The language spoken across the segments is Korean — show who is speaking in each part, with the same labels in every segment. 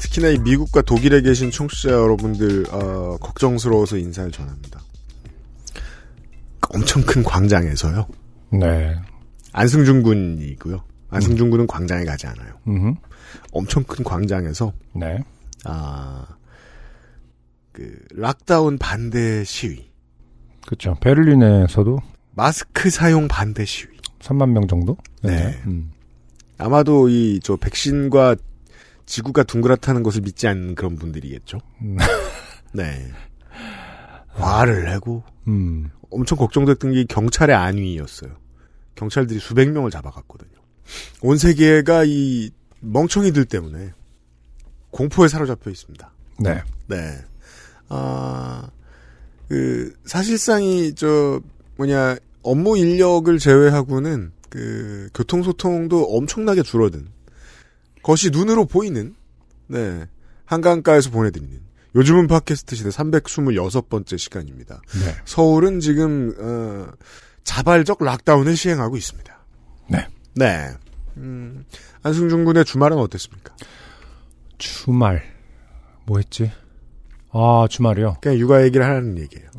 Speaker 1: 특히나 이 미국과 독일에 계신 청취자 여러분들 어, 걱정스러워서 인사를 전합니다. 엄청 큰 광장에서요.
Speaker 2: 네.
Speaker 1: 안승준 군이고요. 안승준 군은 광장에 가지 않아요.
Speaker 2: 음.
Speaker 1: 엄청 큰 광장에서
Speaker 2: 네.
Speaker 1: 아, 그 락다운 반대 시위,
Speaker 2: 그렇죠. 베를린에서도
Speaker 1: 마스크 사용 반대 시위.
Speaker 2: 3만 명 정도?
Speaker 1: 네.
Speaker 2: 음.
Speaker 1: 아마도 이 저 백신과 지구가 둥그랗다는 것을 믿지 않는 그런 분들이겠죠.
Speaker 2: 음.
Speaker 1: 네. 화를 내고
Speaker 2: 음.
Speaker 1: 엄청 걱정됐던 게 경찰의 안위였어요. 경찰들이 수백 명을 잡아갔거든요. 온 세계가 이 멍청이들 때문에 공포에 사로잡혀 있습니다.
Speaker 2: 네.
Speaker 1: 네. 아, 그, 사실상이, 저, 뭐냐, 업무 인력을 제외하고는, 그, 교통소통도 엄청나게 줄어든, 것이 눈으로 보이는, 네, 한강가에서 보내드리는, 요즘은 팟캐스트 시대 326번째 시간입니다.
Speaker 2: 네.
Speaker 1: 서울은 지금, 어, 자발적 락다운을 시행하고 있습니다.
Speaker 2: 네.
Speaker 1: 네. 음, 안승준 군의 주말은 어땠습니까?
Speaker 2: 주말. 뭐 했지? 아, 주말이요.
Speaker 1: 그냥 육아 얘기를 하라는 얘기예요.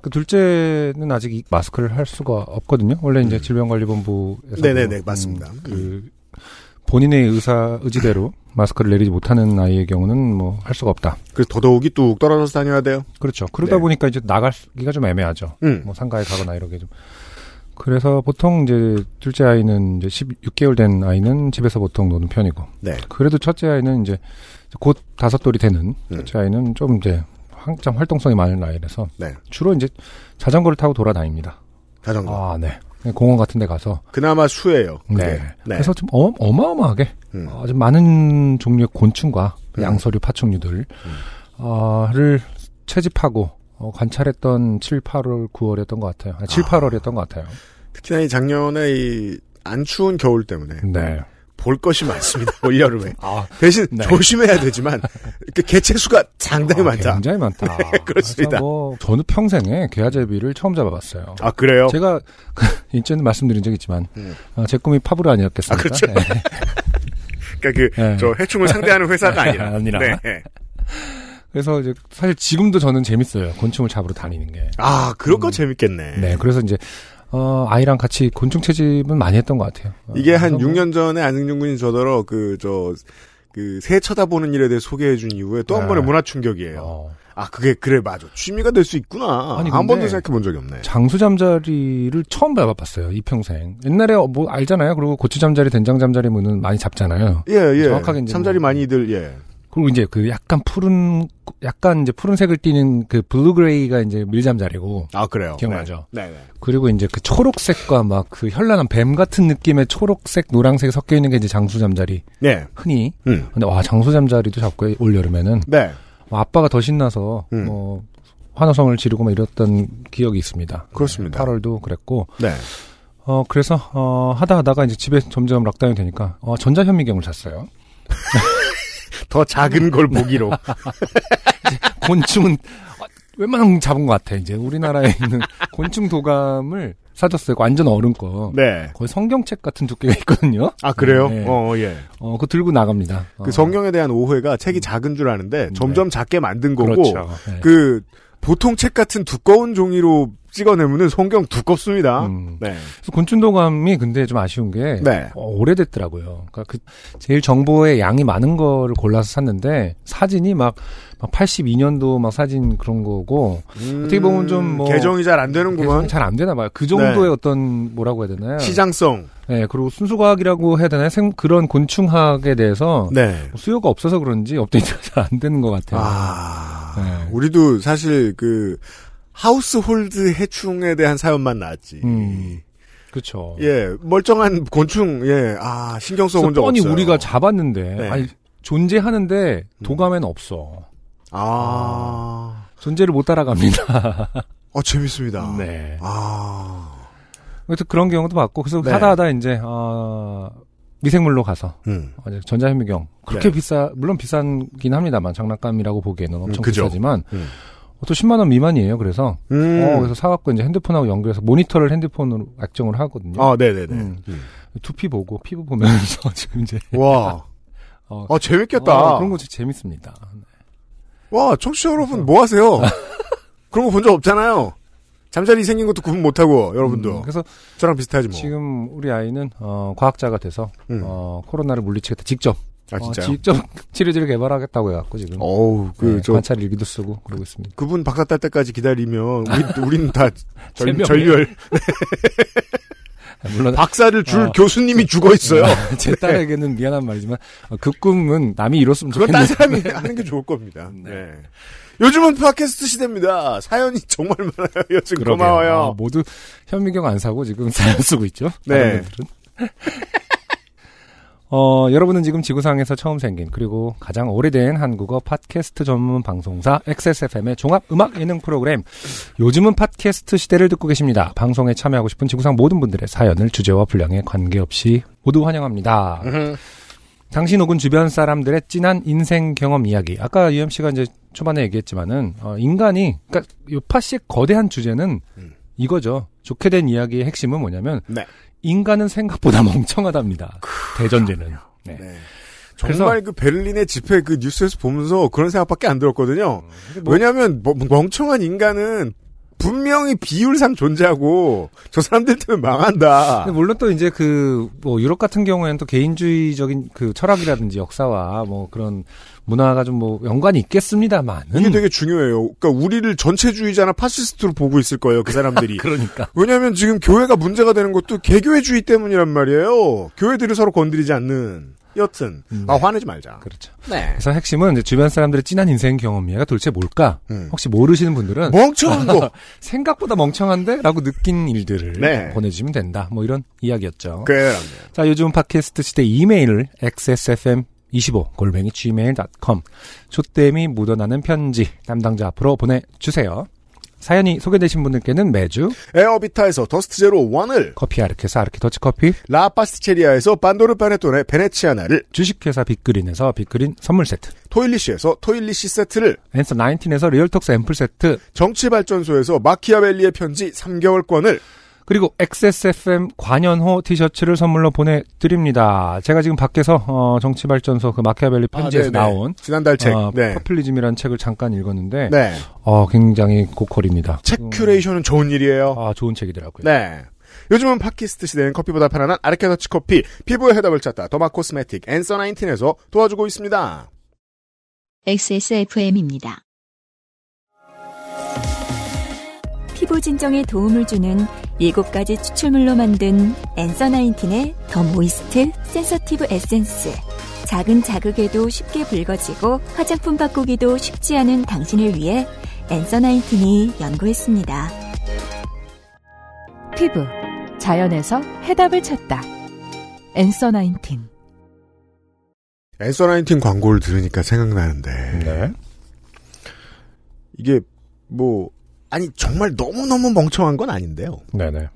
Speaker 2: 그 둘째는 아직 이 마스크를 할 수가 없거든요. 원래 이제 질병관리본부에서
Speaker 1: 네네네, 맞습니다.
Speaker 2: 그 본인의 의사 의지대로 마스크를 내리지 못하는 아이의 경우는 뭐 할 수가 없다.
Speaker 1: 그래서 더더욱이 뚝 떨어져서 다녀야 돼요.
Speaker 2: 그렇죠. 그러다
Speaker 1: 네.
Speaker 2: 보니까 이제 나가기가 좀 애매하죠.
Speaker 1: 음.
Speaker 2: 뭐 상가에 가거나 이렇게 좀. 그래서 보통 이제 둘째 아이는 이제 16개월 된 아이는 집에서 보통 노는 편이고.
Speaker 1: 네.
Speaker 2: 그래도 첫째 아이는 이제 곧 다섯 돌이 되는 첫째 아이는 좀 이제 한참 활동성이 많은 아이라서
Speaker 1: 네.
Speaker 2: 주로 이제 자전거를 타고 돌아다닙니다.
Speaker 1: 자전거.
Speaker 2: 아, 네. 공원 같은 데 가서.
Speaker 1: 그나마 수예요. 그게.
Speaker 2: 아. 네.
Speaker 1: 네.
Speaker 2: 그래서 좀 어마, 어마어마하게
Speaker 1: 음.
Speaker 2: 아주 많은 종류의 곤충과
Speaker 1: 음.
Speaker 2: 양서류, 파충류들, 어, 를 채집하고, 어, 관찰했던 7, 8월, 9월이었던 것 같아요. 아니, 7,
Speaker 1: 아.
Speaker 2: 8월이었던 것 같아요.
Speaker 1: 특히나 이 작년에 이 안 추운 겨울 때문에
Speaker 2: 네.
Speaker 1: 볼 것이 많습니다. 올 여름에
Speaker 2: 아,
Speaker 1: 대신
Speaker 2: 네. 아,
Speaker 1: 조심해야 되지만 그 개체수가 상당히 많다.
Speaker 2: 굉장히 많다.
Speaker 1: 아, 그렇습니다.
Speaker 2: 그래서 뭐, 저는 평생에 괴아제비를 처음 잡아봤어요.
Speaker 1: 아 그래요?
Speaker 2: 제가, 인제는 말씀드린 적 있지만,
Speaker 1: 음.
Speaker 2: 어, 제 꿈이 파브르 아니었겠습니까?
Speaker 1: 아, 그렇죠.
Speaker 2: 네.
Speaker 1: 그러니까
Speaker 2: 네.
Speaker 1: 그저 해충을 상대하는 회사가 아니라.
Speaker 2: 아니라.
Speaker 1: 네, 네.
Speaker 2: 그래서 이제, 사실 지금도 저는 재밌어요. 곤충을 잡으러 다니는 게.
Speaker 1: 아 그럴 거 재밌겠네.
Speaker 2: 네, 그래서 이제 어, 아이랑 같이 곤충 채집은 많이 했던 것 같아요. 어,
Speaker 1: 이게 한
Speaker 2: 그래서 뭐-
Speaker 1: 6년 전에 안승준 군이 저더러 그 저 그 새 쳐다보는 일에 대해 소개해준 이후에 또 한
Speaker 2: 네.
Speaker 1: 번의 문화 충격이에요.
Speaker 2: 어,
Speaker 1: 아 그게 그래 맞아 취미가 될 수 있구나.
Speaker 2: 아니,
Speaker 1: 한
Speaker 2: 근데-
Speaker 1: 번도 생각해 본 적이 없네.
Speaker 2: 장수 잠자리를 처음 봐봤어요. 이 평생. 옛날에 뭐 알잖아요. 그리고 고추 잠자리, 된장 잠자리 문은 많이 잡잖아요.
Speaker 1: 예, 예.
Speaker 2: 정확하게 이제
Speaker 1: 잠자리
Speaker 2: 뭐-
Speaker 1: 많이들, 예.
Speaker 2: 그리고 이제 그 약간 푸른 약간 이제 푸른색을 띠는 그 블루그레이가 이제 밀잠자리고
Speaker 1: 아, 그래요.
Speaker 2: 기억나죠?
Speaker 1: 네, 네.
Speaker 2: 그리고 이제 그 초록색과 막 그 현란한 뱀 같은 느낌의 초록색, 노란색이 섞여 있는 게 이제 장수 잠자리
Speaker 1: 네.
Speaker 2: 흔히.
Speaker 1: 음.
Speaker 2: 근데 와 장수 잠자리도 잡고 올 여름에는
Speaker 1: 네.
Speaker 2: 뭐 아빠가 더 신나서
Speaker 1: 음.
Speaker 2: 뭐 환호성을 지르고 막 이랬던 기억이 있습니다.
Speaker 1: 그렇습니다.
Speaker 2: 8월도 그랬고
Speaker 1: 네.
Speaker 2: 어 그래서 어 하다 하다가 이제 집에 점점 락다운이 되니까 어 전자현미경을 샀어요.
Speaker 1: 더 작은 걸 보기로.
Speaker 2: 어. 곤충은 어, 웬만하면 잡은 것 같아. 이제 우리나라에 있는 곤충 도감을 사줬어요. 그 완전 어른 거.
Speaker 1: 네.
Speaker 2: 거의 성경책 같은 두께가 있거든요.
Speaker 1: 아, 그래요?
Speaker 2: 네.
Speaker 1: 어, 예.
Speaker 2: 어 그거 들고 나갑니다. 어, 음. 네.
Speaker 1: 그 성경에 대한 오해가 책이 작은 줄 아는데 점점 작게 만든 거고.
Speaker 2: 그렇죠. 네.
Speaker 1: 그 보통 책 같은 두꺼운 종이로 찍어내면은 성경 두껍습니다.
Speaker 2: 음.
Speaker 1: 네.
Speaker 2: 그래서 곤충도감이 근데 좀 아쉬운 게
Speaker 1: 네.
Speaker 2: 어, 오래됐더라고요. 그러니까 그 제일 정보의 양이 많은 거를 골라서 샀는데 사진이 막, 막 82년도 막 사진 그런 거고 어떻게 보면 좀 뭐-
Speaker 1: 음, 개정이 잘 안 되는구만.
Speaker 2: 잘 안 되나 봐요. 그 정도의
Speaker 1: 네.
Speaker 2: 어떤 뭐라고 해야 되나요?
Speaker 1: 시장성.
Speaker 2: 네, 그리고 순수과학이라고 해야 되나요? 생- 그런 곤충학에 대해서 뭐
Speaker 1: 네.
Speaker 2: 수요가 없어서 그런지 업데이트가 잘 안 되는 것 같아요.
Speaker 1: 아.
Speaker 2: 네.
Speaker 1: 우리도 사실 그 하우스홀드 해충에 대한 사연만 나왔지.
Speaker 2: 음. 그렇죠.
Speaker 1: 예, 멀쩡한 곤충, 예, 아, 신경 써본 적
Speaker 2: 뻔히
Speaker 1: 없어요.
Speaker 2: 우리가 잡았는데
Speaker 1: 네. 음.
Speaker 2: 아니 존재하는데 도감에는 없어.
Speaker 1: 아,
Speaker 2: 존재를 못 따라갑니다.
Speaker 1: 어 재밌습니다.
Speaker 2: 네.
Speaker 1: 아,
Speaker 2: 그래서 그런 경우도 봤고 그래서
Speaker 1: 네.
Speaker 2: 하다 하다 이제 아, 미생물로 가서
Speaker 1: 음,
Speaker 2: 어, 이제 전자현미경 그렇게
Speaker 1: 네.
Speaker 2: 비싸 물론 비싼긴 합니다만 장난감이라고 보기에는 엄청
Speaker 1: 그죠.
Speaker 2: 비싸지만 어,
Speaker 1: 음.
Speaker 2: 또 10만 원 미만이에요. 그래서
Speaker 1: 음.
Speaker 2: 어, 그래서 사갖고 이제 핸드폰하고 연결해서 모니터를 핸드폰으로 액정을 하거든요.
Speaker 1: 아, 네네네.
Speaker 2: 음.
Speaker 1: 음.
Speaker 2: 두피 보고 피부 보면서 지금 이제
Speaker 1: 와,
Speaker 2: 어,
Speaker 1: 아 재밌겠다.
Speaker 2: 어, 그런 거 진짜 재밌습니다. 음.
Speaker 1: 와, 청취자 여러분 뭐 하세요? 그런 거 본 적 없잖아요. 잠자리 생긴 것도 구분 못하고 여러분도
Speaker 2: 음, 그래서
Speaker 1: 저랑 비슷하지 뭐.
Speaker 2: 지금 우리 아이는 어, 과학자가 돼서
Speaker 1: 음.
Speaker 2: 어, 코로나를 물리치겠다 직접
Speaker 1: 아
Speaker 2: 어,
Speaker 1: 진짜요?
Speaker 2: 직접 치료제를 개발하겠다고 해갖고 지금
Speaker 1: 어우
Speaker 2: 네,
Speaker 1: 그저
Speaker 2: 관찰 일기도 쓰고 그러고 있습니다.
Speaker 1: 그분 박사 딸 때까지 기다리면 우리 우리는 다 절,
Speaker 2: 제명이에요.
Speaker 1: 절멸.
Speaker 2: 아, 물론
Speaker 1: 박사를 줄
Speaker 2: 어. 네.
Speaker 1: 교수님이 죽어 있어요.
Speaker 2: 제 딸에게는 미안한 말이지만 어, 그 꿈은 남이 이뤘으면
Speaker 1: 그건 딴
Speaker 2: 좋겠네요.
Speaker 1: 사람이 하는 게 좋을 겁니다.
Speaker 2: 네.
Speaker 1: 네. 요즘은 팟캐스트 시대입니다. 사연이 정말 많아요. 요즘
Speaker 2: 그러게요. 아,
Speaker 1: 고마워요.
Speaker 2: 모두 현미경 안 사고 지금 사연 쓰고 있죠.
Speaker 1: 네.
Speaker 2: 다른 분들은. 어, 여러분은 지금 지구상에서 처음 생긴 그리고 가장 오래된 한국어 팟캐스트 전문 방송사 XSFM의 종합 음악 예능 프로그램 요즘은 팟캐스트 시대를 듣고 계십니다. 방송에 참여하고 싶은 지구상 모든 분들의 사연을 주제와 분량에 관계없이 모두 환영합니다.
Speaker 1: 음.
Speaker 2: 당신 혹은 주변 사람들의 진한 인생 경험 이야기. 아까 유엠 씨가 이제 초반에 얘기했지만은 어, 인간이 그러니까 요 파씨의 거대한 주제는
Speaker 1: 음.
Speaker 2: 이거죠. 좋게 된 이야기의 핵심은 뭐냐면
Speaker 1: 네.
Speaker 2: 인간은 생각보다 멍청하답니다. 대전제는. 네.
Speaker 1: 네.
Speaker 2: 그래서-
Speaker 1: 정말 그 베를린의 집회 그 뉴스에서 보면서 그런 생각밖에 안 들었거든요.
Speaker 2: 음, 뭐
Speaker 1: 왜냐하면 뭐, 멍- 멍청한 인간은 분명히 비율상 존재하고 저 사람들 때문에 망한다.
Speaker 2: 근데 물론 또 이제 그 뭐 유럽 같은 경우에는 또 개인주의적인 그 철학이라든지 역사와 뭐 그런 문화가 좀 뭐 연관이 있겠습니다만은
Speaker 1: 이게 되게 중요해요. 그러니까 우리를 전체주의자나 파시스트로 보고 있을 거예요. 그 사람들이.
Speaker 2: 그러니까
Speaker 1: 왜냐하면 지금 교회가 문제가 되는 것도 개교회주의 때문이란 말이에요. 교회들이 서로 건드리지 않는. 여튼
Speaker 2: 음.
Speaker 1: 아 화내지 말자.
Speaker 2: 그렇죠.
Speaker 1: 네.
Speaker 2: 그래서 핵심은 이제 주변 사람들의 진한 인생 경험 이야기가 도대체 뭘까?
Speaker 1: 음.
Speaker 2: 혹시 모르시는 분들은
Speaker 1: 멍청한 거.
Speaker 2: 생각보다 멍청한데? 라고 느낀 일들을
Speaker 1: 네.
Speaker 2: 보내주시면 된다. 뭐 이런 이야기였죠.
Speaker 1: 그렇네요.
Speaker 2: 자, 요즘 팟캐스트 시대 이메일을 xsfm25 골뱅이 gmail.com 조땜이 묻어나는 편지 담당자 앞으로 보내주세요. 사연이 소개되신 분들께는 매주
Speaker 1: 에어비타에서 더스트 제로 원을
Speaker 2: 커피 아르케사 아르케 더치커피
Speaker 1: 라파스티체리아에서 반도르 파네톤의 베네치아나를
Speaker 2: 주식회사 빅그린에서 빅그린 선물 세트
Speaker 1: 토일리시에서 토일리시 세트를
Speaker 2: 앤서 19에서 리얼톡스 앰플 세트
Speaker 1: 정치발전소에서 마키아벨리의 편지 3개월권을
Speaker 2: 그리고 XSFM 관현호 티셔츠를 선물로 보내드립니다. 제가 지금 밖에서 어, 정치발전소 그 마키아벨리 편지에서 나온
Speaker 1: 네, 지난달 책.
Speaker 2: 어,
Speaker 1: 네.
Speaker 2: 퍼플리즘이라는 책을 잠깐 읽었는데
Speaker 1: 네.
Speaker 2: 어, 굉장히 고퀄입니다.
Speaker 1: 책
Speaker 2: 음,
Speaker 1: 큐레이션은 좋은 일이에요.
Speaker 2: 아, 좋은 책이더라고요.
Speaker 1: 네. 요즘은 팟캐스트 시대는 커피보다 편안한 아르케더치 커피, 피부의 해답을 찾다 더마 코스메틱 앤서 19에서 도와주고 있습니다.
Speaker 3: XSFM입니다.
Speaker 4: 피부 진정에 도움을 주는 7가지 추출물로 만든 엔서 나인틴의 더 모이스트 센서티브 에센스. 작은 자극에도 쉽게 붉어지고 화장품 바꾸기도 쉽지 않은 당신을 위해 엔서 나인틴이 연구했습니다.
Speaker 5: 피부 자연에서 해답을 찾다 엔서 나인틴
Speaker 1: 앤서 19 광고를 들으니까 생각나는데
Speaker 2: 네.
Speaker 1: 이게 뭐 아니 정말 너무너무 멍청한 건 아닌데요.
Speaker 2: 네, 네.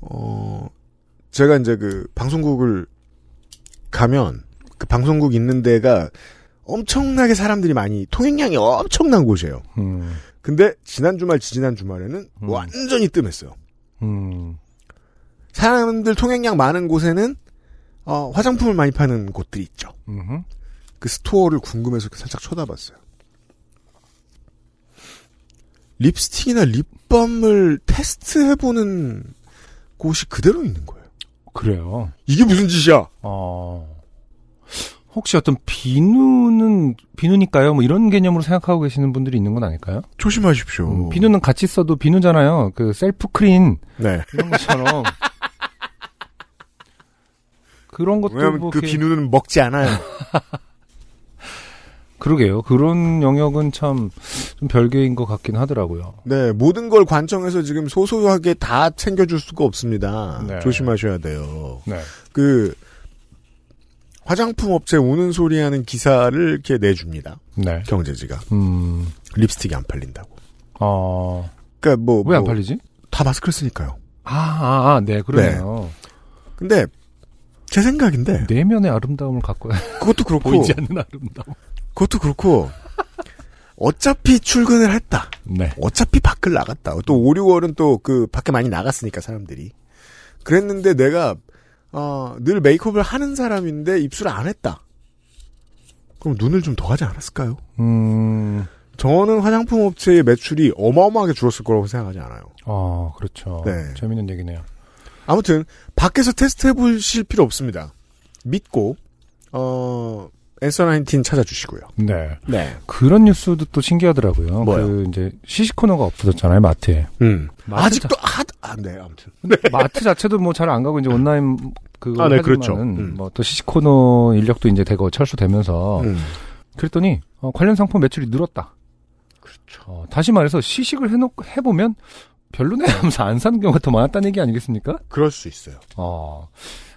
Speaker 1: 어, 제가 이제 그 방송국을 가면 그 방송국 있는 데가 엄청나게 사람들이 많이 통행량이 엄청난 곳이에요.
Speaker 2: 음.
Speaker 1: 근데 지난 주말 지지난 주말에는
Speaker 2: 음.
Speaker 1: 완전히 뜸했어요.
Speaker 2: 음.
Speaker 1: 사람들 통행량 많은 곳에는 어, 화장품을 많이 파는 곳들이 있죠.
Speaker 2: 음흠.
Speaker 1: 그 스토어를 궁금해서 이렇게 살짝 쳐다봤어요. 립스틱이나 립밤을 테스트해보는 곳이 그대로 있는 거예요.
Speaker 2: 그래요.
Speaker 1: 이게 무슨 짓이야?
Speaker 2: 어. 혹시 어떤 비누는 비누니까요. 뭐 이런 개념으로 생각하고 계시는 분들이 있는 건 아닐까요?
Speaker 1: 조심하십시오.
Speaker 2: 음, 비누는 같이 써도 비누잖아요. 그 셀프 크린
Speaker 1: 네.
Speaker 2: 이런 것처럼 그런 것도
Speaker 1: 왜냐면
Speaker 2: 뭐
Speaker 1: 그
Speaker 2: 이렇게-
Speaker 1: 비누는 먹지 않아요.
Speaker 2: 그러게요. 그런 영역은 참 좀 별개인 것 같긴 하더라고요.
Speaker 1: 네, 모든 걸 관청해서 지금 소소하게 다 챙겨줄 수가 없습니다.
Speaker 2: 네.
Speaker 1: 조심하셔야 돼요.
Speaker 2: 네.
Speaker 1: 그 화장품 업체 우는 소리 하는 기사를 이렇게 내줍니다.
Speaker 2: 네.
Speaker 1: 경제지가.
Speaker 2: 음,
Speaker 1: 립스틱이 안 팔린다고.
Speaker 2: 어,
Speaker 1: 그니까 뭐.
Speaker 2: 왜 안
Speaker 1: 뭐
Speaker 2: 팔리지?
Speaker 1: 다 마스크를 쓰니까요.
Speaker 2: 아, 아, 아, 네, 그러네요.
Speaker 1: 근데, 제 생각인데,
Speaker 2: 내면의 아름다움을 갖고
Speaker 1: 그것도 그렇고,
Speaker 2: 보이지 않는 아름다움.
Speaker 1: 그것도 그렇고, 어차피 출근을 했다.
Speaker 2: 네.
Speaker 1: 어차피 밖을 나갔다. 또 5, 6월은 또 그 밖에 많이 나갔으니까 사람들이. 그랬는데 내가 어, 늘 메이크업을 하는 사람인데 입술을 안 했다. 그럼 눈을 좀 더 하지 않았을까요?
Speaker 2: 음,
Speaker 1: 저는 화장품 업체의 매출이 어마어마하게 줄었을 거라고 생각하지 않아요.
Speaker 2: 아, 그렇죠.
Speaker 1: 네.
Speaker 2: 재밌는 얘기네요.
Speaker 1: 아무튼 밖에서 테스트 해보실 필요 없습니다. 믿고 어 앤서 나인틴 찾아주시고요.
Speaker 2: 네.
Speaker 1: 네.
Speaker 2: 그런 뉴스도 또 신기하더라고요.
Speaker 1: 뭐요?
Speaker 2: 그 이제 시식 코너가 없어졌잖아요, 마트에.
Speaker 1: 음.
Speaker 2: 마트
Speaker 1: 아직도 하, 아, 네, 아무튼.
Speaker 2: 자- 마트 자체도 뭐 잘 안 가고 이제 온라인 그거
Speaker 1: 아, 네,
Speaker 2: 하지만은
Speaker 1: 그렇죠. 음.
Speaker 2: 뭐또 시식 코너 인력도 이제 대거 철수되면서
Speaker 1: 음.
Speaker 2: 그랬더니 어, 관련 상품 매출이 늘었다. 그렇죠. 다시 말해서 시식을 해놓 해보면 별로네 하면서 안 사는 경우가 더 많았다는 얘기 아니겠습니까?
Speaker 1: 그럴 수 있어요.
Speaker 2: 어,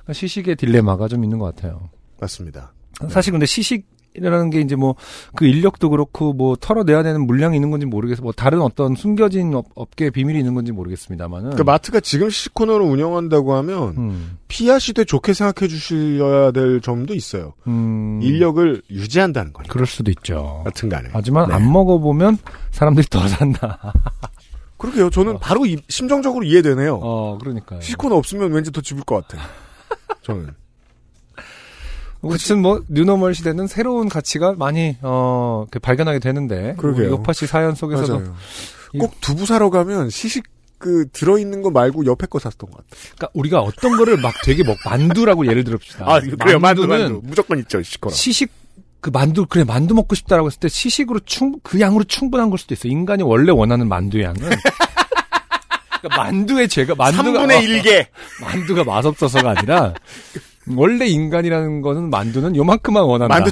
Speaker 2: 그러니까 시식의 딜레마가 좀 있는 것 같아요.
Speaker 1: 맞습니다.
Speaker 2: 네. 사실 근데 시식 이라는 게 이제 뭐 그 인력도 그렇고 뭐 털어내야 되는 물량이 있는 건지 모르겠어 뭐 다른 어떤 숨겨진 업, 업계의 비밀이 있는 건지 모르겠습니다만은
Speaker 1: 그러니까 마트가 지금 시코너를 운영한다고 하면
Speaker 2: 음,
Speaker 1: 피하시되 좋게 생각해 주셔야 될 점도 있어요.
Speaker 2: 음,
Speaker 1: 인력을 유지한다는 거니까.
Speaker 2: 그럴 수도 있죠.
Speaker 1: 같은 간에.
Speaker 2: 하지만
Speaker 1: 네.
Speaker 2: 안 먹어보면 사람들이 더 산다.
Speaker 1: 그러게요. 저는
Speaker 2: 어.
Speaker 1: 바로 이- 심정적으로 이해되네요.
Speaker 2: 어, 그러니까요.
Speaker 1: 시코너 없으면 왠지 더 집을 것 같아요. 저는.
Speaker 2: 어쨌든 뭐 뉴노멀 시대는 새로운 가치가 많이 어, 이렇게 발견하게 되는데
Speaker 1: 그러게요.
Speaker 2: 우리 여파 씨 사연 속에서도
Speaker 1: 맞아요. 꼭 두부 사러 가면 시식 그 들어있는 거 말고 옆에 거 샀던 것 같아요.
Speaker 2: 그러니까 우리가 어떤 거를 막 되게 먹 만두라고 예를 들읍시다.
Speaker 1: 아, 무조건 있죠. 시코너.
Speaker 2: 시식 그 만두 그래 만두 먹고 싶다라고 했을 때 시식으로 충 그 양으로 충분한 걸 수도 있어. 인간이 원래 원하는 만두 양은 그러니까 만두의 죄가 만두가 어,
Speaker 1: 3분의 1개.
Speaker 2: 만두가 맛없어서가 아니라 원래 인간이라는 거는 만두는 요만큼만 원한다.
Speaker 1: 만두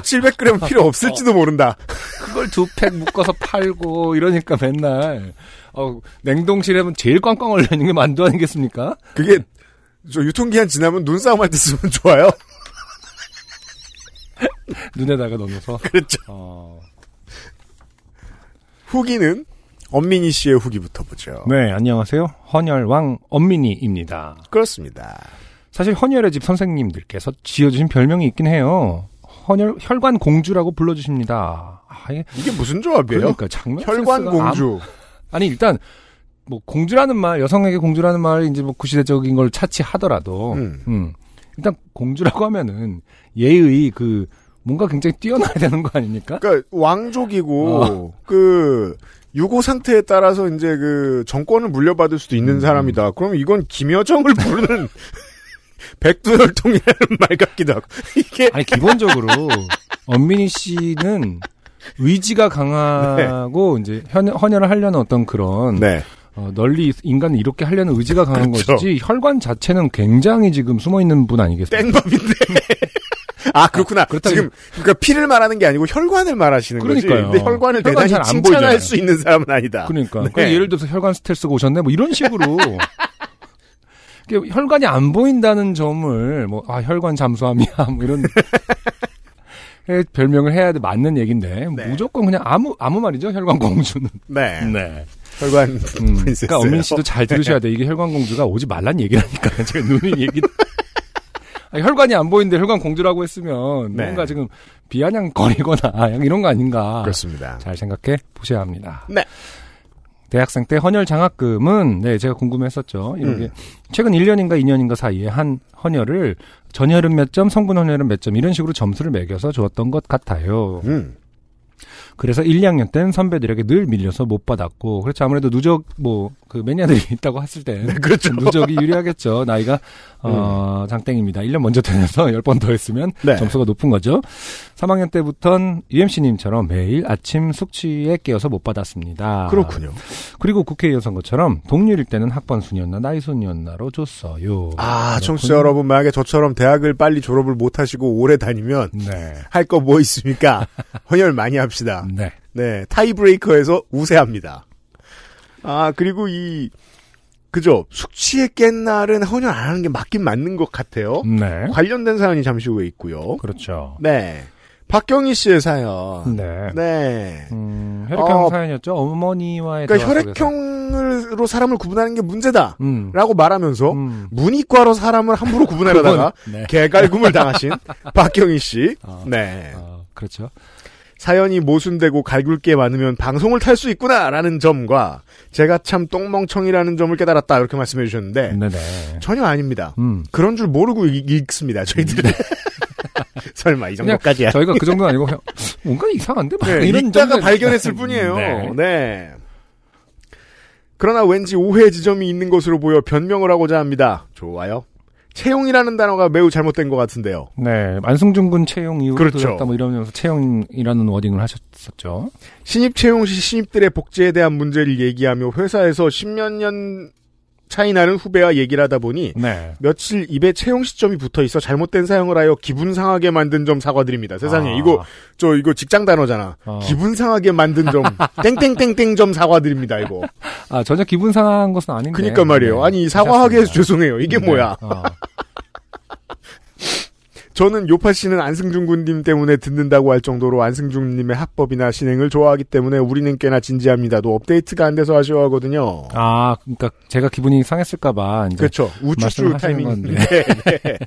Speaker 1: 700g 필요 없을지도 모른다.
Speaker 2: 그걸 두 팩 묶어서 팔고 이러니까 맨날 어, 냉동실에 하면 제일 꽝꽝 얼려 있는 게 만두 아니겠습니까?
Speaker 1: 그게 저 유통기한 지나면 눈싸움 할 때 쓰면 좋아요.
Speaker 2: 눈에다가 넣어서
Speaker 1: 그렇죠.
Speaker 2: 어.
Speaker 1: 후기는 엄민희 씨의 후기부터 보죠.
Speaker 2: 네 안녕하세요 헌혈왕 엄민이입니다.
Speaker 1: 그렇습니다.
Speaker 2: 사실 헌혈의 집 선생님들께서 지어주신 별명이 있긴 해요. 헌혈 혈관 공주라고 불러주십니다. 아, 예.
Speaker 1: 이게 무슨 조합이에요?
Speaker 2: 그러니까 장면
Speaker 1: 혈관
Speaker 2: 센스가 암-
Speaker 1: 공주.
Speaker 2: 아니 일단 뭐 공주라는 말 여성에게 공주라는 말이 이제 뭐 구시대적인 걸 차치하더라도
Speaker 1: 음.
Speaker 2: 음. 일단 공주라고 하면은 예의 그 뭔가 굉장히 뛰어나야 되는 거 아닙니까?
Speaker 1: 그러니까 왕족이고
Speaker 2: 어.
Speaker 1: 그 유고 상태에 따라서 이제 그 정권을 물려받을 수도 있는
Speaker 2: 음.
Speaker 1: 사람이다. 그럼 이건 김여정을 부르는 백두혈통이라는 말 같기도 하고 이게
Speaker 2: 아니 기본적으로 엄민희 씨는 의지가 강하고 이제 헌, 헌혈을 하려는 어떤 그런
Speaker 1: 네
Speaker 2: 어, 널리 인간을 이롭게 하려는 의지가 강한
Speaker 1: 그렇죠.
Speaker 2: 것이지 혈관 자체는 굉장히 지금 숨어 있는 분 아니겠습니까?
Speaker 1: 땡밥인데. 아 그렇구나.
Speaker 2: 그렇다면-
Speaker 1: 지금 그러니까 피를 말하는 게 아니고 혈관을 말하시는
Speaker 2: 그러니까요.
Speaker 1: 거지. 근데 혈관을
Speaker 2: 혈관
Speaker 1: 대단히
Speaker 2: 잘안 보여줘요.
Speaker 1: 칭찬할 수 있는 사람은 아니다.
Speaker 2: 그러니까
Speaker 1: 네.
Speaker 2: 그 예를 들어서 혈관 스트레스가 오셨네 뭐 이런 식으로 이게 혈관이 안 보인다는 점을 뭐 아 혈관 잠수함이야 뭐 이런 에, 별명을 해야 돼 맞는 얘기인데
Speaker 1: 네.
Speaker 2: 무조건 그냥 아무 아무 말이죠 혈관 공주는
Speaker 1: 네.
Speaker 2: 네.
Speaker 1: 혈관
Speaker 2: 음,
Speaker 1: 프린세스.
Speaker 2: 그러니까 엄민 씨도 잘 들으셔야 돼. 이게 혈관 공주가 오지 말란 얘기라니까. 제가 눈이 얘기. 아니, 혈관이 안 보이는데 혈관 공주라고 했으면
Speaker 1: 네.
Speaker 2: 뭔가 지금 비아냥거리거나 약간 이런 거 아닌가.
Speaker 1: 그렇습니다.
Speaker 2: 잘 생각해 보셔야 합니다.
Speaker 1: 네.
Speaker 2: 대학생 때 헌혈 장학금은 네 제가 궁금했었죠. 이런
Speaker 1: 음.
Speaker 2: 게 최근 1년인가 2년인가 사이에 한 헌혈을 전혈은 몇 점, 성분 헌혈은 몇 점 이런 식으로 점수를 매겨서 주었던 것 같아요.
Speaker 1: 음.
Speaker 2: 그래서 1, 2학년 땐 선배들에게 늘 밀려서 못 받았고, 그렇죠. 아무래도 누적, 뭐, 그 매니아들이 있다고 했을 때.
Speaker 1: 그렇죠. 음.
Speaker 2: 누적이 유리하겠죠. 나이가, 어, 장땡입니다. 1년 먼저 태어나서 10번 더 했으면
Speaker 1: 네.
Speaker 2: 점수가 높은 거죠. 3학년 때부턴 UMC님처럼 매일 아침 숙취에 깨어서 못 받았습니다.
Speaker 1: 그렇군요.
Speaker 2: 네. 그리고 국회의원 선거처럼 동률일 때는 학번 순이었나 나이 순이었나로 줬어요.
Speaker 1: 아,
Speaker 2: 그렇군요.
Speaker 1: 청취자 여러분, 만약에 저처럼 대학을 빨리 졸업을 못하시고 오래 다니면
Speaker 2: 네.
Speaker 1: 할 거 뭐 있습니까? 헌혈 많이 합시다.
Speaker 2: 네.
Speaker 1: 네, 타이브레이커에서 우세합니다. 아, 그리고 이, 그죠? 숙취에 깬 날은 헌혈 안 하는 게 맞긴 맞는 것 어? 같아요.
Speaker 2: 네.
Speaker 1: 관련된 사연이 잠시 후에 있고요.
Speaker 2: 그렇죠.
Speaker 1: 네. 박경희 씨의 사연.
Speaker 2: 네.
Speaker 1: 아, 네.
Speaker 2: 음, 네, 혈액형
Speaker 1: 어,
Speaker 2: 사연이었죠. 어머니와의
Speaker 1: 그러니까
Speaker 2: 대화 속에서.
Speaker 1: 혈액형으로 사람을 구분하는 게 문제다.
Speaker 2: 음.
Speaker 1: 라고 말하면서
Speaker 2: 음.
Speaker 1: 문이과로 사람을 함부로 구분하려다가
Speaker 2: 네.
Speaker 1: 개갈굼을 당하신 박경희 씨.
Speaker 2: 아,
Speaker 1: 네.
Speaker 2: 아, 그렇죠.
Speaker 1: 사연이 모순되고 갈굴게 많으면 방송을 탈 수 있구나라는 점과 제가 참 똥멍청이라는 점을 깨달았다 이렇게 말씀해 주셨는데
Speaker 2: 네네.
Speaker 1: 전혀 아닙니다.
Speaker 2: 음.
Speaker 1: 그런 줄 모르고 읽, 읽습니다. 저희들은
Speaker 2: 음.
Speaker 1: 설마 이 정도까지야.
Speaker 2: 저희가 그 정도는 아니고 그냥 뭔가 이상한데 막
Speaker 1: 네,
Speaker 2: 이런
Speaker 1: 읽다가
Speaker 2: 정도는-
Speaker 1: 발견했을 뿐이에요. 네.
Speaker 2: 네.
Speaker 1: 그러나 왠지 오해 지점이 있는 것으로 보여 변명을 하고자 합니다. 좋아요. 채용이라는 단어가 매우 잘못된 것 같은데요.
Speaker 2: 네, 안승준 군 채용 이후로
Speaker 1: 그렇죠.
Speaker 2: 들었다 뭐 이러면서 채용이라는 워딩을 하셨었죠.
Speaker 1: 신입 채용 시 신입들의 복지에 대한 문제를 얘기하며 회사에서 십몇 년 차이 나는 후배와 얘기를 하다 보니
Speaker 2: 네.
Speaker 1: 며칠 입에 채용 시점이 붙어 있어 잘못된 사용을 하여 기분 상하게 만든 점 사과드립니다. 세상에
Speaker 2: 아.
Speaker 1: 이거 저 이거 직장 단어잖아.
Speaker 2: 어.
Speaker 1: 기분 상하게 만든 점 땡땡땡땡 점 사과드립니다. 이거.
Speaker 2: 아 전혀 기분 상한 것은 아닌데.
Speaker 1: 그니까 말이에요.
Speaker 2: 네.
Speaker 1: 아니 사과하게 해서 죄송해요. 이게
Speaker 2: 네.
Speaker 1: 뭐야?
Speaker 2: 어.
Speaker 1: 저는 요파 씨는 안승준 군님 때문에 듣는다고 할 정도로 안승준 님의 합법이나 신행을 좋아하기 때문에 우리는 꽤나 진지합니다도 업데이트가 안 돼서 아쉬워하거든요.
Speaker 2: 아 그러니까 제가 기분이 상했을까봐 이제
Speaker 1: 그렇죠. 우쭈쭈
Speaker 2: 말씀하시는
Speaker 1: 타이밍.
Speaker 2: 건데.
Speaker 1: 네, 네.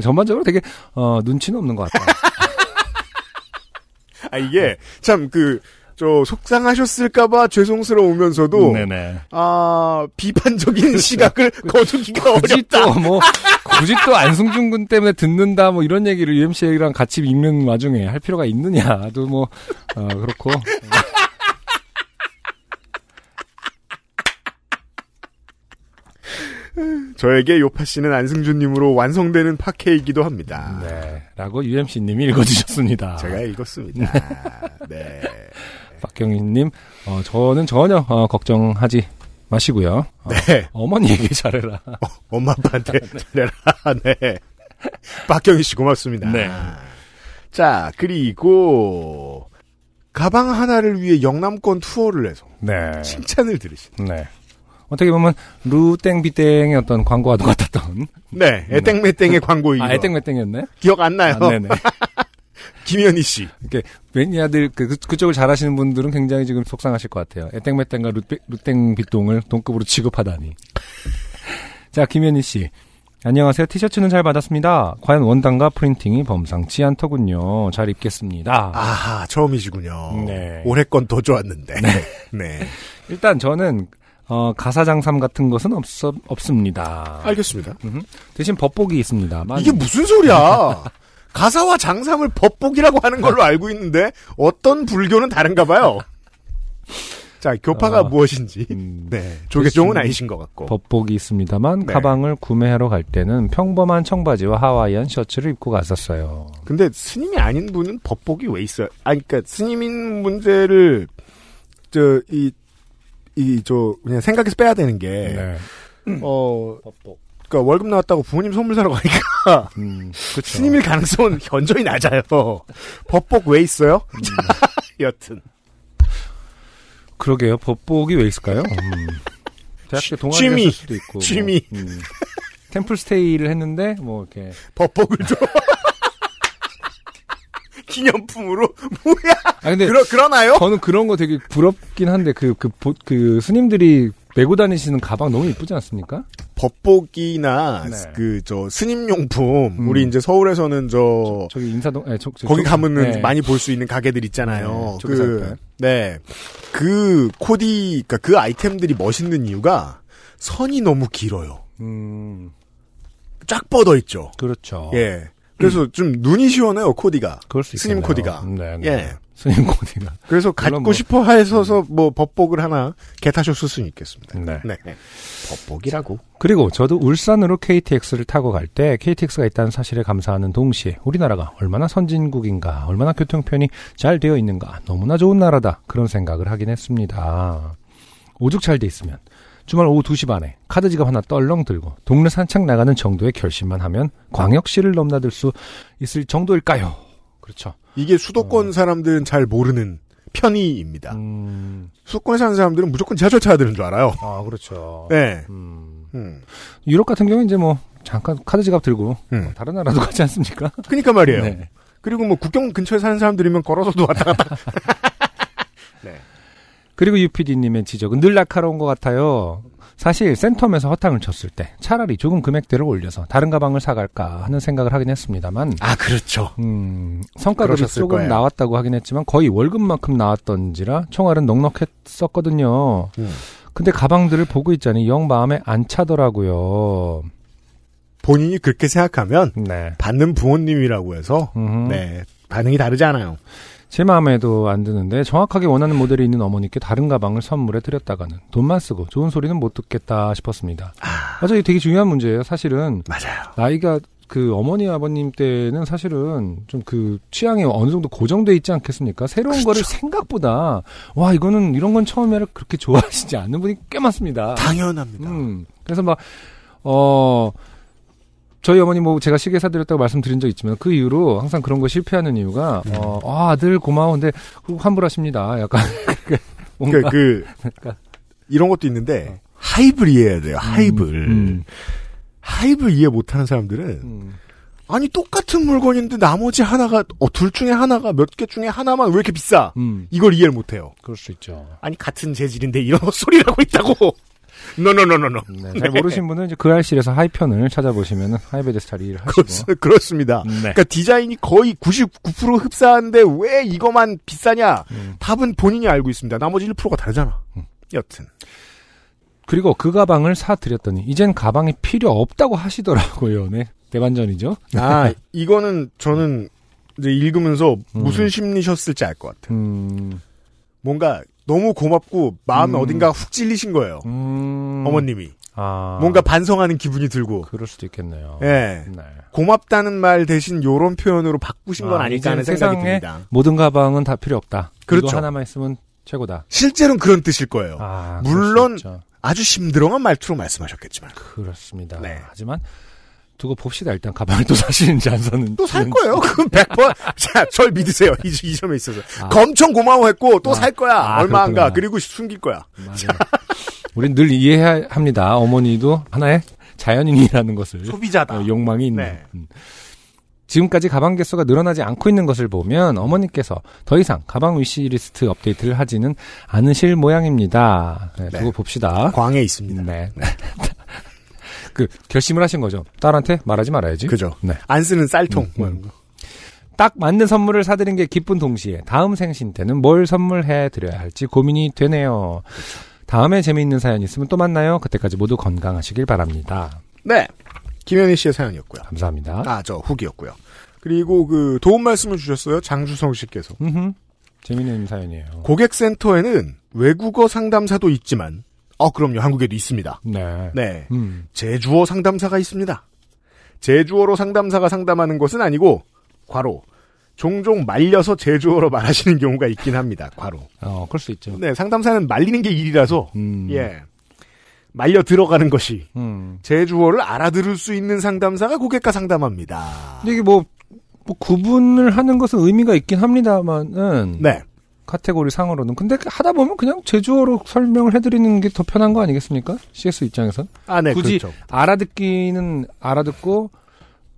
Speaker 2: 전반적으로 되게 어, 눈치는 없는 것 같아요.
Speaker 1: 아 이게 참 그 저 속상하셨을까봐 죄송스러우면서도
Speaker 2: 네네. 그렇죠.
Speaker 1: 아 비판적인 시각을 거두기가
Speaker 2: 굳이
Speaker 1: 어렵다.
Speaker 2: 또 뭐 굳이 또 안승준 군 때문에 듣는다 뭐 이런 얘기를 UMC랑 같이 읽는 와중에 할 필요가 있느냐도 뭐 어, 그렇고
Speaker 1: 저에게 요파 씨는 안승준님으로 완성되는 파케이기도 합니다.
Speaker 2: 네라고 아. UMC님이 읽어주셨습니다.
Speaker 1: 제가 읽었습니다. 네.
Speaker 2: 박경희님, 어, 저는 전혀 어, 걱정하지 마시고요. 어,
Speaker 1: 네.
Speaker 2: 어머니 얘기 잘해라.
Speaker 1: 엄마 아빠한테 잘해라. 네. 박경희 씨 고맙습니다.
Speaker 2: 네.
Speaker 1: 자 그리고 가방 하나를 위해 영남권 투어를 해서
Speaker 2: 네.
Speaker 1: 칭찬을 들으신.
Speaker 2: 네. 어떻게 보면 루땡비땡의 어떤 광고와도 같았던
Speaker 1: 네. 애땡매땡의 광고이기.
Speaker 2: 아 애땡매땡이었네.
Speaker 1: 기억 안 나요.
Speaker 2: 아, 네네.
Speaker 1: 김현희 씨.
Speaker 2: 이렇게 매니아들 그, 그- 그쪽을 잘하시는 분들은 굉장히 지금 속상하실 것 같아요. 애땡매땡과 루땡, 루땡비똥을 동급으로 취급하다니. 자 김현희 씨. 안녕하세요. 티셔츠는 잘 받았습니다. 과연 원단과 프린팅이 범상치 않더군요. 잘 입겠습니다.
Speaker 1: 아하 처음이시군요.
Speaker 2: 네.
Speaker 1: 올해 건 더 좋았는데. 네.
Speaker 2: 일단 저는 어, 가사장삼 같은 것은 없, 없습니다.
Speaker 1: 알겠습니다.
Speaker 2: 대신 법복이 있습니다. 만-
Speaker 1: 이게 무슨 소리야? 가사와 장상을 법복이라고 하는 걸로 알고 있는데 어떤 불교는 다른가 봐요. 자, 교파가
Speaker 2: 아.
Speaker 1: 무엇인지.
Speaker 2: 음,
Speaker 1: 네. 조계종은
Speaker 2: 그렇습니다.
Speaker 1: 아니신 것 같고.
Speaker 2: 법복이 있습니다만
Speaker 1: 네.
Speaker 2: 가방을 구매하러 갈 때는 평범한 청바지와 하와이안 셔츠를 입고 갔었어요.
Speaker 1: 근데 스님이 아닌 분은 법복이 왜 있어요? 아니 그러니까 스님인 문제를 저 이 이 저 그냥 생각에서 빼야 되는 게 어,
Speaker 2: 법복.
Speaker 1: 그러니까 월급 나왔다고 부모님 선물 사러 가니까
Speaker 2: 음, 그렇죠.
Speaker 1: 스님일 가능성은 현저히 낮아요. 법복 왜 있어요? 자, 여튼
Speaker 2: 그러게요. 법복이 왜 있을까요? 음. 대학 때
Speaker 1: 취미.
Speaker 2: 동아리였을 수도 있고. 뭐,
Speaker 1: 취미.
Speaker 2: 음. 템플 스테이를 했는데 뭐 이렇게
Speaker 1: 법복을 줘. 기념품으로 뭐야?
Speaker 2: 아 근데
Speaker 1: 그러 그러나요?
Speaker 2: 저는 그런 거 되게 부럽긴 한데 그 그 그 스님들이 메고 다니시는 가방 너무 이쁘지 않습니까?
Speaker 1: 법복이나
Speaker 2: 네.
Speaker 1: 그 저 스님 용품
Speaker 2: 음.
Speaker 1: 우리 이제 서울에서는 저
Speaker 2: 저기 인사동 에 저, 저-
Speaker 1: 거기
Speaker 2: 저-
Speaker 1: 가면은
Speaker 2: 네.
Speaker 1: 많이 볼 수 있는 가게들 있잖아요.
Speaker 2: 네, 저기
Speaker 1: 그,
Speaker 2: 살까요?
Speaker 1: 네. 그 코디, 그니까 그 아이템들이 멋있는 이유가 선이 너무 길어요.
Speaker 2: 음
Speaker 1: 쫙 뻗어 있죠.
Speaker 2: 그렇죠.
Speaker 1: 예. 그래서 좀 눈이 시원해요, 코디가.
Speaker 2: 그럴 수
Speaker 1: 스님
Speaker 2: 있겠네요.
Speaker 1: 코디가.
Speaker 2: 네, 네.
Speaker 1: 예.
Speaker 2: 스님 코디가.
Speaker 1: 그래서 갖고
Speaker 2: 뭐-
Speaker 1: 싶어 해서서 뭐 법복을 하나 개타셨을 수는 있겠습니다.
Speaker 2: 네.
Speaker 1: 네. 법복이라고.
Speaker 2: 그리고 저도 울산으로 KTX를 타고 갈 때 KTX가 있다는 사실에 감사하는 동시에 우리나라가 얼마나 선진국인가, 얼마나 교통편이 잘 되어 있는가, 너무나 좋은 나라다 그런 생각을 하긴 했습니다. 오죽 잘 돼 있으면 주말 오후 2시 반에 카드 지갑 하나 떨렁 들고 동네 산책 나가는 정도의 결심만 하면 광역시를 넘나들 수 있을 정도일까요? 그렇죠.
Speaker 1: 어. 이게 수도권 사람들은 잘 모르는 편의입니다.
Speaker 2: 음,
Speaker 1: 수도권에 사는 사람들은 무조건 지하철 타야 되는 줄 알아요.
Speaker 2: 아, 그렇죠.
Speaker 1: 네.
Speaker 2: 음,
Speaker 1: 음.
Speaker 2: 유럽 같은 경우는 이제 뭐, 잠깐 카드 지갑 들고,
Speaker 1: 음.
Speaker 2: 다른 나라도 가지 않습니까?
Speaker 1: 그니까 말이에요.
Speaker 2: 네.
Speaker 1: 그리고 뭐 국경 근처에 사는 사람들이면 걸어서도 왔다 갔다.
Speaker 2: 그리고 UPD님의 지적은 늘 날카로운 것 같아요. 사실 센텀에서 허탕을 쳤을 때 차라리 조금 금액대를 올려서 다른 가방을 사갈까 하는 생각을 하긴 했습니다만
Speaker 1: 아, 그렇죠.
Speaker 2: 음, 성과급이
Speaker 1: 그러셨을
Speaker 2: 조금
Speaker 1: 거예요.
Speaker 2: 나왔다고 하긴 했지만 거의 월급만큼 나왔던지라 총알은 넉넉했었거든요.
Speaker 1: 음.
Speaker 2: 근데 가방들을 보고 있자니 영 마음에 안 차더라고요.
Speaker 1: 본인이 그렇게 생각하면
Speaker 2: 네.
Speaker 1: 받는 부모님이라고 해서
Speaker 2: 음흠.
Speaker 1: 네 반응이 다르지 않아요.
Speaker 2: 제 마음에도 안 드는데 정확하게 원하는 모델이 있는 어머니께 다른 가방을 선물해 드렸다가는 돈만 쓰고 좋은 소리는 못 듣겠다 싶었습니다. 맞아요. 이게 되게 중요한 문제예요. 사실은
Speaker 1: 맞아요.
Speaker 2: 나이가 그 어머니 아버님 때는 사실은 좀 그 취향이 어느 정도 고정돼 있지 않겠습니까? 새로운 거를 생각보다 와 이거는 이런 건 처음에는 그렇게 좋아하시지 않는 분이 꽤 많습니다.
Speaker 1: 당연합니다.
Speaker 2: 음. 그래서 막, 어, 저희 어머니 뭐 제가 시계 사드렸다고 말씀드린 적 있지만 그 이후로 항상 그런 거 실패하는 이유가,
Speaker 1: 네.
Speaker 2: 어, 아, 아들 고마워. 근데 후- 환불하십니다. 약간. 뭔가.
Speaker 1: 그러니까 어. 그 이런 것도 있는데 하입을 이해해야 돼요. 하입을
Speaker 2: 음,
Speaker 1: 하입을 이해 못하는 사람들은
Speaker 2: 음.
Speaker 1: 아니 똑같은 물건인데 나머지 하나가 어 둘 중에 하나가 몇 개 중에 하나만 왜 이렇게 비싸?
Speaker 2: 음.
Speaker 1: 이걸 이해를 못해요.
Speaker 2: 그럴 수 있죠.
Speaker 1: 아니 같은 재질인데 이런 소리를 하고 있다고. 노노노노노.
Speaker 2: 네, 잘 모르신 분은 이제 그 알실에서 하이편을 찾아보시면 하이베드 스타일 일을 하시고.
Speaker 1: 그렇- 그렇습니다.
Speaker 2: 네.
Speaker 1: 그러니까 디자인이 거의 99% 흡사한데 왜 이거만 비싸냐? 답은 본인이 알고 있습니다. 나머지 1%가 다르잖아. 여튼
Speaker 2: 그리고 그 가방을 사드렸더니, 이젠 가방이 필요 없다고 하시더라고요. 네. 대반전이죠.
Speaker 1: 아 이거는 저는 이제 읽으면서 무슨 심리셨을지 알 것 같아요.
Speaker 2: 음,
Speaker 1: 뭔가 너무 고맙고 마음
Speaker 2: 음.
Speaker 1: 어딘가 훅 찔리신 거예요.
Speaker 2: 음.
Speaker 1: 어머님이
Speaker 2: 아.
Speaker 1: 뭔가 반성하는 기분이 들고
Speaker 2: 뭐 그럴 수도 있겠네요.
Speaker 1: 예.
Speaker 2: 네.
Speaker 1: 고맙다는 말 대신 요런 표현으로 바꾸신 건
Speaker 2: 아,
Speaker 1: 아, 닐까 하는
Speaker 2: 이제는
Speaker 1: 생각이
Speaker 2: 세상에
Speaker 1: 듭니다.
Speaker 2: 모든 가방은 다 필요 없다.
Speaker 1: 그렇죠.
Speaker 2: 이거 하나만 있으면 최고다.
Speaker 1: 실제로는 그런 뜻일 거예요.
Speaker 2: 아,
Speaker 1: 물론-
Speaker 2: 그럴 수 있죠.
Speaker 1: 아주 심드렁한 말투로 말씀하셨겠지만
Speaker 2: 그렇습니다.
Speaker 1: 네.
Speaker 2: 하지만 두고 봅시다. 일단 가방을 또 사시는지 안 사는지.
Speaker 1: 또 살 거예요. 그건 100번. 자, 절 믿으세요. 이, 이 점에 있어서.
Speaker 2: 아.
Speaker 1: 엄청 고마워했고 또
Speaker 2: 아.
Speaker 1: 살 거야.
Speaker 2: 아,
Speaker 1: 얼마 안
Speaker 2: 그렇구나.
Speaker 1: 가. 그리고 숨길 거야.
Speaker 2: 음, 맞아요. 우린 늘 이해합니다. 어머니도 하나의 자연인이라는 것을.
Speaker 1: 소비자다.
Speaker 2: 어, 욕망이 있는.
Speaker 1: 네.
Speaker 2: 음. 지금까지 가방 개수가 늘어나지 않고 있는 것을 보면 어머니께서 더 이상 가방 위시리스트 업데이트를 하지는 않으실 모양입니다. 네, 두고
Speaker 1: 네.
Speaker 2: 봅시다.
Speaker 1: 광에 있습니다.
Speaker 2: 네. 그 결심을 하신 거죠. 딸한테 말하지 말아야지.
Speaker 1: 그죠.
Speaker 2: 네.
Speaker 1: 안 쓰는 쌀통.
Speaker 2: 음,
Speaker 1: 뭐 이런 거.
Speaker 2: 딱 맞는 선물을 사드린 게 기쁜 동시에 다음 생신 때는 뭘 선물해 드려야 할지 고민이 되네요. 다음에 재미있는 사연 있으면 또 만나요. 그때까지 모두 건강하시길 바랍니다.
Speaker 1: 네. 김현희 씨의 사연이었고요.
Speaker 2: 감사합니다.
Speaker 1: 아, 저 후기였고요. 그리고 그 도움 말씀을 주셨어요. 장주성 씨께서.
Speaker 2: 음흠. 재미있는 사연이에요.
Speaker 1: 고객센터에는 외국어 상담사도 있지만 어, 그럼요. 한국에도 있습니다.
Speaker 2: 네.
Speaker 1: 네.
Speaker 2: 음.
Speaker 1: 제주어 상담사가 있습니다. 제주어로 상담사가 상담하는 것은 아니고, 과로. 종종 말려서 제주어로 말하시는 경우가 있긴 합니다. 과로.
Speaker 2: 어, 그럴 수 있죠.
Speaker 1: 네, 상담사는 말리는 게 일이라서,
Speaker 2: 음.
Speaker 1: 예. 말려 들어가는 것이
Speaker 2: 음.
Speaker 1: 제주어를 알아들을 수 있는 상담사가 고객과 상담합니다.
Speaker 2: 근데 이게 뭐, 뭐 구분을 하는 것은 의미가 있긴 합니다만은
Speaker 1: 네.
Speaker 2: 카테고리 상으로는. 근데 하다 보면 그냥 제주어로 설명을 해드리는 게 더 편한 거 아니겠습니까? CS 입장에선.
Speaker 1: 아, 네.
Speaker 2: 굳이
Speaker 1: 그렇죠.
Speaker 2: 알아듣기는 알아듣고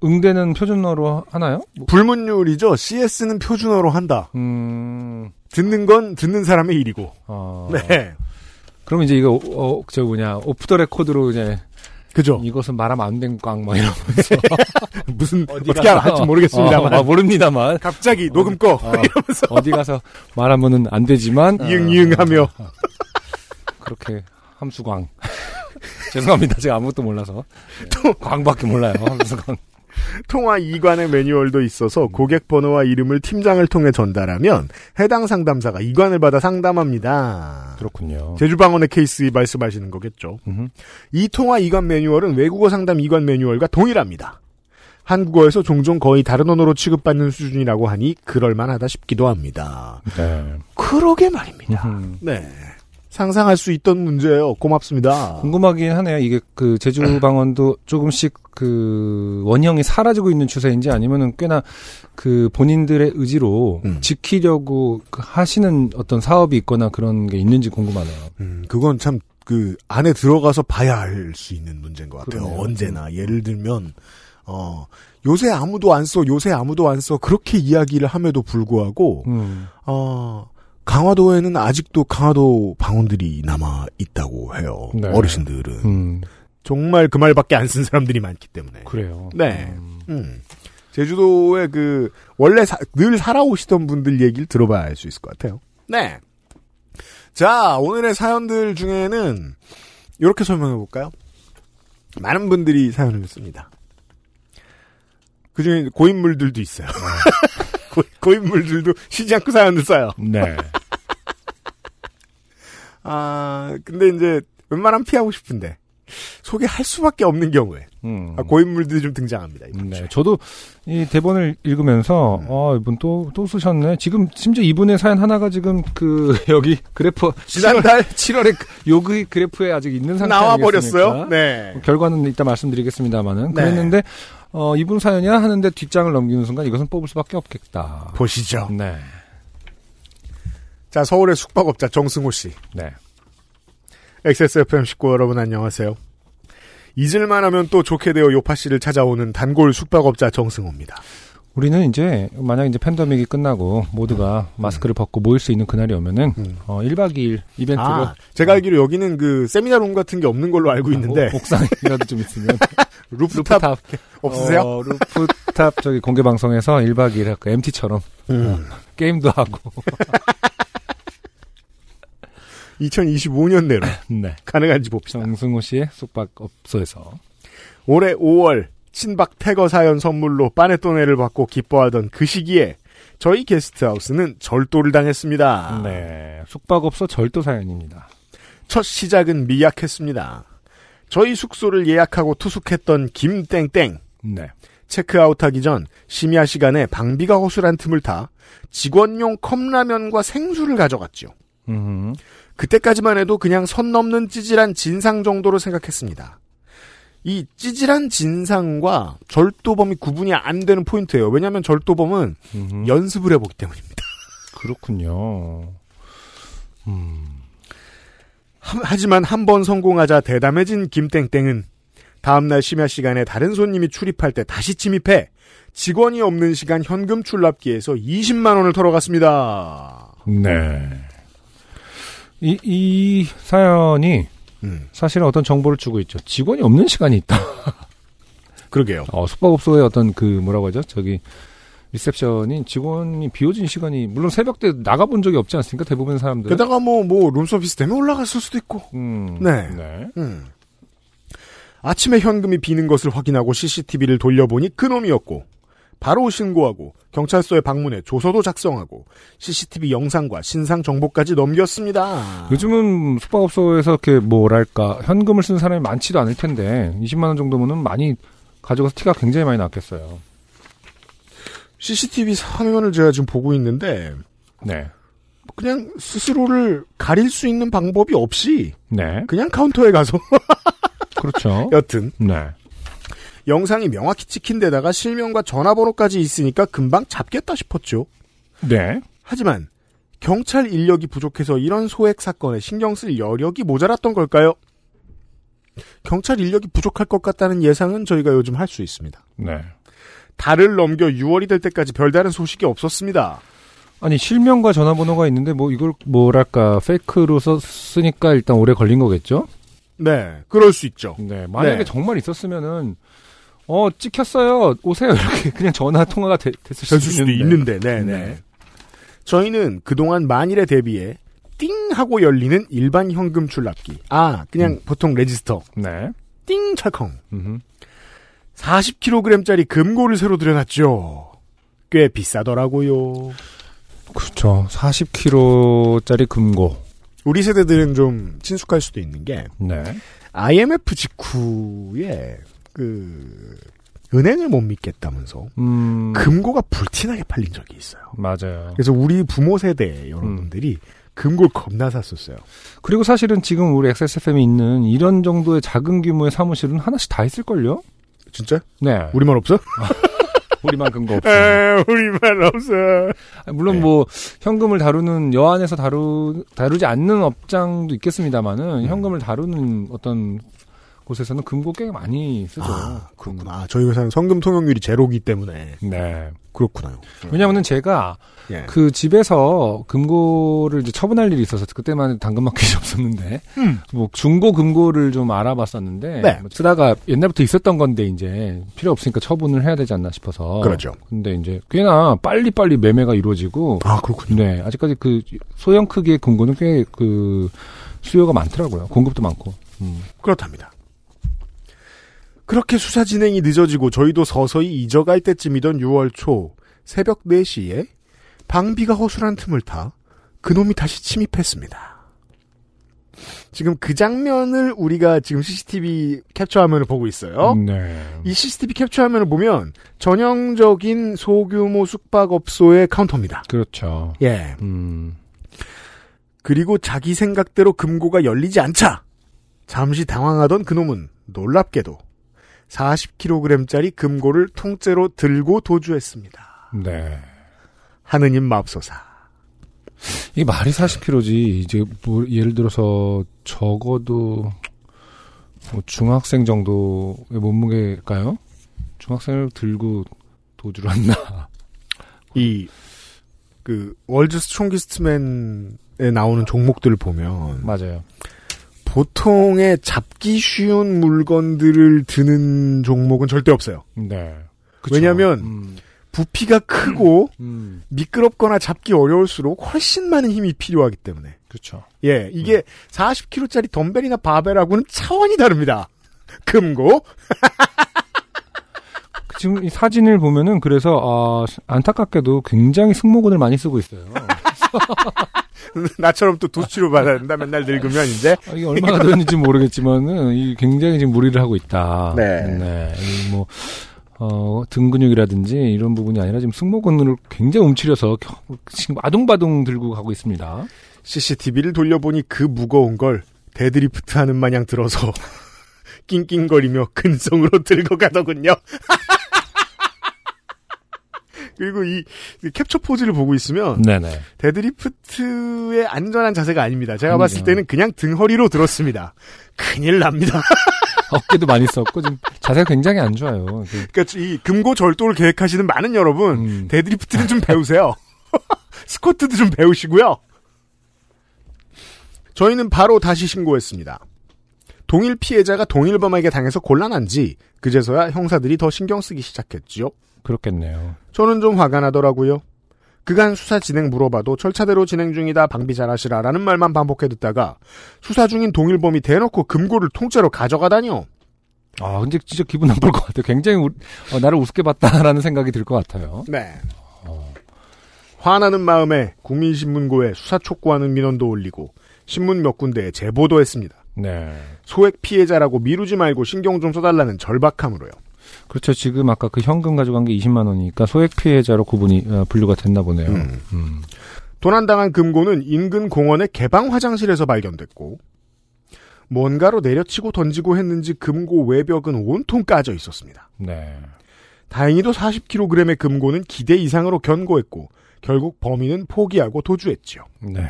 Speaker 2: 응대는 표준어로 하나요? 뭐,
Speaker 1: 불문율이죠. CS는 표준어로 한다.
Speaker 2: 음,
Speaker 1: 듣는 건 듣는 사람의 일이고.
Speaker 2: 어.
Speaker 1: 네.
Speaker 2: 그럼 이제 이거, 어, 저 뭐냐, 오프 더 레코드로 이제
Speaker 1: 그죠.
Speaker 2: 이것은 말하면 안 된 꽝, 막 이러면서.
Speaker 1: 무슨, 어떻게 할지 모르겠습니다만.
Speaker 2: 어, 아, 모릅니다만.
Speaker 1: 갑자기 녹음 꺼.
Speaker 2: 어, 어디 가서 말하면은 안 되지만.
Speaker 1: 이응, 이응 하며.
Speaker 2: 그렇게 함수광. 죄송합니다. 제가 아무것도 몰라서. 네, 광밖에 몰라요. 함수광.
Speaker 1: 통화 2관의 매뉴얼도 있어서 고객 번호와 이름을 팀장을 통해 전달하면 해당 상담사가 2관을 받아 상담합니다.
Speaker 2: 그렇군요.
Speaker 1: 제주방언의 케이스 말씀하시는 거겠죠.
Speaker 2: 음흠.
Speaker 1: 이 통화 2관 매뉴얼은 외국어 상담 2관 매뉴얼과 동일합니다. 한국어에서 종종 거의 다른 언어로 취급받는 수준이라고 하니 그럴만하다 싶기도 합니다.
Speaker 2: 네.
Speaker 1: 그러게 말입니다.
Speaker 2: 음.
Speaker 1: 네. 상상할 수 있던 문제예요. 고맙습니다.
Speaker 2: 궁금하긴 하네요. 이게 그 제주 방언도 조금씩 그 원형이 사라지고 있는 추세인지 아니면은 꽤나 그 본인들의 의지로
Speaker 1: 음.
Speaker 2: 지키려고 그 하시는 어떤 사업이 있거나 그런 게 있는지 궁금하네요.
Speaker 1: 음, 그건 참 그 안에 들어가서 봐야 할 수 있는 문제인 것 같아요.
Speaker 2: 그러네요.
Speaker 1: 언제나 예를 들면 어 요새 아무도 안 써, 요새 아무도 안 써 그렇게 이야기를 함에도 불구하고
Speaker 2: 음.
Speaker 1: 어 강화도에는 아직도 강화도 방언들이 남아 있다고 해요.
Speaker 2: 네.
Speaker 1: 어르신들은
Speaker 2: 음.
Speaker 1: 정말 그 말밖에 안 쓴 사람들이 많기 때문에.
Speaker 2: 그래요.
Speaker 1: 네.
Speaker 2: 음.
Speaker 1: 음. 제주도에 그 원래 사- 늘 살아오시던 분들 얘기를 들어봐야 알 수 있을 것 같아요. 네. 자 오늘의 사연들 중에는 이렇게 설명해 볼까요? 많은 분들이 사연을 씁니다. 그중에 고인물들도 있어요. 고, 인물들도 쉬지 않고 사연을 써요.
Speaker 2: 네.
Speaker 1: 아 근데 이제 웬만하면 피하고 싶은데 소개할 수밖에 없는 경우에
Speaker 2: 음.
Speaker 1: 아, 고인물들이 좀 등장합니다. 이번 주에.
Speaker 2: 네, 저도 이 대본을 읽으면서
Speaker 1: 음.
Speaker 2: 아 이분 또 또 쓰셨네. 지금 심지어 이분의 사연 하나가 지금 그 여기 그래프
Speaker 1: 지난달
Speaker 2: 7월에 그 요기 그래프에 아직 있는 상태
Speaker 1: 나와
Speaker 2: 아니겠습니까?
Speaker 1: 버렸어요. 네.
Speaker 2: 결과는 이따 말씀드리겠습니다만은
Speaker 1: 네.
Speaker 2: 그랬는데 어, 이분 사연이야 하는데 뒷장을 넘기는 순간 이것은 뽑을 수밖에 없겠다.
Speaker 1: 보시죠.
Speaker 2: 네,
Speaker 1: 자, 서울의 숙박업자 정승호 씨.
Speaker 2: 네,
Speaker 1: XSFM 식구 여러분 안녕하세요. 잊을만 하면 또 좋게 되어 요파 씨를 찾아오는 단골 숙박업자 정승호입니다.
Speaker 2: 우리는 이제 만약 이제 팬데믹이 끝나고 모두가 마스크를 벗고 모일 수 있는 그날이 오면은
Speaker 1: 음.
Speaker 2: 어, 1박 2일 이벤트로
Speaker 1: 아, 제가 알기로 여기는 그 세미나룸 같은 게 없는 걸로 알고 있는데
Speaker 2: 옥- 옥상이라도 좀 있으면
Speaker 1: 루프탑
Speaker 2: 어, 루프탑
Speaker 1: 없으세요?
Speaker 2: 어, 루프탑 저기 공개 방송에서 1박 2일 할까 MT처럼
Speaker 1: 음.
Speaker 2: 게임도 하고.
Speaker 1: 2025년 내로
Speaker 2: 네.
Speaker 1: 가능한지 봅시다.
Speaker 2: 정승호 씨의 숙박업소에서
Speaker 1: 올해 5월 친박 태거 사연 선물로 빠네또네를 받고 기뻐하던 그 시기에 저희 게스트하우스는 절도를 당했습니다.
Speaker 2: 네 숙박업소 절도 사연입니다.
Speaker 1: 첫 시작은 미약했습니다. 저희 숙소를 예약하고 투숙했던 김땡땡.
Speaker 2: 네.
Speaker 1: 체크아웃하기 전 심야 시간에 방비가 허술한 틈을 타 직원용 컵라면과 생수를 가져갔죠.
Speaker 2: 음.
Speaker 1: 그때까지만 해도 그냥 선 넘는 찌질한 진상 정도로 생각했습니다. 이 찌질한 진상과 절도범이 구분이 안 되는 포인트예요. 왜냐하면 절도범은
Speaker 2: 음.
Speaker 1: 연습을 해보기 때문입니다.
Speaker 2: 그렇군요. 음.
Speaker 1: 함- 하지만 한 번 성공하자 대담해진 김땡땡은 다음날 심야 시간에 다른 손님이 출입할 때 다시 침입해 직원이 없는 시간 현금 출납기에서 20만 원을 털어갔습니다.
Speaker 2: 네. 이, 이 사연이
Speaker 1: 음,
Speaker 2: 사실 어떤 정보를 주고 있죠. 직원이 없는 시간이 있다.
Speaker 1: 그러게요.
Speaker 2: 어, 숙박업소의 어떤 그 뭐라고 하죠? 저기 리셉션이 직원이 비워진 시간이 물론 새벽 때 나가본 적이 없지 않습니까? 대부분 사람들.
Speaker 1: 게다가 뭐 뭐 룸서비스 때문에 올라갔을 수도 있고.
Speaker 2: 음.
Speaker 1: 네.
Speaker 2: 네.
Speaker 1: 음. 아침에 현금이 비는 것을 확인하고 CCTV를 돌려보니 그놈이었고 바로 신고하고 경찰서에 방문해 조서도 작성하고 CCTV 영상과 신상 정보까지 넘겼습니다.
Speaker 2: 그 요즘은 숙박업소에서 이렇게 뭐랄까 현금을 쓴 사람이 많지도 않을 텐데 20만 원 정도면은 많이 가져가서 티가 굉장히 많이 났겠어요.
Speaker 1: CCTV 화면을 제가 지금 보고 있는데
Speaker 2: 네.
Speaker 1: 그냥 스스로를 가릴 수 있는 방법이 없이
Speaker 2: 네.
Speaker 1: 그냥 카운터에 가서
Speaker 2: 그렇죠.
Speaker 1: 여튼
Speaker 2: 네.
Speaker 1: 영상이 명확히 찍힌 데다가 실명과 전화번호까지 있으니까 금방 잡겠다 싶었죠.
Speaker 2: 네.
Speaker 1: 하지만 경찰 인력이 부족해서 이런 소액 사건에 신경 쓸 여력이 모자랐던 걸까요? 경찰 인력이 부족할 것 같다는 예상은 저희가 요즘 할 수 있습니다.
Speaker 2: 네.
Speaker 1: 달을 넘겨 6월이 될 때까지 별다른 소식이 없었습니다.
Speaker 2: 아니 실명과 전화번호가 있는데 뭐 이걸 뭐랄까 페이크로 썼으니까 일단 오래 걸린 거겠죠?
Speaker 1: 네, 그럴 수 있죠.
Speaker 2: 네. 만약에
Speaker 1: 네.
Speaker 2: 정말 있었으면은 어 찍혔어요 오세요 이렇게 그냥 전화 통화가 되- 됐을
Speaker 1: 될
Speaker 2: 수도,
Speaker 1: 수도 있는데, 네, 네.
Speaker 2: 네.
Speaker 1: 저희는 그동안 만일에 대비해 띵 하고 열리는 일반 현금 출납기. 아, 그냥 보통 레지스터.
Speaker 2: 네.
Speaker 1: 띵 철컹.
Speaker 2: 음흠.
Speaker 1: 40kg짜리 금고를 새로 들여놨죠. 꽤 비싸더라고요.
Speaker 2: 그렇죠. 40kg짜리 금고.
Speaker 1: 우리 세대들은 좀 친숙할 수도 있는 게
Speaker 2: 네.
Speaker 1: IMF 직후에 그 은행을 못 믿겠다면서
Speaker 2: 음.
Speaker 1: 금고가 불티나게 팔린 적이 있어요.
Speaker 2: 맞아요.
Speaker 1: 그래서 우리 부모 세대 여러분들이 금골 겁나 샀었어요.
Speaker 2: 그리고 사실은 지금 우리 XSFM이 있는 이런 정도의 작은 규모의 사무실은 하나씩 다 있을걸요?
Speaker 1: 진짜?
Speaker 2: 네.
Speaker 1: 우리만 없어?
Speaker 2: 우리만 근거 없이.
Speaker 1: 에, 우리만 없어.
Speaker 2: 아, 물론
Speaker 1: 네.
Speaker 2: 뭐 현금을 다루는 여안에서 다루 다루지 않는 업장도
Speaker 1: 음.
Speaker 2: 있겠습니다만은 현금을 다루는 어떤 곳에서는 금고 꽤 많이 쓰죠.
Speaker 1: 아, 그렇구나. 아, 저희 회사는 성금 통용률이 제로기 때문에
Speaker 2: 네.
Speaker 1: 그렇구나요.
Speaker 2: 왜냐면은 제가
Speaker 1: 예.
Speaker 2: 그 집에서 금고를 이제 처분할 일이 있어서 그때만 해도 당근마켓이 없었는데
Speaker 1: 음.
Speaker 2: 뭐 중고 금고를 좀 알아봤었는데
Speaker 1: 네.
Speaker 2: 뭐 쓰다가 옛날부터 있었던 건데 이제 필요 없으니까 처분을 해야 되지 않나 싶어서
Speaker 1: 그렇죠.
Speaker 2: 근데 이제 꽤나 빨리빨리 매매가 이루어지고
Speaker 1: 아, 그렇군요.
Speaker 2: 네, 아직까지 그 소형 크기의 금고는 꽤 그 수요가 많더라고요. 공급도 많고. 음.
Speaker 1: 그렇답니다. 그렇게 수사 진행이 늦어지고 저희도 서서히 잊어갈 때쯤이던 6월 초 새벽 4시에 방비가 허술한 틈을 타 그놈이 다시 침입했습니다. 지금 그 장면을 우리가 지금 CCTV 캡처 화면을 보고 있어요.
Speaker 2: 네.
Speaker 1: 이 CCTV 캡처 화면을 보면 전형적인 소규모 숙박업소의 카운터입니다.
Speaker 2: 그렇죠.
Speaker 1: 예.
Speaker 2: 음.
Speaker 1: 그리고 자기 생각대로 금고가 열리지 않자 잠시 당황하던 그놈은 놀랍게도 40kg짜리 금고를 통째로 들고 도주했습니다.
Speaker 2: 네.
Speaker 1: 하느님 맙소사.
Speaker 2: 이 말이 40kg지. 이제 뭐 예를 들어서 적어도 뭐 중학생 정도의 몸무게일까요? 중학생을 들고 도주를 한다.
Speaker 1: 이 그 월드 스트롱기스트맨에 나오는 종목들을 보면
Speaker 2: 맞아요.
Speaker 1: 보통의 잡기 쉬운 물건들을 드는 종목은 절대 없어요.
Speaker 2: 네.
Speaker 1: 왜냐면
Speaker 2: 음.
Speaker 1: 부피가 크고
Speaker 2: 음.
Speaker 1: 미끄럽거나 잡기 어려울수록 훨씬 많은 힘이 필요하기 때문에
Speaker 2: 그렇죠.
Speaker 1: 예, 이게 40kg짜리 덤벨이나 바벨하고는 차원이 다릅니다. 금고.
Speaker 2: 지금 이 사진을 보면은 그래서 아, 안타깝게도 굉장히 승모근을 많이 쓰고 있어요.
Speaker 1: 나처럼 또 도치료 받아야 된다. 맨날 늙으면 이제.
Speaker 2: 아, 이게 얼마나 되는지 무르겠지만은 이 굉장히 지금 무리를 하고 있다.
Speaker 1: 네.
Speaker 2: 이뭐 어, 등 근육이라든지 이런 부분이 아니라 지금 승모근을 굉장히 움츠려서 겨- 지금 아둥바둥 들고 가고 있습니다.
Speaker 1: CCTV를 돌려보니 그 무거운 걸 데드리프트 하는 마냥 들어서 낑낑거리며 근성으로 들고 가더군요. 그리고 이 캡처 포즈를 보고 있으면
Speaker 2: 네네.
Speaker 1: 데드리프트의 안전한 자세가 아닙니다. 제가 봤을
Speaker 2: 아니죠.
Speaker 1: 때는 그냥 등허리로 들었습니다. 큰일 납니다.
Speaker 2: 어깨도 많이 썼고 지금 자세가 굉장히 안 좋아요. 그-
Speaker 1: 그러니까 이 금고 절도를 계획하시는 많은 여러분
Speaker 2: 음.
Speaker 1: 데드리프트는 좀 배우세요. 스쿼트도 좀 배우시고요. 저희는 바로 다시 신고했습니다. 동일 피해자가 동일범에게 당해서 곤란한지 그제서야 형사들이 더 신경 쓰기 시작했지요.
Speaker 2: 그렇겠네요.
Speaker 1: 저는 좀 화가 나더라고요. 그간 수사 진행 물어봐도 절차대로 진행 중이다 방비 잘하시라라는 말만 반복해 듣다가 수사 중인 동일범이 대놓고 금고를 통째로 가져가다니요.
Speaker 2: 아 근데 진짜 기분 나쁠 것 같아요. 굉장히 우- 어, 나를 우습게 봤다라는 생각이 들 것 같아요.
Speaker 1: 네. 화나는 마음에 국민신문고에 수사 촉구하는 민원도 올리고 신문 몇 군데에 제보도 했습니다.
Speaker 2: 네.
Speaker 1: 소액 피해자라고 미루지 말고 신경 좀 써달라는 절박함으로요.
Speaker 2: 그렇죠. 지금 아까 그 현금 가져간 게 20만 원이니까 소액 피해자로 구분이 어, 분류가 됐나 보네요.
Speaker 1: 음.
Speaker 2: 음.
Speaker 1: 도난당한 금고는 인근 공원의 개방 화장실에서 발견됐고 뭔가로 내려치고 던지고 했는지 금고 외벽은 온통 까져 있었습니다.
Speaker 2: 네.
Speaker 1: 다행히도 40kg의 금고는 기대 이상으로 견고했고 결국 범인은 포기하고 도주했지요.
Speaker 2: 네.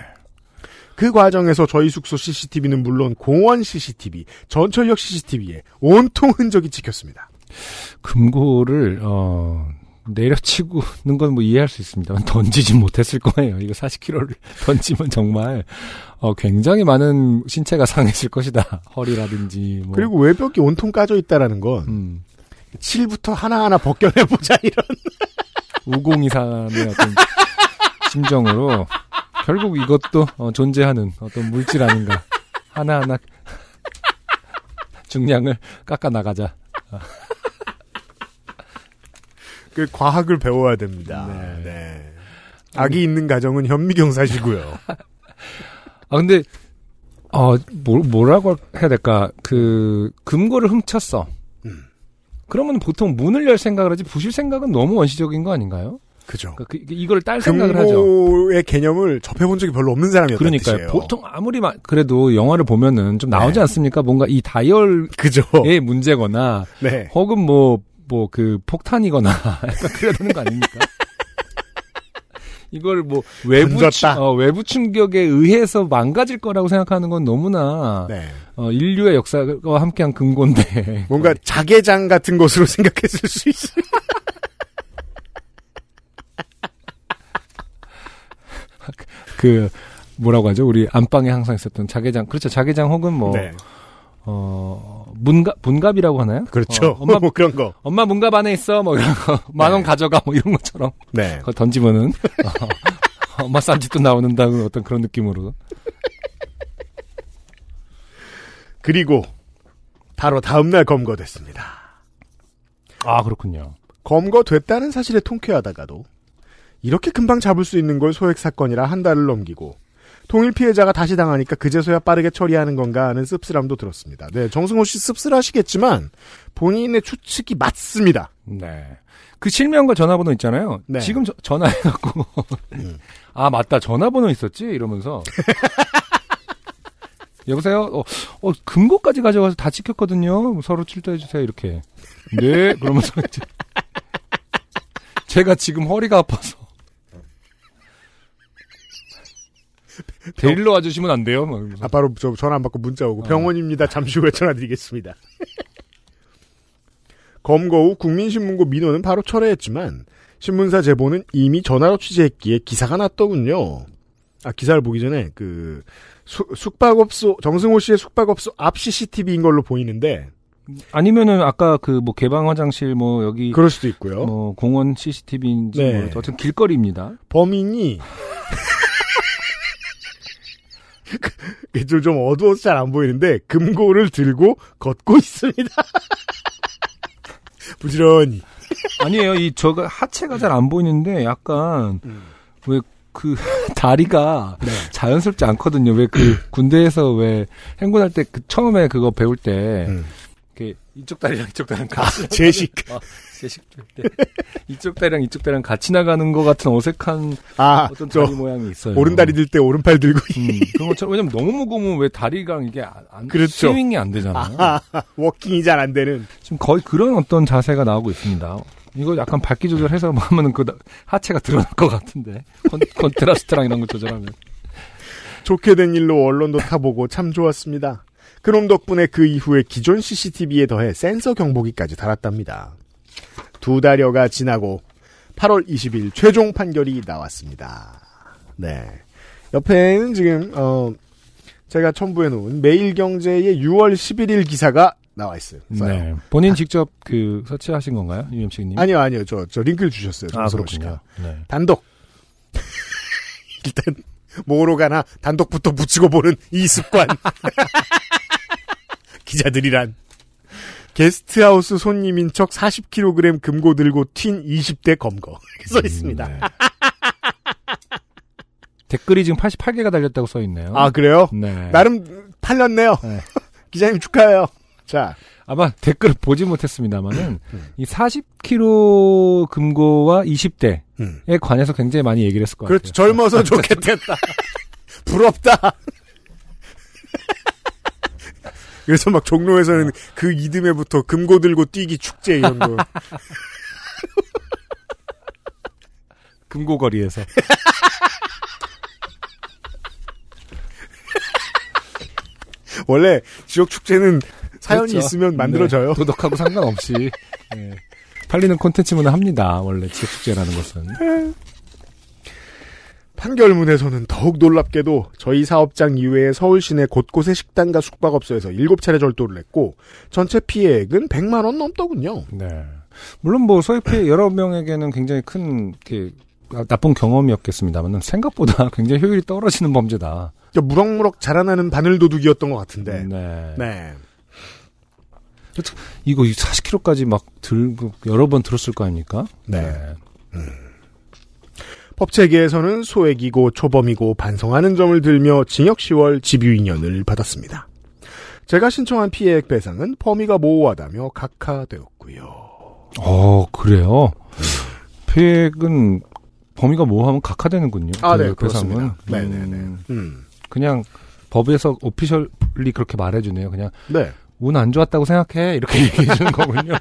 Speaker 1: 그 과정에서 저희 숙소 CCTV는 물론 공원 CCTV, 전철역 CCTV에 온통 흔적이 찍혔습니다.
Speaker 2: 어. 금고를 어 내려치고는 건 뭐 이해할 수 있습니다만 던지지 못했을 거예요. 이거 40kg를 던지면 정말 어 굉장히 많은 신체가 상했을 것이다. 허리라든지 뭐
Speaker 1: 그리고 외벽이 온통 까져 있다라는 건
Speaker 2: 음,
Speaker 1: 칠부터 하나하나 벗겨내보자 이런.
Speaker 2: 우공이산의 어떤 심정으로 결국 이것도 어, 존재하는 어떤 물질 아닌가 하나하나 중량을 깎아 나가자.
Speaker 1: 그 과학을 배워야 됩니다. 네. 아기 있는 가정은 현미경사시고요.
Speaker 2: 아 근데 어 뭐, 뭐라고 해야 될까 그 금고를 훔쳤어.
Speaker 1: 음.
Speaker 2: 그러면 보통 문을 열 생각을 하지 부실 생각은 너무 원시적인 거 아닌가요?
Speaker 1: 그죠.
Speaker 2: 그러니까 그, 이걸 딸 생각을 하죠.
Speaker 1: 금고의 개념을 접해본 적이 별로 없는 사람이었다.
Speaker 2: 그러니까요.
Speaker 1: 뜻이에요.
Speaker 2: 보통 아무리 마- 그래도 영화를 보면은 좀 나오지
Speaker 1: 네.
Speaker 2: 않습니까? 뭔가 이 다이얼의
Speaker 1: 그죠.
Speaker 2: 예. 문제거나
Speaker 1: 네.
Speaker 2: 혹은 뭐, 뭐, 그, 폭탄이거나, 약간 그래야 되는 거 아닙니까? 이걸 뭐, 외부, 충,
Speaker 1: 던졌다.
Speaker 2: 어, 외부 충격에 의해서 망가질 거라고 생각하는 건 너무나,
Speaker 1: 네.
Speaker 2: 어, 인류의 역사와 함께한 근고인데.
Speaker 1: 뭔가 자개장 같은 것으로 생각했을 수 있어요.
Speaker 2: 그, 뭐라고 하죠? 우리 안방에 항상 있었던 자개장. 그렇죠. 자개장 혹은 뭐,
Speaker 1: 네.
Speaker 2: 어, 문갑, 분갑이라고 하나요?
Speaker 1: 그렇죠. 네.
Speaker 2: 어, 엄마,
Speaker 1: 뭐 그런 거.
Speaker 2: 엄마 문갑 안에 있어. 뭐 이런 거. 만 원 가져가. 뭐 이런 것처럼.
Speaker 1: 네.
Speaker 2: 그거 던지면은 어, 엄마 쌈짓도 나오는다는 어떤 그런 느낌으로
Speaker 1: 그리고 바로 다음날 검거됐습니다.
Speaker 2: 아 그렇군요
Speaker 1: 검거됐다는 사실에 통쾌하다가도 이렇게 금방 잡을 수 있는 걸 소액 사건이라 한 달을 넘기고 동일 피해자가 다시 당하니까 그제서야 빠르게 처리하는 건가 하는 씁쓸함도 들었습니다. 네, 정승호 씨 씁쓸하시겠지만 본인의 추측이 맞습니다.
Speaker 2: 네그 실명과 전화번호 있잖아요
Speaker 1: 네. 음.
Speaker 2: 지금 저- 전화해갖고 아 맞다 전화번호 있었지 이러면서 여보세요 어, 어, 금고까지 가져가서 다 찍혔거든요 서로 출두해주세요 이렇게 네 그러면서 이제 제가 지금 허리가 아파서 데일러 와주시면 안 돼요? 막 이러면서.
Speaker 1: 아빠로 저 전화 안 받고 문자 오고 병원입니다. 잠시 후에 전화드리겠습니다. 검거 후 국민신문고 민원은 바로 철회했지만 신문사 제보는 이미 전화로 취재했기에 기사가 났더군요. 아 기사를 보기 전에 그 수- 숙박업소 정승호 씨의 숙박업소 앞 CCTV인 걸로 보이는데
Speaker 2: 아니면은 아까 그 뭐 개방 화장실 뭐 여기
Speaker 1: 그럴 수도 있고요.
Speaker 2: 뭐 공원 CCTV인지
Speaker 1: 네.
Speaker 2: 모르겠어. 어쨌든 길거리입니다.
Speaker 1: 범인이 좀 어두워서 잘 안 보이는데 금고를 들고 걷고 있습니다. 부지런히.
Speaker 2: 아니에요. 이 저가 하체가 잘 안 보이는데 약간
Speaker 1: 음. 네.
Speaker 2: 왜 그 다리가 자연스럽지 않거든요. 왜
Speaker 1: 음.
Speaker 2: 그 군대에서 왜 행군할 때 그 처음에 그거 배울 때
Speaker 1: 음.
Speaker 2: 이렇게 이쪽 다리랑 이쪽 다리랑
Speaker 1: 아,
Speaker 2: 같이
Speaker 1: 제식.
Speaker 2: 제식 배울 때 이쪽 다리랑 이쪽 다리랑 같이 나가는 것 같은 어색한
Speaker 1: 아,
Speaker 2: 어떤 다리
Speaker 1: 저
Speaker 2: 모양이 있어요.
Speaker 1: 오른다리 들 때 오른팔 들고
Speaker 2: 음, 그런 것처럼 왜냐면 너무 무거우면 왜 다리랑 이게 안, 안
Speaker 1: 그렇죠.
Speaker 2: 스윙이 안 되잖아요.
Speaker 1: 워킹이 잘 안 되는.
Speaker 2: 지금 거의 그런 어떤 자세가 나오고 있습니다. 이거 약간 밝기 조절해서 뭐 하면은 그 나- 하체가 드러날 것 같은데 컨, 트라스트랑 이런 거 조절하면
Speaker 1: 좋게 된 일로 언론도 타보고 참 좋았습니다. 그놈 덕분에 그 이후에 기존 CCTV에 더해 센서 경보기까지 달았답니다. 두 달여가 지나고 8월 20일 최종 판결이 나왔습니다. 네. 옆에는 지금 어, 제가 첨부해 놓은 매일경제의 6월 11일 기사가 나와 있어요.
Speaker 2: 네. 본인 직접 그 서치하신 건가요, 유엠식님?
Speaker 1: 아니요, 아니요. 저, 저 링크를 주셨어요. 정선호 씨가.
Speaker 2: 아, 그렇군요. 네.
Speaker 1: 단독. 일단 뭐로 가나 단독부터 붙이고 보는 이 습관. 기자들이란. 게스트하우스 손님인 척 40kg 금고 들고 튄 20대 검거. 이렇게 써 있습니다.
Speaker 2: 음, 네. 댓글이 지금 88개가 달렸다고 써 있네요.
Speaker 1: 아, 그래요?
Speaker 2: 네.
Speaker 1: 나름 팔렸네요.
Speaker 2: 네.
Speaker 1: 기자님 축하해요. 자,
Speaker 2: 아마 댓글을 보지 못했습니다만은
Speaker 1: 음.
Speaker 2: 이 40kg 금고와 20대에
Speaker 1: 음.
Speaker 2: 관해서 굉장히 많이 얘기를 했을 것
Speaker 1: 그렇죠.
Speaker 2: 같아요.
Speaker 1: 젊어서 좋겠다. 부럽다. 그래서 막 종로에서는 그 이듬해부터 금고 들고 뛰기 축제 이런 거.
Speaker 2: 금고거리에서.
Speaker 1: 원래 지역 축제는 사연이
Speaker 2: 그렇죠.
Speaker 1: 있으면 만들어져요.
Speaker 2: 네, 도덕하고 상관없이 네. 팔리는 콘텐츠문을 합니다. 원래 지역 축제라는 것은
Speaker 1: 판결문에서는 더욱 놀랍게도 저희 사업장 이외에 서울 시내 곳곳의 식당과 숙박업소에서 7차례 절도를 했고 전체 피해액은 100만 원 넘더군요.
Speaker 2: 네. 물론 뭐 소액피 여러 명에게는 굉장히 큰 이렇게 아, 나쁜 경험이었겠습니다만 생각보다 굉장히 효율이 떨어지는 범죄다.
Speaker 1: 그러니까 무럭무럭 자라나는 바늘도둑이었던 것 같은데.
Speaker 2: 네.
Speaker 1: 네.
Speaker 2: 이거 40kg까지 막 들고 여러 번 들었을 거 아닙니까?
Speaker 1: 네. 법체계에서는 소액이고 초범이고 반성하는 점을 들며 징역 10월 집유 2년을 받았습니다. 제가 신청한 피해액 배상은 범위가 모호하다며 각하되었고요.
Speaker 2: 어 그래요. 폐액은 범위가 모호하면 각하되는군요.
Speaker 1: 아,
Speaker 2: 그
Speaker 1: 네,
Speaker 2: 배상은.
Speaker 1: 그렇습니다. 네, 네, 네.
Speaker 2: 음,
Speaker 1: 음.
Speaker 2: 그냥 법에서 오피셜리 그렇게 말해주네요. 그냥
Speaker 1: 네.
Speaker 2: 운 안 좋았다고 생각해 이렇게 얘기해 주는 거군요.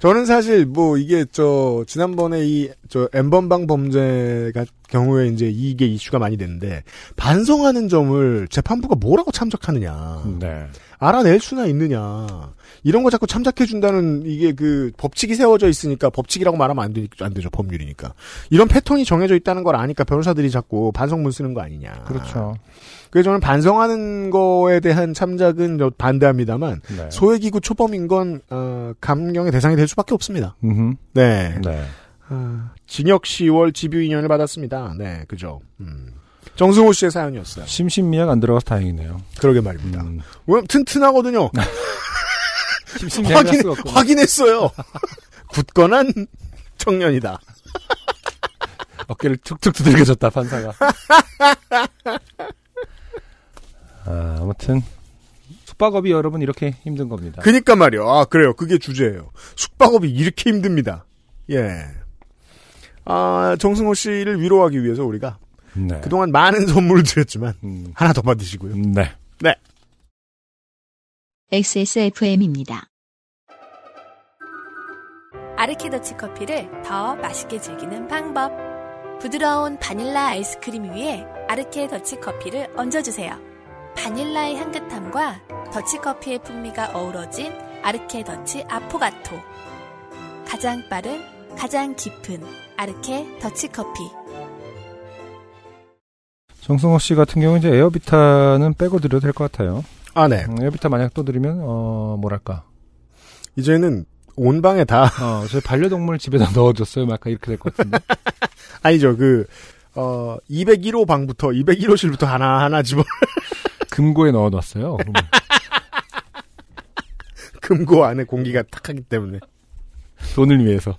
Speaker 1: 저는 사실 뭐 이게 저 지난번에 이 저 엠번방 범죄가 경우에 이제 이게 이슈가 많이 됐는데 반성하는 점을 재판부가 뭐라고 참작하느냐
Speaker 2: 네.
Speaker 1: 알아낼 수나 있느냐 이런 거 자꾸 참작해 준다는 이게 그 법칙이 세워져 있으니까 법칙이라고 말하면 안, 되, 안 되죠 법률이니까 이런 패턴이 정해져 있다는 걸 아니까 변호사들이 자꾸 반성문 쓰는 거 아니냐
Speaker 2: 그렇죠.
Speaker 1: 그래서 저는 반성하는 거에 대한 참작은 저 반대합니다만
Speaker 2: 네.
Speaker 1: 소외기구 초범인 건 어, 감경의 대상이 될 수밖에 없습니다.
Speaker 2: 음흠.
Speaker 1: 네.
Speaker 2: 네.
Speaker 1: 아, 징역 10월 집유 2년을 받았습니다. 네, 그죠. 음. 정승호 씨의 사연이었어요.
Speaker 2: 심신미약 안 들어가서 다행이네요.
Speaker 1: 그러게 말입니다. 아,
Speaker 2: 음.
Speaker 1: 왜냐면 튼튼하거든요.
Speaker 2: 심신미약
Speaker 1: 확인, 확인했어요. 굳건한 청년이다.
Speaker 2: 어깨를 툭툭 두들겨줬다 판사가. 아, 아무튼 숙박업이 여러분 이렇게 힘든 겁니다.
Speaker 1: 그니까 말이요. 아, 그래요. 그게 주제예요. 숙박업이 이렇게 힘듭니다. 예. 아, 정승호 씨를 위로하기 위해서 우리가
Speaker 2: 네.
Speaker 1: 그동안 많은 선물을 드렸지만
Speaker 2: 음,
Speaker 1: 하나 더 받으시고요.
Speaker 2: 음, 네.
Speaker 3: XSFM입니다.
Speaker 6: 아르케더치 커피를 더 맛있게 즐기는 방법. 부드러운 바닐라 아이스크림 위에 아르케 더치 커피를 얹어주세요. 바닐라의 향긋함과 더치 커피의 풍미가 어우러진 아르케 더치 아포가토. 가장 빠른, 가장 깊은 아르케 더치 커피.
Speaker 2: 정승호 씨 같은 경우 이제 에어비타는 빼고 드려도 될 것 같아요.
Speaker 1: 아, 네.
Speaker 2: 음, 에어비타 만약 또 드리면 어 뭐랄까
Speaker 1: 이제는 온 방에 다
Speaker 2: 어, 저 반려동물 집에다 넣어줬어요. 막 이렇게 될 것 같은데.
Speaker 1: 아니죠. 그, 어, 201호 방부터 201호실부터 하나하나 집어,
Speaker 2: 금고에 넣어놨어요. 그러면.
Speaker 1: 금고 안에 공기가 탁하기 때문에.
Speaker 2: 돈을 위해서.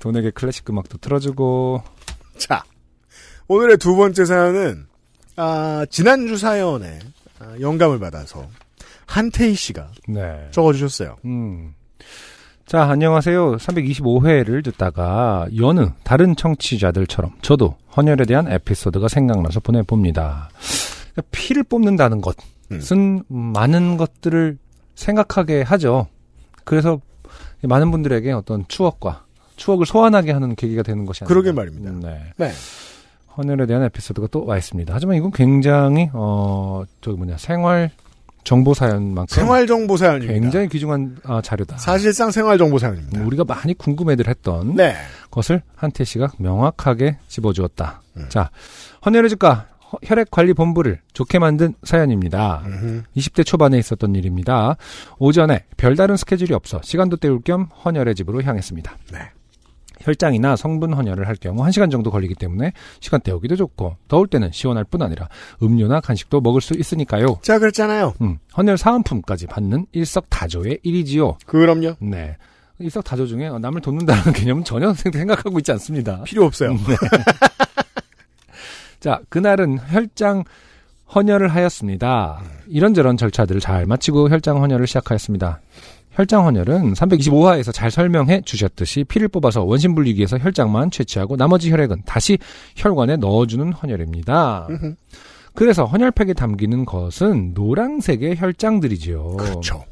Speaker 2: 돈에게 클래식 음악도 틀어주고.
Speaker 1: 자, 오늘의 두 번째 사연은, 아, 지난주 사연에 아, 영감을 받아서 한태희 씨가
Speaker 2: 네.
Speaker 1: 적어주셨어요.
Speaker 2: 음. 자, 안녕하세요. 325회를 듣다가 여느 다른 청취자들처럼 저도 헌혈에 대한 에피소드가 생각나서 보내봅니다. 그러니까 피를 뽑는다는 것은
Speaker 1: 음.
Speaker 2: 많은 것들을 생각하게 하죠. 그래서 많은 분들에게 어떤 추억과 추억을 소환하게 하는 계기가 되는 것이 아닌가.
Speaker 1: 그러게 말입니다.
Speaker 2: 음, 네.
Speaker 1: 네.
Speaker 2: 헌혈에 대한 에피소드가 또 와 있습니다. 하지만 이건 굉장히 어 저기 뭐냐 생활 정보 사연만큼
Speaker 1: 생활정보 사연입니다.
Speaker 2: 굉장히 귀중한 아, 자료다. 음,
Speaker 1: 사실상 생활정보 사연입니다.
Speaker 2: 우리가 많이 궁금해들 했던
Speaker 1: 네.
Speaker 2: 것을 한태 씨가 명확하게 집어주었다.
Speaker 1: 음.
Speaker 2: 자, 헌혈의 주가 혈액관리본부를 좋게 만든 사연입니다.
Speaker 1: 음. 네.
Speaker 2: 20대 초반에 있었던 일입니다. 오전에 별다른 스케줄이 없어 시간도 때울 겸 헌혈의 집으로 향했습니다.
Speaker 1: 네.
Speaker 2: 혈장이나 성분 헌혈을 할 경우 1시간 정도 걸리기 때문에 시간 때우기도 좋고 더울 때는 시원할 뿐 아니라 음료나 간식도 먹을 수 있으니까요.
Speaker 1: 제가 그랬잖아요.
Speaker 2: 음, 헌혈 사은품까지 받는 일석다조의 일이지요.
Speaker 1: 그럼요.
Speaker 2: 네. 일석다조 중에 어, 남을 돕는다는 개념은 전혀 생- 생각하고 있지 않습니다.
Speaker 1: 필요 없어요.
Speaker 2: 네. 자, 그날은 혈장 헌혈을
Speaker 1: 네.
Speaker 2: 하였습니다. 이런저런 절차들을 잘 마치고 혈장 헌혈을 시작하였습니다. 혈장 헌혈은 325화에서 잘 설명해 주셨듯이 피를 뽑아서 원심불리기에서 혈장만 채취하고 나머지 혈액은 다시 혈관에 넣어주는 헌혈입니다. 그래서 헌혈팩에 담기는 것은 노란색의 혈장들이지요.
Speaker 1: 그렇죠.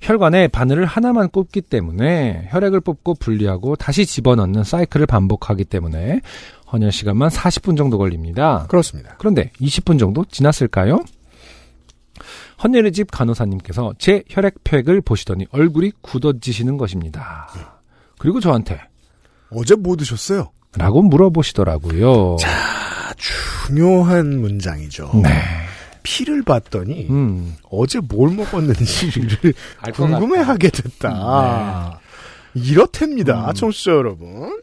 Speaker 2: 혈관에 바늘을 하나만 꼽기 때문에 혈액을 뽑고 분리하고 다시 집어넣는 사이클을 반복하기 때문에 헌혈 시간만 40분 정도 걸립니다.
Speaker 1: 그렇습니다.
Speaker 2: 그런데 20분 정도 지났을까요? 헌혈의 집 간호사님께서 제 혈액팩을 보시더니 얼굴이 굳어지시는 것입니다. 그리고 저한테
Speaker 1: 어제 뭐 드셨어요?
Speaker 2: 라고 물어보시더라고요.
Speaker 1: 중요한 문장이죠.
Speaker 2: 네.
Speaker 1: 피를 봤더니
Speaker 2: 음.
Speaker 1: 어제 뭘 먹었는지를
Speaker 2: 알것 네.
Speaker 1: 궁금해하게 됐다. 이렇답니다,
Speaker 2: 음.
Speaker 1: 청취자 여러분.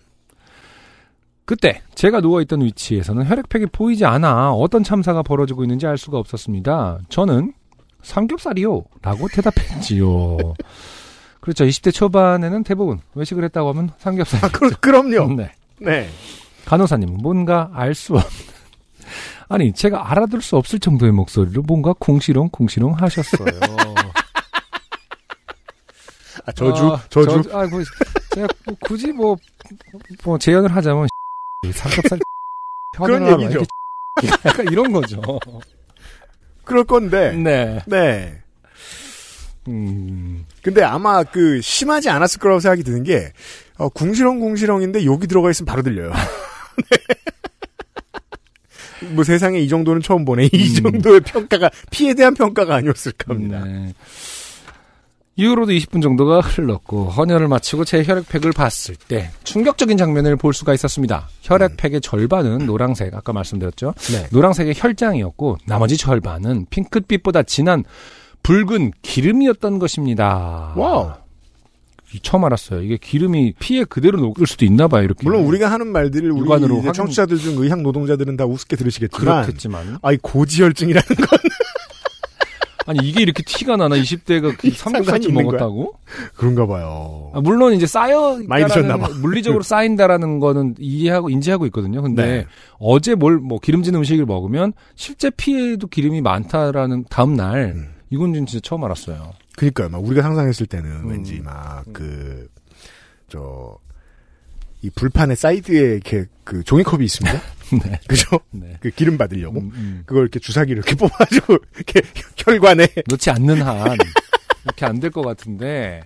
Speaker 2: 그때 제가 누워있던 위치에서는 혈액팩이 보이지 않아 어떤 참사가 벌어지고 있는지 알 수가 없었습니다. 저는 삼겹살이요 라고 대답했지요. 그렇죠. 20대 초반에는 대부분 외식을 했다고 하면 삼겹살.
Speaker 1: 아, 그, 그럼요.
Speaker 2: 네.
Speaker 1: 네.
Speaker 2: 간호사님은 뭔가 알 수 없는 아니 제가 알아들 수 없을 정도의 목소리로 뭔가 궁시렁 궁시렁 하셨어요.
Speaker 1: 아, 저주,
Speaker 2: 아,
Speaker 1: 저주.
Speaker 2: 아이고, 그냥 뭐 굳이 뭐, 뭐 재연을 하자면 삼겹살
Speaker 1: 그런
Speaker 2: 혀를 하라
Speaker 1: 얘기죠.
Speaker 2: 이렇게 약간 이런 거죠.
Speaker 1: 그럴 건데.
Speaker 2: 네.
Speaker 1: 네.
Speaker 2: 음,
Speaker 1: 근데 아마 그 심하지 않았을 거라고 생각이 드는 게 어, 궁시렁 궁시렁인데 욕이 들어가 있으면 바로 들려요. 네. 뭐 세상에 이 정도는 처음 보네. 이
Speaker 2: 음.
Speaker 1: 정도의 평가가 피에 대한 평가가 아니었을까 합니다.
Speaker 2: 네. 이후로도 20분 정도가 흘렀고 헌혈을 마치고 제 혈액팩을 봤을 때 충격적인 장면을 볼 수가 있었습니다. 혈액팩의 절반은 노란색 아까 말씀드렸죠.
Speaker 1: 음. 네.
Speaker 2: 노란색의 혈장이었고 나머지 절반은 핑크빛보다 진한 붉은 기름이었던 것입니다.
Speaker 1: 와우.
Speaker 2: 처음 알았어요. 이게 기름이 피에 그대로 녹을 수도 있나 봐요. 이렇게.
Speaker 1: 물론 우리가 하는 말들을 우리
Speaker 2: 육안으로
Speaker 1: 이제
Speaker 2: 확인-
Speaker 1: 청취자들 중 의학 노동자들은 다 우습게 들으시겠지만
Speaker 2: 그렇겠지만
Speaker 1: 아이 고지혈증이라는 건
Speaker 2: 아니 이게 이렇게 티가 나나 20대가 그
Speaker 1: 상관이
Speaker 2: 삼겹살집
Speaker 1: 있는 거야?
Speaker 2: 먹었다고?
Speaker 1: 그런가 봐요.
Speaker 2: 아, 물론 이제 쌓여
Speaker 1: 많이 드셨나 봐.
Speaker 2: 물리적으로 쌓인다라는 거는 이해하고 인지하고 있거든요. 근데
Speaker 1: 네.
Speaker 2: 어제 뭘 뭐 기름진 음식을 먹으면 실제 피해도 기름이 많다라는 다음 날
Speaker 1: 음.
Speaker 2: 이건 진짜 처음 알았어요.
Speaker 1: 그러니까요. 막 우리가 상상했을 때는
Speaker 2: 음.
Speaker 1: 왠지 막 그 저. 이 불판의 사이드에 이렇게 그 종이컵이 있습니다.
Speaker 2: 네.
Speaker 1: 그죠?
Speaker 2: 네.
Speaker 1: 그 기름 받으려고.
Speaker 2: 음, 음.
Speaker 1: 그걸 이렇게 주사기로 이렇게 뽑아가지고 이렇게 혈관에
Speaker 2: 넣지 않는 한 이렇게 안 될 것 같은데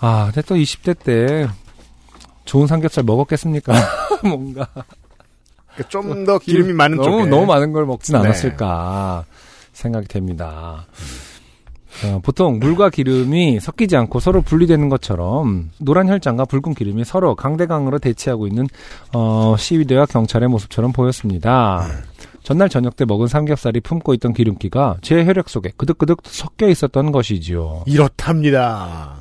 Speaker 2: 아, 근데 또 20대 때 좋은 삼겹살 먹었겠습니까? 뭔가
Speaker 1: 좀 더 기름이 많은
Speaker 2: 어, 너무,
Speaker 1: 쪽에
Speaker 2: 너무 많은 걸 먹진
Speaker 1: 네.
Speaker 2: 않았을까 생각이 됩니다. 어, 보통 물과 기름이 섞이지 않고 서로 분리되는 것처럼 노란 혈장과 붉은 기름이 서로 강대강으로 대치하고 있는 어, 시위대와 경찰의 모습처럼 보였습니다.
Speaker 1: 네.
Speaker 2: 전날 저녁 때 먹은 삼겹살이 품고 있던 기름기가 제 혈액 속에 그득그득 섞여 있었던 것이지요.
Speaker 1: 이렇답니다.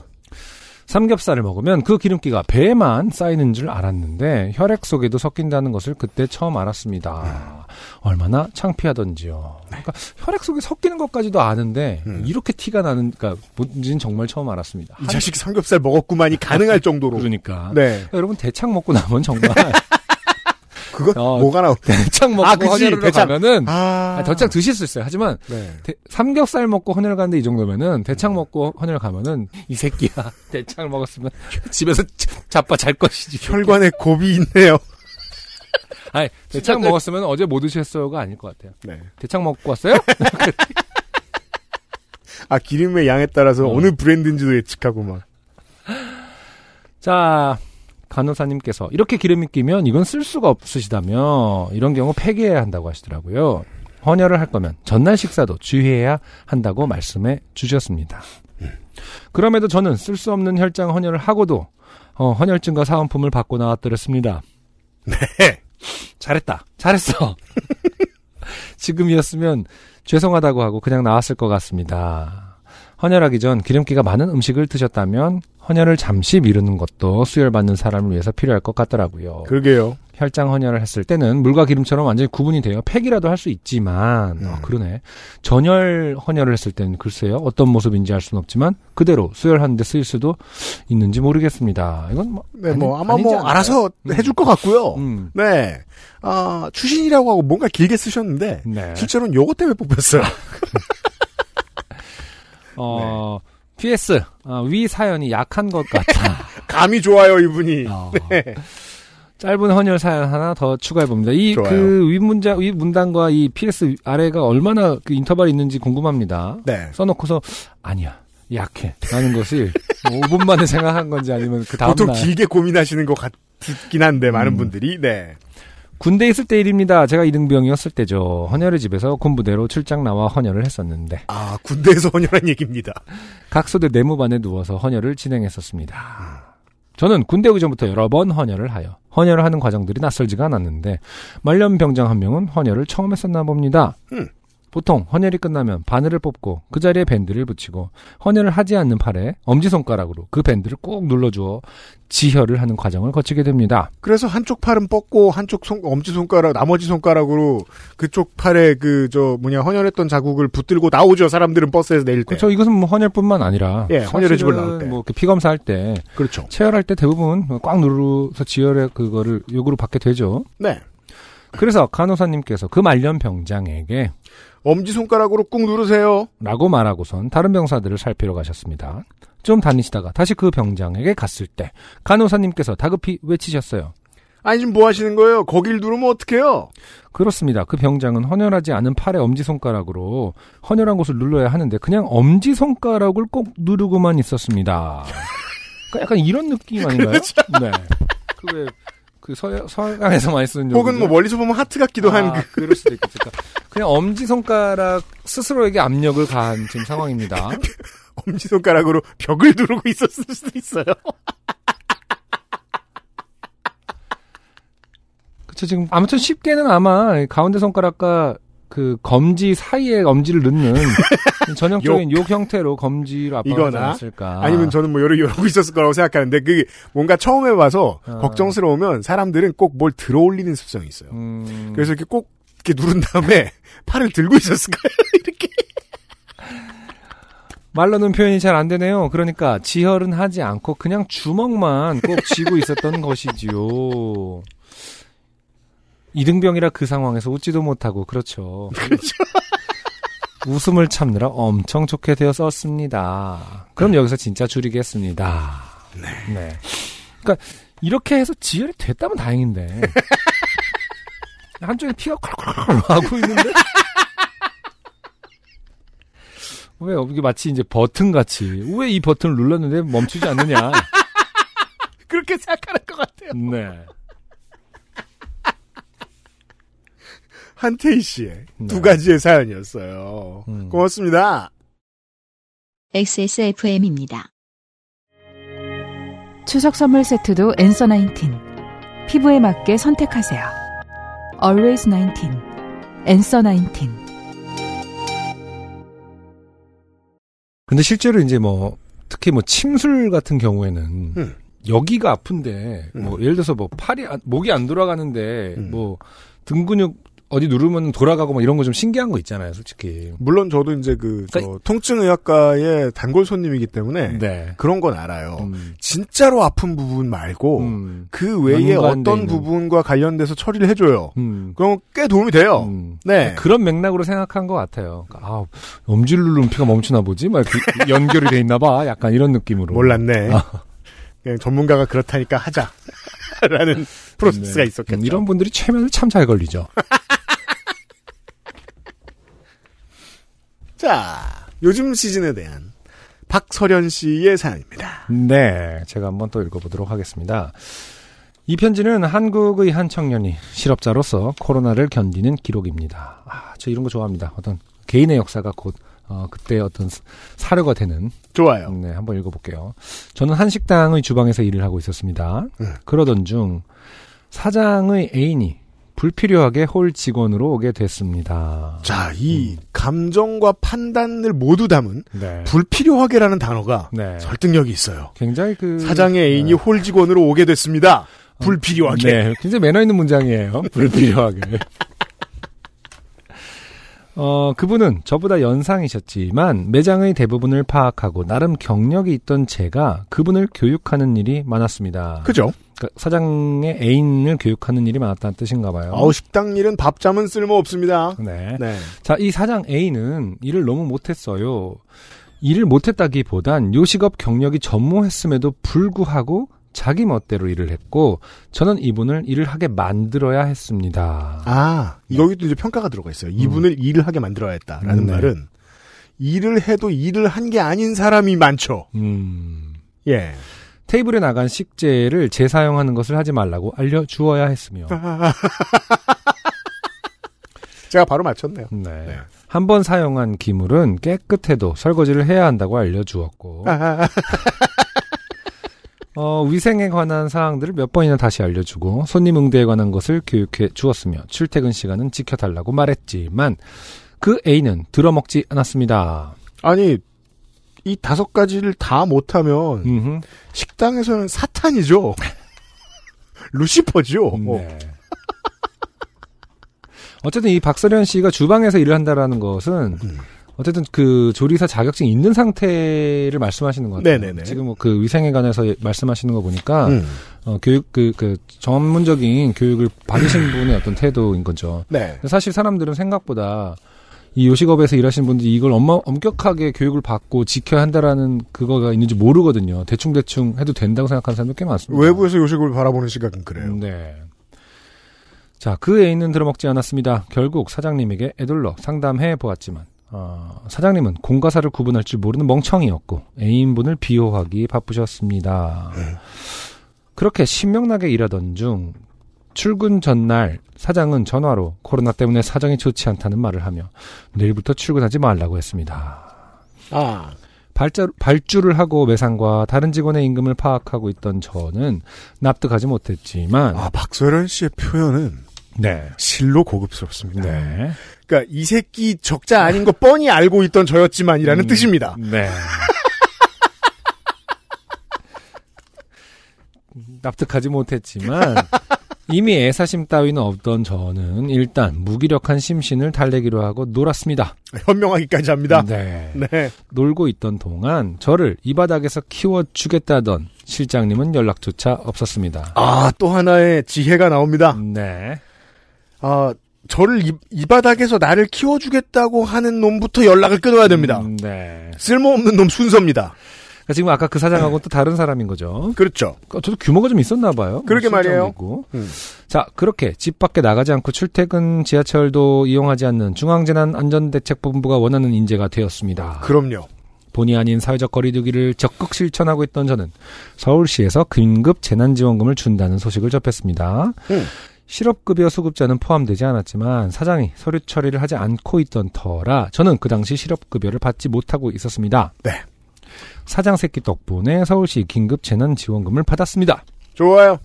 Speaker 2: 삼겹살을 먹으면 그 기름기가 배에만 쌓이는 줄 알았는데 혈액 속에도 섞인다는 것을 그때 처음 알았습니다. 얼마나 창피하던지요. 그러니까 혈액 속에 섞이는 것까지도 아는데
Speaker 1: 음.
Speaker 2: 이렇게 티가 나는 그러니까 뭔지는 정말 처음 알았습니다.
Speaker 1: 이 자식 삼겹살 먹었구만이 가능할 정도로.
Speaker 2: 그러니까
Speaker 1: 네.
Speaker 2: 여러분 대창 먹고 나면 정말
Speaker 1: 그거
Speaker 2: 어,
Speaker 1: 뭐가 나올 때.
Speaker 2: 대창 먹고
Speaker 1: 아, 그치,
Speaker 2: 헌혈을
Speaker 1: 대창.
Speaker 2: 가면은
Speaker 1: 아,
Speaker 2: 아, 대창 드실 수 있어요. 하지만
Speaker 1: 네.
Speaker 2: 대- 삼겹살 먹고 헌혈 가는데 이 정도면은 대창 먹고 헌혈 가면은 이 새끼야 대창 먹었으면 집에서 자빠 잘 것이지.
Speaker 1: 혈관에 곱이 있네요.
Speaker 2: 아니, 대창 먹었으면 어제 못 드셨어요가 아닐 것 같아요.
Speaker 1: 네.
Speaker 2: 대창 먹고 왔어요?
Speaker 1: 아 기름의 양에 따라서
Speaker 2: 음.
Speaker 1: 어느 브랜드인지도 예측하고 막.
Speaker 2: 자, 간호사님께서 이렇게 기름이 끼면 이건 쓸 수가 없으시다며 이런 경우 폐기해야 한다고 하시더라고요. 헌혈을 할 거면 전날 식사도 주의해야 한다고 말씀해 주셨습니다. 그럼에도 저는 쓸 수 없는 혈장 헌혈을 하고도 어, 헌혈증과 사은품을 받고 나왔더랬습니다.
Speaker 1: 네.
Speaker 2: 잘했다. 잘했어. 지금이었으면 죄송하다고 하고 그냥 나왔을 것 같습니다. 헌혈하기 전 기름기가 많은 음식을 드셨다면 헌혈을 잠시 미루는 것도 수혈받는 사람을 위해서 필요할 것 같더라고요.
Speaker 1: 그러게요.
Speaker 2: 혈장 헌혈을 했을 때는 물과 기름처럼 완전히 구분이 돼요. 팩이라도 할 수 있지만
Speaker 1: 음.
Speaker 2: 아, 그러네. 전혈 헌혈을 했을 때는 글쎄요 어떤 모습인지 알 수는 없지만 그대로 수혈하는데 쓰일 수도 있는지 모르겠습니다. 이건 뭐,
Speaker 1: 네,
Speaker 2: 아니-
Speaker 1: 뭐 아마
Speaker 2: 아니지
Speaker 1: 뭐
Speaker 2: 않나요?
Speaker 1: 알아서
Speaker 2: 음.
Speaker 1: 해줄 것 같고요.
Speaker 2: 음,
Speaker 1: 네. 아 추신이라고 하고 뭔가 길게 쓰셨는데
Speaker 2: 네.
Speaker 1: 실제로는 요것 때문에 뽑혔어요.
Speaker 2: 어, PS, 어, 위 사연이 약한 것 같아.
Speaker 1: 감이 좋아요 이분이.
Speaker 2: 어. 짧은 헌혈 사연 하나 더 추가해봅니다. 이
Speaker 1: 좋아요.
Speaker 2: 그 윗문장, 윗문단과 이 PS 아래가 얼마나 그 인터벌이 있는지 궁금합니다.
Speaker 1: 네.
Speaker 2: 써놓고서, 아니야, 약해. 라는 것을 뭐 5분 만에 생각한 건지 아니면 그 다음날. 음.
Speaker 1: 보통 길게 고민하시는 것 같긴 한데 많은 분들이 네.
Speaker 2: 군대 있을 때 일입니다. 제가 이등병이었을 때죠. 헌혈의 집에서 군부대로 출장 나와 헌혈을 했었는데.
Speaker 1: 아 군대에서 헌혈한 얘기입니다.
Speaker 2: 각소대 내무반에 누워서 헌혈을 진행했었습니다. 저는 군대 오기 전부터 여러 번 헌혈을 하여 헌혈을 하는 과정들이 낯설지가 않았는데 말년 병장 한 명은 헌혈을 처음 했었나 봅니다.
Speaker 1: 음.
Speaker 2: 보통 헌혈이 끝나면 바늘을 뽑고 그 자리에 밴드를 붙이고 헌혈을 하지 않는 팔에 엄지손가락으로 그 밴드를 꾹 눌러주어 지혈을 하는 과정을 거치게 됩니다.
Speaker 1: 그래서 한쪽 팔은 뻗고 한쪽 손 엄지 손가락 나머지 손가락으로 그쪽 팔에 그 저 뭐냐 헌혈했던 자국을 붙들고 나오죠. 사람들은 버스에서 내릴 때.
Speaker 2: 그렇죠. 이것은 뭐 헌혈뿐만 아니라
Speaker 1: 네. 예, 헌혈의 집을 나올
Speaker 2: 사실은
Speaker 1: 때.
Speaker 2: 뭐 이렇게 피검사할 때
Speaker 1: 그렇죠.
Speaker 2: 체혈할 때 대부분 뭐 꽉 누르서 지혈의 그거를 요구를 받게 되죠.
Speaker 1: 네.
Speaker 2: 그래서 간호사님께서 그 말년 병장에게
Speaker 1: 엄지 손가락으로 꾹 누르세요.
Speaker 2: 라고 말하고선 다른 병사들을 살피러 가셨습니다. 좀 다니시다가 다시 그 병장에게 갔을 때 간호사님께서 다급히 외치셨어요.
Speaker 1: 아니 지금 뭐 하시는 거예요? 거길 누르면 어떡해요?
Speaker 2: 그렇습니다. 그 병장은 헌혈하지 않은 팔의 엄지손가락으로 헌혈한 곳을 눌러야 하는데 그냥 엄지손가락을 꼭 누르고만 있었습니다. 그러니까 약간 이런 느낌 아닌가요?
Speaker 1: 그렇죠.
Speaker 2: 네. 그왜 그 서양, 서양에서 많이 쓰는
Speaker 1: 혹은 뭐
Speaker 2: 용어죠?
Speaker 1: 멀리서 보면 하트 같기도 한
Speaker 2: 아,
Speaker 1: 그.
Speaker 2: 그럴 수도 있겠죠. 그러니까 그냥 엄지손가락 스스로에게 압력을 가한 지금 상황입니다.
Speaker 1: 엄지손가락으로 벽을 누르고 있었을 수도 있어요.
Speaker 2: 그쵸 지금 아무튼 쉽게는 아마 가운데 손가락과 그 검지 사이에 엄지를 넣는 전형적인 욕, 형태로 검지로 압박하지
Speaker 1: 이거나
Speaker 2: 않았을까.
Speaker 1: 아. 니면 저는 뭐 여러 이러고 있었을 거라고 생각하는데 그게 뭔가 처음 해봐서
Speaker 2: 아.
Speaker 1: 걱정스러우면 사람들은 꼭 뭘 들어올리는 습성이 있어요.
Speaker 2: 음,
Speaker 1: 그래서 이렇게 꼭 이렇게 누른 다음에 팔을 들고 있었을 거예요. 이렇게.
Speaker 2: 말로는 표현이 잘 안 되네요. 그러니까 지혈은 하지 않고 그냥 주먹만 꼭 쥐고 있었던 것이지요. 이등병이라 그 상황에서 웃지도 못하고 그렇죠. 웃음을 참느라 엄청 좋게 되어 썼습니다. 그럼 여기서 진짜 줄이겠습니다. 네. 그러니까 이렇게 해서 지혈이 됐다면 다행인데 한쪽에 피가 컬컬컬 하고 있는데 왜 이게 마치 이제 버튼 같이 왜 이 버튼을 눌렀는데 멈추지 않느냐.
Speaker 1: 그렇게 생각하는 것 같아요.
Speaker 2: 네.
Speaker 1: 한태희 씨의
Speaker 2: 네.
Speaker 1: 두 가지의 사연이었어요.
Speaker 2: 음.
Speaker 1: 고맙습니다.
Speaker 3: XSFM입니다.
Speaker 5: 추석 선물 세트도 엔서 19. 피부에 맞게 선택하세요. Always 19. 엔서 19.
Speaker 2: 근데 실제로 이제 뭐 특히 뭐 침술 같은 경우에는
Speaker 1: 음.
Speaker 2: 여기가 아픈데
Speaker 1: 음.
Speaker 2: 뭐 예를 들어서 뭐 팔이 안- 목이 안 돌아가는데
Speaker 1: 음.
Speaker 2: 뭐 등 근육 어디 누르면 돌아가고 막 이런 거 좀 신기한 거 있잖아요, 솔직히.
Speaker 1: 물론 저도 이제 그 저
Speaker 2: 그러니까
Speaker 1: 통증의학과의 단골 손님이기 때문에
Speaker 2: 네.
Speaker 1: 그런 건 알아요.
Speaker 2: 음.
Speaker 1: 진짜로 아픈 부분 말고
Speaker 2: 음.
Speaker 1: 그 외에
Speaker 2: 연관돼
Speaker 1: 어떤
Speaker 2: 있는.
Speaker 1: 부분과 관련돼서 처리를 해줘요.
Speaker 2: 음.
Speaker 1: 그럼 꽤 도움이 돼요.
Speaker 2: 음.
Speaker 1: 네.
Speaker 2: 그런 맥락으로 생각한 것 같아요. 그러니까 아, 엄지를 누르면 피가 멈추나 보지? 막 이렇게 연결이 돼 있나 봐. 약간 이런 느낌으로.
Speaker 1: 몰랐네.
Speaker 2: 아.
Speaker 1: 그냥 전문가가 그렇다니까 하자. 라는 프로세스가
Speaker 2: 네.
Speaker 1: 있었겠죠.
Speaker 2: 음, 이런 분들이 최면을 참 잘 걸리죠.
Speaker 1: 자, 요즘 시즌에 대한 박설현 씨의 사연입니다.
Speaker 2: 네, 제가 한번 또 읽어보도록 하겠습니다. 이 편지는 한국의 한 청년이 실업자로서 코로나를 견디는 기록입니다. 아, 저 이런 거 좋아합니다. 어떤 개인의 역사가 곧 어, 그때 어떤 사- 사료가 되는
Speaker 1: 좋아요.
Speaker 2: 네, 한번 읽어볼게요. 저는 한식당의 주방에서 일을 하고 있었습니다.
Speaker 1: 음.
Speaker 2: 그러던 중 사장의 애인이 불필요하게 홀 직원으로 오게 됐습니다.
Speaker 1: 자, 이 감정과 판단을 모두 담은
Speaker 2: 음. 네.
Speaker 1: 불필요하게라는 단어가
Speaker 2: 네.
Speaker 1: 설득력이 있어요.
Speaker 2: 굉장히 그
Speaker 1: 사장의 애인이
Speaker 2: 네.
Speaker 1: 홀 직원으로 오게 됐습니다. 불필요하게.
Speaker 2: 네, 굉장히 매너 있는 문장이에요. 불필요하게. 어, 그분은 저보다 연상이셨지만 매장의 대부분을 파악하고 나름 경력이 있던 제가 그분을 교육하는 일이 많았습니다.
Speaker 1: 그죠?
Speaker 2: 그러니까 사장의 애인을 교육하는 일이 많았다는 뜻인가 봐요.
Speaker 1: 아우, 식당 일은 밥잠은 쓸모 없습니다.
Speaker 2: 음. 네.
Speaker 1: 네.
Speaker 2: 자, 이 사장 A는 일을 너무 못했어요. 일을 못했다기보단 요식업 경력이 전무했음에도 불구하고 자기 멋대로 일을 했고 저는 이분을 일을 하게 만들어야 했습니다.
Speaker 1: 아, 여기도 이제 평가가 들어가 있어요. 이분을 일을 하게 만들어야 했다라는
Speaker 2: 음, 네.
Speaker 1: 말은 일을 해도 일을 한 게 아닌 사람이 많죠.
Speaker 2: 음.
Speaker 1: 예.
Speaker 2: 테이블에 나간 식재를 재사용하는 것을 하지 말라고 알려주어야 했으며
Speaker 1: 제가 바로 맞췄네요.
Speaker 2: 네.
Speaker 1: 네.
Speaker 2: 한 번 사용한 기물은 깨끗해도 설거지를 해야 한다고 알려주었고
Speaker 1: 뭐?
Speaker 2: 어, 위생에 관한 사항들을 몇 번이나 다시 알려주고 손님 응대에 관한 것을 교육해 주었으며 출퇴근 시간은 지켜달라고 말했지만 그 A는 들어먹지 않았습니다.
Speaker 1: 아니, 이 다섯 가지를 다 못하면
Speaker 2: 음흠.
Speaker 1: 식당에서는 사탄이죠. 루시퍼죠.
Speaker 2: 네. 어쨌든 이 박서련 씨가 주방에서 일을 한다라는 것은
Speaker 1: 음.
Speaker 2: 어쨌든 그 조리사 자격증 이 있는 상태를 말씀하시는 것 같아요.
Speaker 1: 네네네.
Speaker 2: 지금 뭐 그 위생에 관해서 말씀하시는 거 보니까
Speaker 1: 음.
Speaker 2: 어, 교육 그, 그 전문적인 교육을 받으신 분의 어떤 태도인 거죠.
Speaker 1: 네.
Speaker 2: 근데 사실 사람들은 생각보다 이 요식업에서 일하시는 분들이 이걸 엄마, 엄격하게 교육을 받고 지켜야 한다라는 그거가 있는지 모르거든요. 대충대충 해도 된다고 생각하는 사람도 꽤 많습니다.
Speaker 1: 외부에서 요식을 바라보는 시각은 그래요.
Speaker 2: 네. 자, 그 애인은 들어먹지 않았습니다. 결국 사장님에게 애둘러 상담해 보았지만, 어, 사장님은 공과사를 구분할 줄 모르는 멍청이였고, 애인분을 비호하기 바쁘셨습니다.
Speaker 1: 네.
Speaker 2: 그렇게 신명나게 일하던 중, 출근 전날 사장은 전화로 코로나 때문에 사정이 좋지 않다는 말을 하며, 내일부터 출근하지 말라고 했습니다.
Speaker 1: 아,
Speaker 2: 발자, 발주를 하고 매상과 다른 직원의 임금을 파악하고 있던 저는 납득하지 못했지만
Speaker 1: 아 박소련 씨의 표현은
Speaker 2: 네.
Speaker 1: 실로 고급스럽습니다.
Speaker 2: 네.
Speaker 1: 그러니까 이 새끼 적자 아닌 거 뻔히 알고 있던 저였지만이라는
Speaker 2: 음,
Speaker 1: 뜻입니다.
Speaker 2: 네. 납득하지 못했지만 이미 애사심 따위는 없던 저는 일단 무기력한 심신을 달래기로 하고 놀았습니다.
Speaker 1: 현명하기까지 합니다.
Speaker 2: 네.
Speaker 1: 네.
Speaker 2: 놀고 있던 동안 저를 이 바닥에서 키워주겠다던 실장님은 연락조차 없었습니다.
Speaker 1: 아, 또 하나의 지혜가 나옵니다.
Speaker 2: 네.
Speaker 1: 아, 저를 이, 이 바닥에서 나를 키워주겠다고 하는 놈부터 연락을 끊어야 아, 됩니다.
Speaker 2: 음, 네.
Speaker 1: 쓸모없는 놈 순서입니다.
Speaker 2: 그러니까 지금 아까 그 사장하고 또 다른 사람인 거죠.
Speaker 1: 그렇죠.
Speaker 2: 어, 저도 규모가 좀 있었나 봐요.
Speaker 1: 그러게
Speaker 2: 뭐 실장도
Speaker 1: 말이에요.
Speaker 2: 있고.
Speaker 1: 음.
Speaker 2: 자, 그렇게 집 밖에 나가지 않고 출퇴근 지하철도 이용하지 않는 중앙재난안전대책본부가 원하는 인재가 되었습니다.
Speaker 1: 그럼요.
Speaker 2: 본의 아닌 사회적 거리두기를 적극 실천하고 있던 저는 서울시에서 긴급 재난지원금을 준다는 소식을 접했습니다.
Speaker 1: 음.
Speaker 2: 실업급여 수급자는 포함되지 않았지만 사장이 서류 처리를 하지 않고 있던 터라 저는 그 당시 실업급여를 받지 못하고 있었습니다.
Speaker 1: 네.
Speaker 2: 사장 새끼 덕분에 서울시 긴급 재난지원금을 받았습니다.
Speaker 1: 좋아요.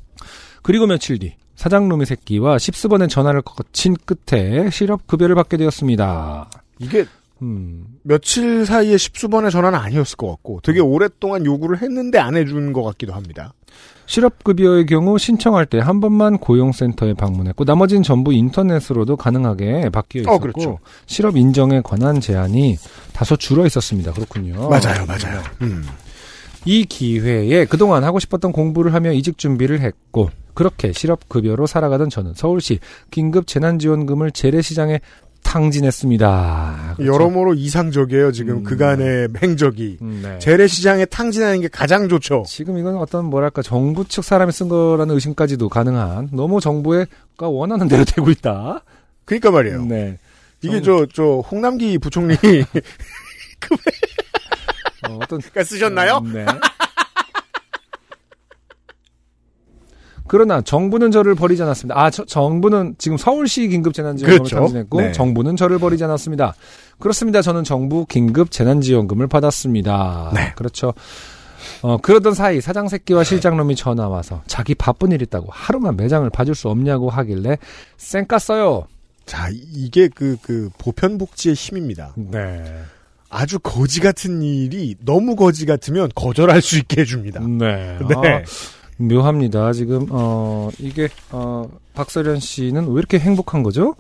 Speaker 2: 그리고 며칠 뒤 사장놈의 새끼와 십수번의 전화를 거친 끝에 실업급여를 받게 되었습니다.
Speaker 1: 이게
Speaker 2: 음,
Speaker 1: 며칠 사이에 십수번의 전화는 아니었을 것 같고 되게 오랫동안 요구를 했는데 안 해준 것 같기도 합니다.
Speaker 2: 실업급여의 경우 신청할 때 한 번만 고용센터에 방문했고 나머지는 전부 인터넷으로도 가능하게 바뀌어 있었고
Speaker 1: 어, 그렇죠.
Speaker 2: 실업 인정에 관한 제한이 다소 줄어 그렇죠. 있었습니다. 그렇군요.
Speaker 1: 맞아요, 맞아요. 음.
Speaker 2: 이 기회에 그동안 하고 싶었던 공부를 하며 이직 준비를 했고 그렇게 실업급여로 살아가던 저는 서울시 긴급 재난지원금을 재래시장에 탕진했습니다. 그렇죠?
Speaker 1: 여러모로 이상적이에요, 지금
Speaker 2: 음.
Speaker 1: 그간의 행적이.
Speaker 2: 음, 네.
Speaker 1: 재래시장에 탕진하는 게 가장 좋죠.
Speaker 2: 지금 이건 어떤 뭐랄까 정부 측 사람이 쓴 거라는 의심까지도 가능한 너무 정부가 원하는 대로 되고 있다.
Speaker 1: 그러니까 말이에요.
Speaker 2: 네.
Speaker 1: 이게 저, 저, 홍남기 부총리. 가
Speaker 2: 어, 어떤
Speaker 1: 쓰셨나요?
Speaker 2: 음, 네. 그러나 정부는 저를 버리지 않았습니다. 아, 저- 정부는 지금 서울시 긴급 재난지원금을
Speaker 1: 그렇죠.
Speaker 2: 탕진했고
Speaker 1: 네.
Speaker 2: 정부는 저를 버리지 않았습니다. 그렇습니다. 저는 정부 긴급 재난지원금을 받았습니다.
Speaker 1: 네.
Speaker 2: 그렇죠. 어, 그러던 사이 사장 새끼와 실장놈이 전화 와서 자기 바쁜 일 있다고 하루만 매장을 봐줄 수 없냐고 하길래 쌩 깠어요.
Speaker 1: 자, 이게 그, 그, 보편복지의 힘입니다.
Speaker 2: 네.
Speaker 1: 아주 거지 같은 일이 너무 거지 같으면 거절할 수 있게 해줍니다.
Speaker 2: 네.
Speaker 1: 네.
Speaker 2: 묘합니다. 지금 어 이게 어 박서련 씨는 왜 이렇게 행복한 거죠?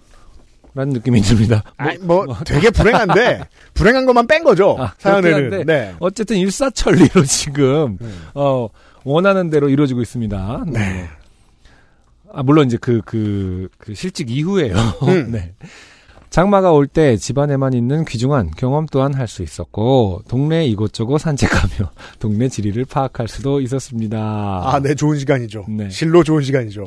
Speaker 2: 라는 느낌이 듭니다. 뭐,
Speaker 1: 아니, 뭐, 되게 불행한데, 불행한 것만 뺀 거죠.
Speaker 2: 아, 그렇긴
Speaker 1: 사연에는.
Speaker 2: 한데.
Speaker 1: 네.
Speaker 2: 어쨌든 일사천리로 지금
Speaker 1: 음.
Speaker 2: 어 원하는 대로 이루어지고 있습니다. 네. 아 물론 이제 그 그, 그 실직 이후에요.
Speaker 1: 음.
Speaker 2: 네. 장마가 올 때 집안에만 있는 귀중한 경험 또한 할 수 있었고 동네 이곳저곳 산책하며 동네 지리를 파악할 수도 있었습니다.
Speaker 1: 아, 네, 좋은 시간이죠.
Speaker 2: 네.
Speaker 1: 실로 좋은 시간이죠.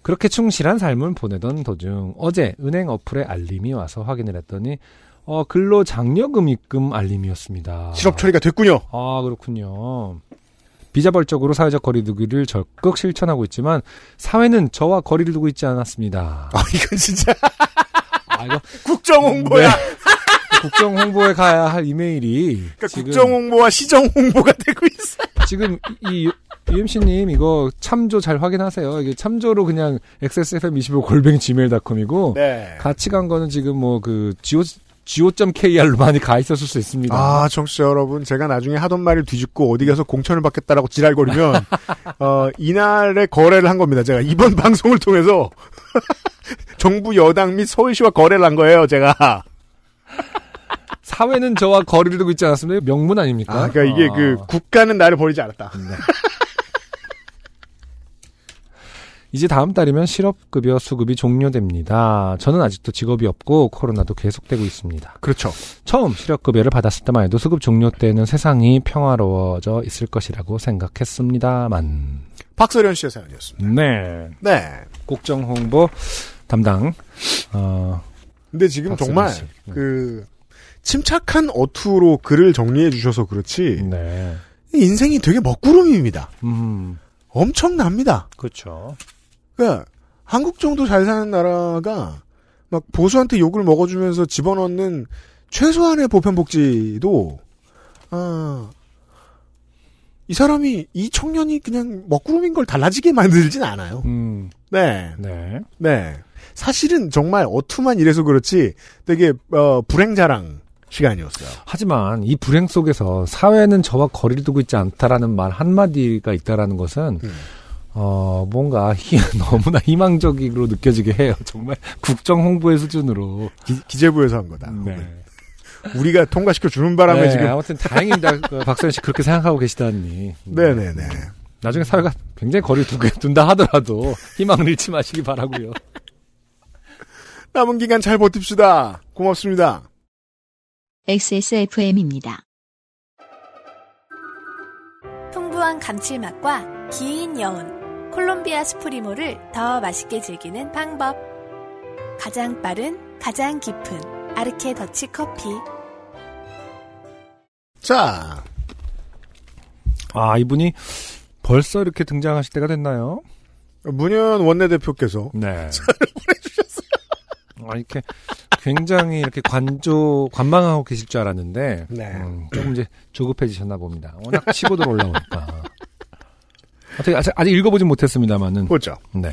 Speaker 2: 그렇게 충실한 삶을 보내던 도중 어제 은행 어플에 알림이 와서 확인을 했더니 어, 근로 장려금 입금 알림이었습니다.
Speaker 1: 실업 처리가 됐군요.
Speaker 2: 아 그렇군요. 비자발적으로 사회적 거리두기를 적극 실천하고 있지만 사회는 저와 거리를 두고 있지 않았습니다.
Speaker 1: 아, 이건 진짜
Speaker 2: 아, 이거
Speaker 1: 국정 홍보야.
Speaker 2: 네, 국정 홍보에 가야 할 이메일이
Speaker 1: 그러니까
Speaker 2: 지금
Speaker 1: 국정 홍보와 시정 홍보가 되고 있어.
Speaker 2: 지금 이 UMC님 이거 참조 잘 확인하세요. 이게 참조로 그냥 XSFM25 골뱅이 gmail.com이고
Speaker 1: 네.
Speaker 2: 같이 간 거는 지금 뭐 그 go go.kr로 많이 가 있었을 수 있습니다.
Speaker 1: 아, 청취자 여러분, 제가 나중에 하던 말을 뒤집고 어디 가서 공천을 받겠다라고 지랄거리면, 어, 이날에 거래를 한 겁니다. 제가 이번 방송을 통해서 정부 여당 및 서울시와 거래를 한 거예요, 제가.
Speaker 2: 사회는 저와 거리를 두고 있지 않았습니까? 명문 아닙니까? 네.
Speaker 1: 아, 그러니까 이게
Speaker 2: 아.
Speaker 1: 그 국가는 나를 버리지 않았다.
Speaker 2: 이제 다음 달이면 실업급여 수급이 종료됩니다. 저는 아직도 직업이 없고 코로나도 계속되고 있습니다.
Speaker 1: 그렇죠.
Speaker 2: 처음 실업급여를 받았을 때만 해도 수급 종료 때는 세상이 평화로워져 있을 것이라고 생각했습니다만.
Speaker 1: 박서련 씨의 사연이었습니다.
Speaker 2: 네.
Speaker 1: 네.
Speaker 2: 국정 홍보 담당, 어,
Speaker 1: 근데 지금
Speaker 2: 박서준
Speaker 1: 정말
Speaker 2: 씨. 네.
Speaker 1: 그 침착한 어투로 글을 정리해 주셔서 그렇지
Speaker 2: 네.
Speaker 1: 인생이 되게 먹구름입니다.
Speaker 2: 음,
Speaker 1: 엄청납니다.
Speaker 2: 그렇죠.
Speaker 1: 그러니까 한국 정도 잘 사는 나라가 막 보수한테 욕을 먹어주면서 집어넣는 최소한의 보편복지도 아, 이 사람이 이 청년이 그냥 먹구름인 걸 달라지게 만들진 않아요.
Speaker 2: 음,
Speaker 1: 네,
Speaker 2: 네.
Speaker 1: 네. 사실은 정말 어투만 이래서 그렇지 되게 어, 불행자랑 시간이었어요.
Speaker 2: 하지만 이 불행 속에서 사회는 저와 거리를 두고 있지 않다라는 말 한마디가 있다라는 것은
Speaker 1: 음.
Speaker 2: 어 뭔가 희- 너무나 희망적으로 느껴지게 해요. 정말 국정 홍보의 수준으로.
Speaker 1: 기, 재부에서한 거다.
Speaker 2: 네.
Speaker 1: 우리가 통과시켜 주는 바람에
Speaker 2: 네,
Speaker 1: 지금
Speaker 2: 아무튼 다행입니다. 그 박선 씨 그렇게 생각하고 계시다니. 음.
Speaker 1: 네네네.
Speaker 2: 나중에 사회가 굉장히 거리를 두게 둔다 하더라도 희망을 잃지 마시기 바라고요.
Speaker 1: 남은 기간 잘 버팁시다. 고맙습니다.
Speaker 3: XSFM입니다.
Speaker 6: 풍부한 감칠맛과 긴 여운, 콜롬비아 스프리모를 더 맛있게 즐기는 방법. 가장 빠른, 가장 깊은 아르케 더치 커피.
Speaker 1: 자,
Speaker 2: 아 이분이 벌써 이렇게 등장하실 때가 됐나요?
Speaker 1: 문현 원내대표께서
Speaker 2: 네. 아, 이렇게 굉장히 이렇게 관조, 관망하고 계실 줄 알았는데,
Speaker 1: 네.
Speaker 2: 음, 조금 이제 조급해지셨나 봅니다. 워낙 치고들 올라오니까. 어떻게, 아직, 아직 읽어보진 못했습니다만은.
Speaker 1: 보죠.
Speaker 2: 네.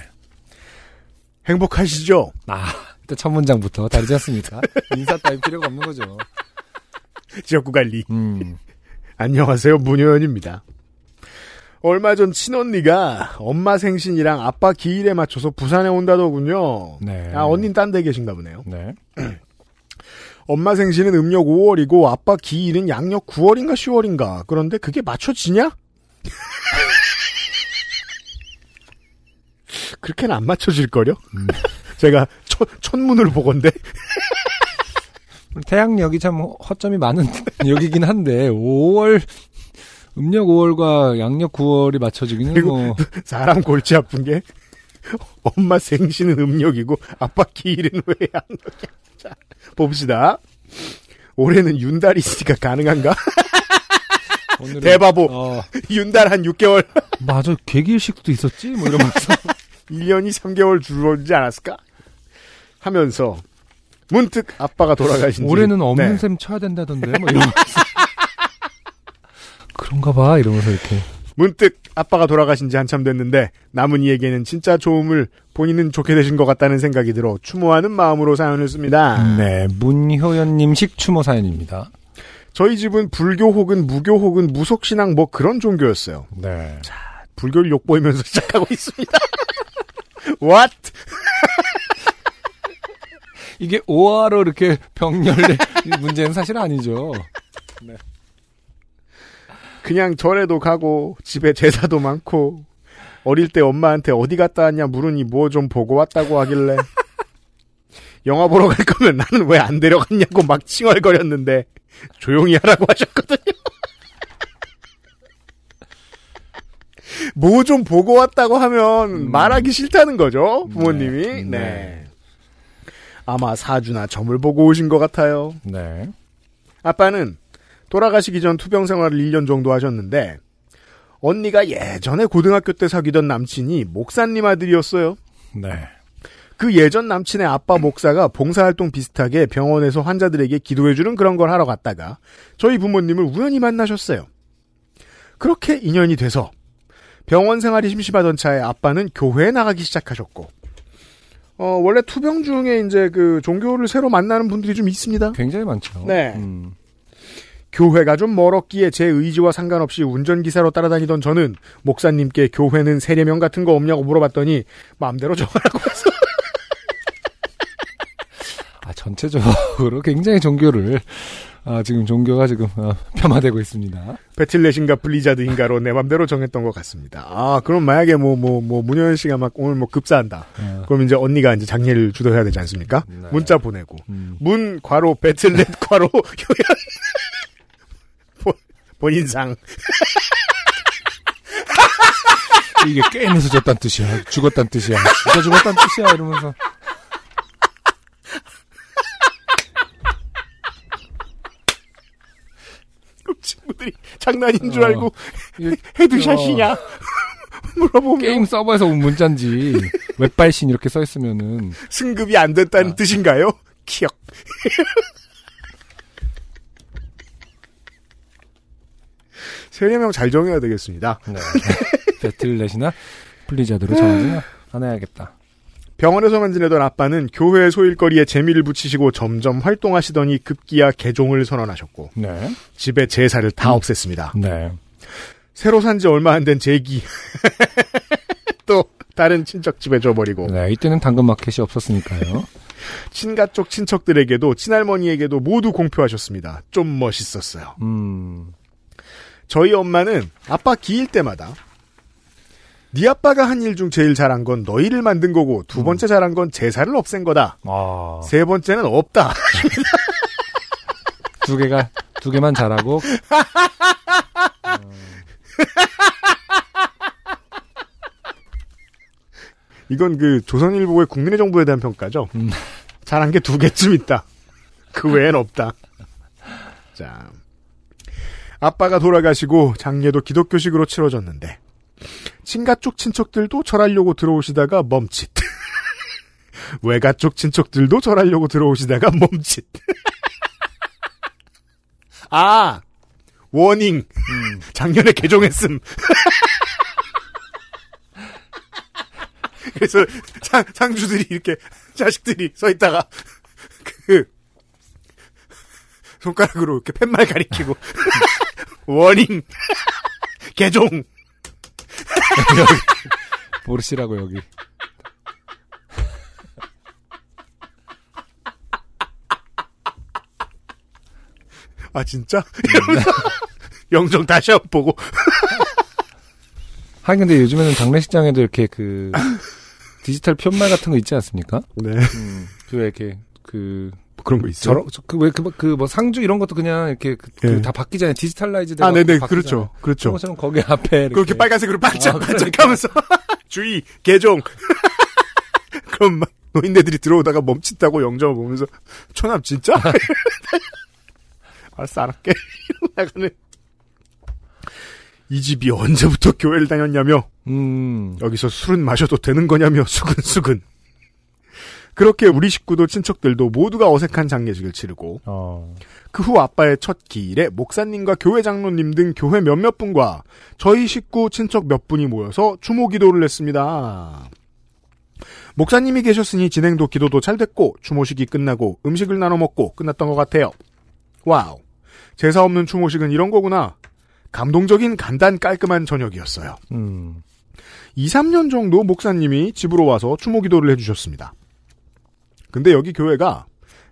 Speaker 1: 행복하시죠?
Speaker 2: 아, 일단 첫 문장부터 다르지 않습니까? 인사 따위 필요가 없는 거죠.
Speaker 1: 지역구 관리.
Speaker 2: 음.
Speaker 1: 안녕하세요, 문효연입니다. 얼마 전 친언니가 엄마 생신이랑 아빠 기일에 맞춰서 부산에 온다더군요.
Speaker 2: 네.
Speaker 1: 아, 언닌 딴 데 계신가 보네요.
Speaker 2: 네.
Speaker 1: 엄마 생신은 음력 5월이고 아빠 기일은 양력 9월인가 10월인가. 그런데 그게 맞춰지냐? 그렇게는 안 맞춰질 거려? 제가 첫, 첫문을 보건데
Speaker 2: 태양력이 참 허점이 많은 역이긴 한데, 5월, 음력 5월과 양력 9월이 맞춰지기는
Speaker 1: 그리고
Speaker 2: 뭐,
Speaker 1: 사람 골치 아픈 게 엄마 생신은 음력이고 아빠 기일은 왜 양력이야? 자, 봅시다. 올해는 윤달이 있으니까 가능한가?
Speaker 2: 오늘은,
Speaker 1: 대바보.
Speaker 2: 어,
Speaker 1: 윤달 한 6개월,
Speaker 2: 맞아. 개기일식도 있었지? 뭐 이러면서.
Speaker 1: 1년이 3개월 줄어들지 않았을까? 하면서 문득 아빠가 돌아가신 지-
Speaker 2: 올해는 없는
Speaker 1: 네.
Speaker 2: 셈 쳐야 된다던데 뭐 이러면서. 그런가 봐 이러면서 이렇게
Speaker 1: 문득 아빠가 돌아가신 지 한참 됐는데 남은 이에게는 진짜 좋음을 본인은 좋게 되신 것 같다는 생각이 들어 추모하는 마음으로 사연을 씁니다.
Speaker 2: 네 문효연님 식추모 사연입니다
Speaker 1: 저희 집은 불교 혹은 무교 혹은 무속신앙 뭐 그런 종교였어요.
Speaker 2: 네
Speaker 1: 불교를 욕보이면서 시작하고 있습니다. What?
Speaker 2: 이게 오화로 이렇게 병렬의 문제는 사실 아니죠
Speaker 1: 그냥 절에도 가고 집에 제사도 많고 어릴 때 엄마한테 어디 갔다 왔냐 물으니 뭐 좀 보고 왔다고 하길래 영화 보러 갈 거면 나는 왜 안 데려갔냐고 막 칭얼거렸는데 조용히 하라고 하셨거든요. 뭐 좀 보고 왔다고 하면 말하기 싫다는 거죠 부모님이.
Speaker 2: 음. 네.
Speaker 1: 네. 아마 사주나 점을 보고 오신 것 같아요.
Speaker 2: 네
Speaker 1: 아빠는 돌아가시기 전 투병 생활을 1년 정도 하셨는데 언니가 예전에 고등학교 때 사귀던 남친이 목사님 아들이었어요.
Speaker 2: 네.
Speaker 1: 그 예전 남친의 아빠 목사가 봉사활동 비슷하게 병원에서 환자들에게 기도해주는 그런 걸 하러 갔다가 저희 부모님을 우연히 만나셨어요. 그렇게 인연이 돼서 병원 생활이 심심하던 차에 아빠는 교회에 나가기 시작하셨고 어, 원래 투병 중에 이제 그 종교를 새로 만나는 분들이 좀 있습니다.
Speaker 2: 굉장히 많죠
Speaker 1: 네.
Speaker 2: 음,
Speaker 1: 교회가 좀 멀었기에 제 의지와 상관없이 운전기사로 따라다니던 저는 목사님께 교회는 세례명 같은 거 없냐고 물어봤더니 마음대로 정하라고 해서
Speaker 2: 아 전체적으로 굉장히 종교를 아, 지금 종교가 지금 아, 폄하되고 있습니다.
Speaker 1: 배틀넷인가 블리자드인가로 내 맘대로 정했던 것 같습니다. 아, 그럼 만약에 뭐, 뭐, 뭐, 문효연 씨가 막 오늘 뭐 급사한다.
Speaker 2: 아,
Speaker 1: 그럼 이제 언니가 이제 장례를 주도해야 되지 않습니까?
Speaker 2: 네.
Speaker 1: 문자 보내고.
Speaker 2: 음,
Speaker 1: 문, 과로, 배틀넷, 과로, 효연. 본- 본인상.
Speaker 2: 이게 게임에서 졌단 뜻이야, 죽었단 뜻이야, 진짜 죽었단 뜻이야 이러면서
Speaker 1: 그럼 친구들이 장난인 줄
Speaker 2: 어.
Speaker 1: 알고
Speaker 2: 이게
Speaker 1: 헤드샷이냐? 물어보면
Speaker 2: 게임 서버에서 온 문자인지 웹발신 이렇게 써 있으면은
Speaker 1: 승급이 안 됐다는
Speaker 2: 아.
Speaker 1: 뜻인가요? 키역. 세례명 잘 정해야 되겠습니다.
Speaker 2: 네. 배틀넷이나 플리자드로 정하지 않아야겠다.
Speaker 1: 병원에서만 지내던 아빠는 교회 소일거리에 재미를 붙이시고 점점 활동하시더니 급기야 개종을 선언하셨고
Speaker 2: 네,
Speaker 1: 집에 제사를 다 없앴습니다.
Speaker 2: 네.
Speaker 1: 새로 산 지 얼마 안 된 제기 또 다른 친척 집에 줘버리고
Speaker 2: 네, 이때는 당근마켓이 없었으니까요.
Speaker 1: 친가 쪽 친척들에게도 친할머니에게도 모두 공표하셨습니다. 좀 멋있었어요.
Speaker 2: 음,
Speaker 1: 저희 엄마는 아빠 기일 때마다 네 아빠가 한 일 중 제일 잘한 건 너희를 만든 거고 두 번째 잘한 건 제사를 없앤 거다.
Speaker 2: 아,
Speaker 1: 세 번째는 없다.
Speaker 2: 두 개가 두 개만 잘하고
Speaker 1: 이건 그 조선일보의 국민의 정부에 대한 평가죠.
Speaker 2: 음.
Speaker 1: 잘한 게 두 개쯤 있다. 그 외엔 없다. 자. 아빠가 돌아가시고 장례도 기독교식으로 치러졌는데 친가 쪽 친척들도 절하려고 들어오시다가 멈칫. 외가 쪽 친척들도 절하려고 들어오시다가 멈칫. 아! 워닝. 작년에 개종했음. 그래서 장, 장주들이 이렇게 자식들이 서 있다가 그 손가락으로 이렇게 팻말 가리키고 워닝 개종
Speaker 2: 모르시라고 여기.
Speaker 1: 아 진짜 이러면서 영정 다시 한번 보고
Speaker 2: 하긴 근데 요즘에는 장례식장에도 이렇게 그 디지털 편말 같은 거 있지 않습니까?
Speaker 1: 네
Speaker 2: 그 왜 이렇게 그
Speaker 1: 그런 거 있어요
Speaker 2: 저런 그왜그뭐 상주 이런 것도 그냥 이렇게 그,
Speaker 1: 예.
Speaker 2: 그다 바뀌잖아요. 디지털라이즈 되고
Speaker 1: 아 네네
Speaker 2: 바뀌잖아요.
Speaker 1: 그렇죠 그렇죠
Speaker 2: 그것처럼 거기 앞에 이렇게
Speaker 1: 그렇게 빨간색으로 반짝반짝하면서 주의 개종 그럼 막 노인네들이 들어오다가 멈칫다고 영정을 보면서 초남 진짜 알았어 안 할게 이러고 나가는 이 집이 언제부터 교회를 다녔냐며
Speaker 2: 음.
Speaker 1: 여기서 술은 마셔도 되는 거냐며 수근수근 그렇게 우리 식구도 친척들도 모두가 어색한 장례식을 치르고
Speaker 2: 어.
Speaker 1: 그 후 아빠의 첫 기일에 목사님과 교회 장로님 등 교회 몇몇 분과 저희 식구 친척 몇 분이 모여서 추모 기도를 했습니다. 목사님이 계셨으니 진행도 기도도 잘 됐고 추모식이 끝나고 음식을 나눠 먹고 끝났던 것 같아요. 와우. 제사 없는 추모식은 이런 거구나. 감동적인 간단 깔끔한 저녁이었어요.
Speaker 2: 음.
Speaker 1: 2, 3년 정도 목사님이 집으로 와서 추모 기도를 해주셨습니다. 근데 여기 교회가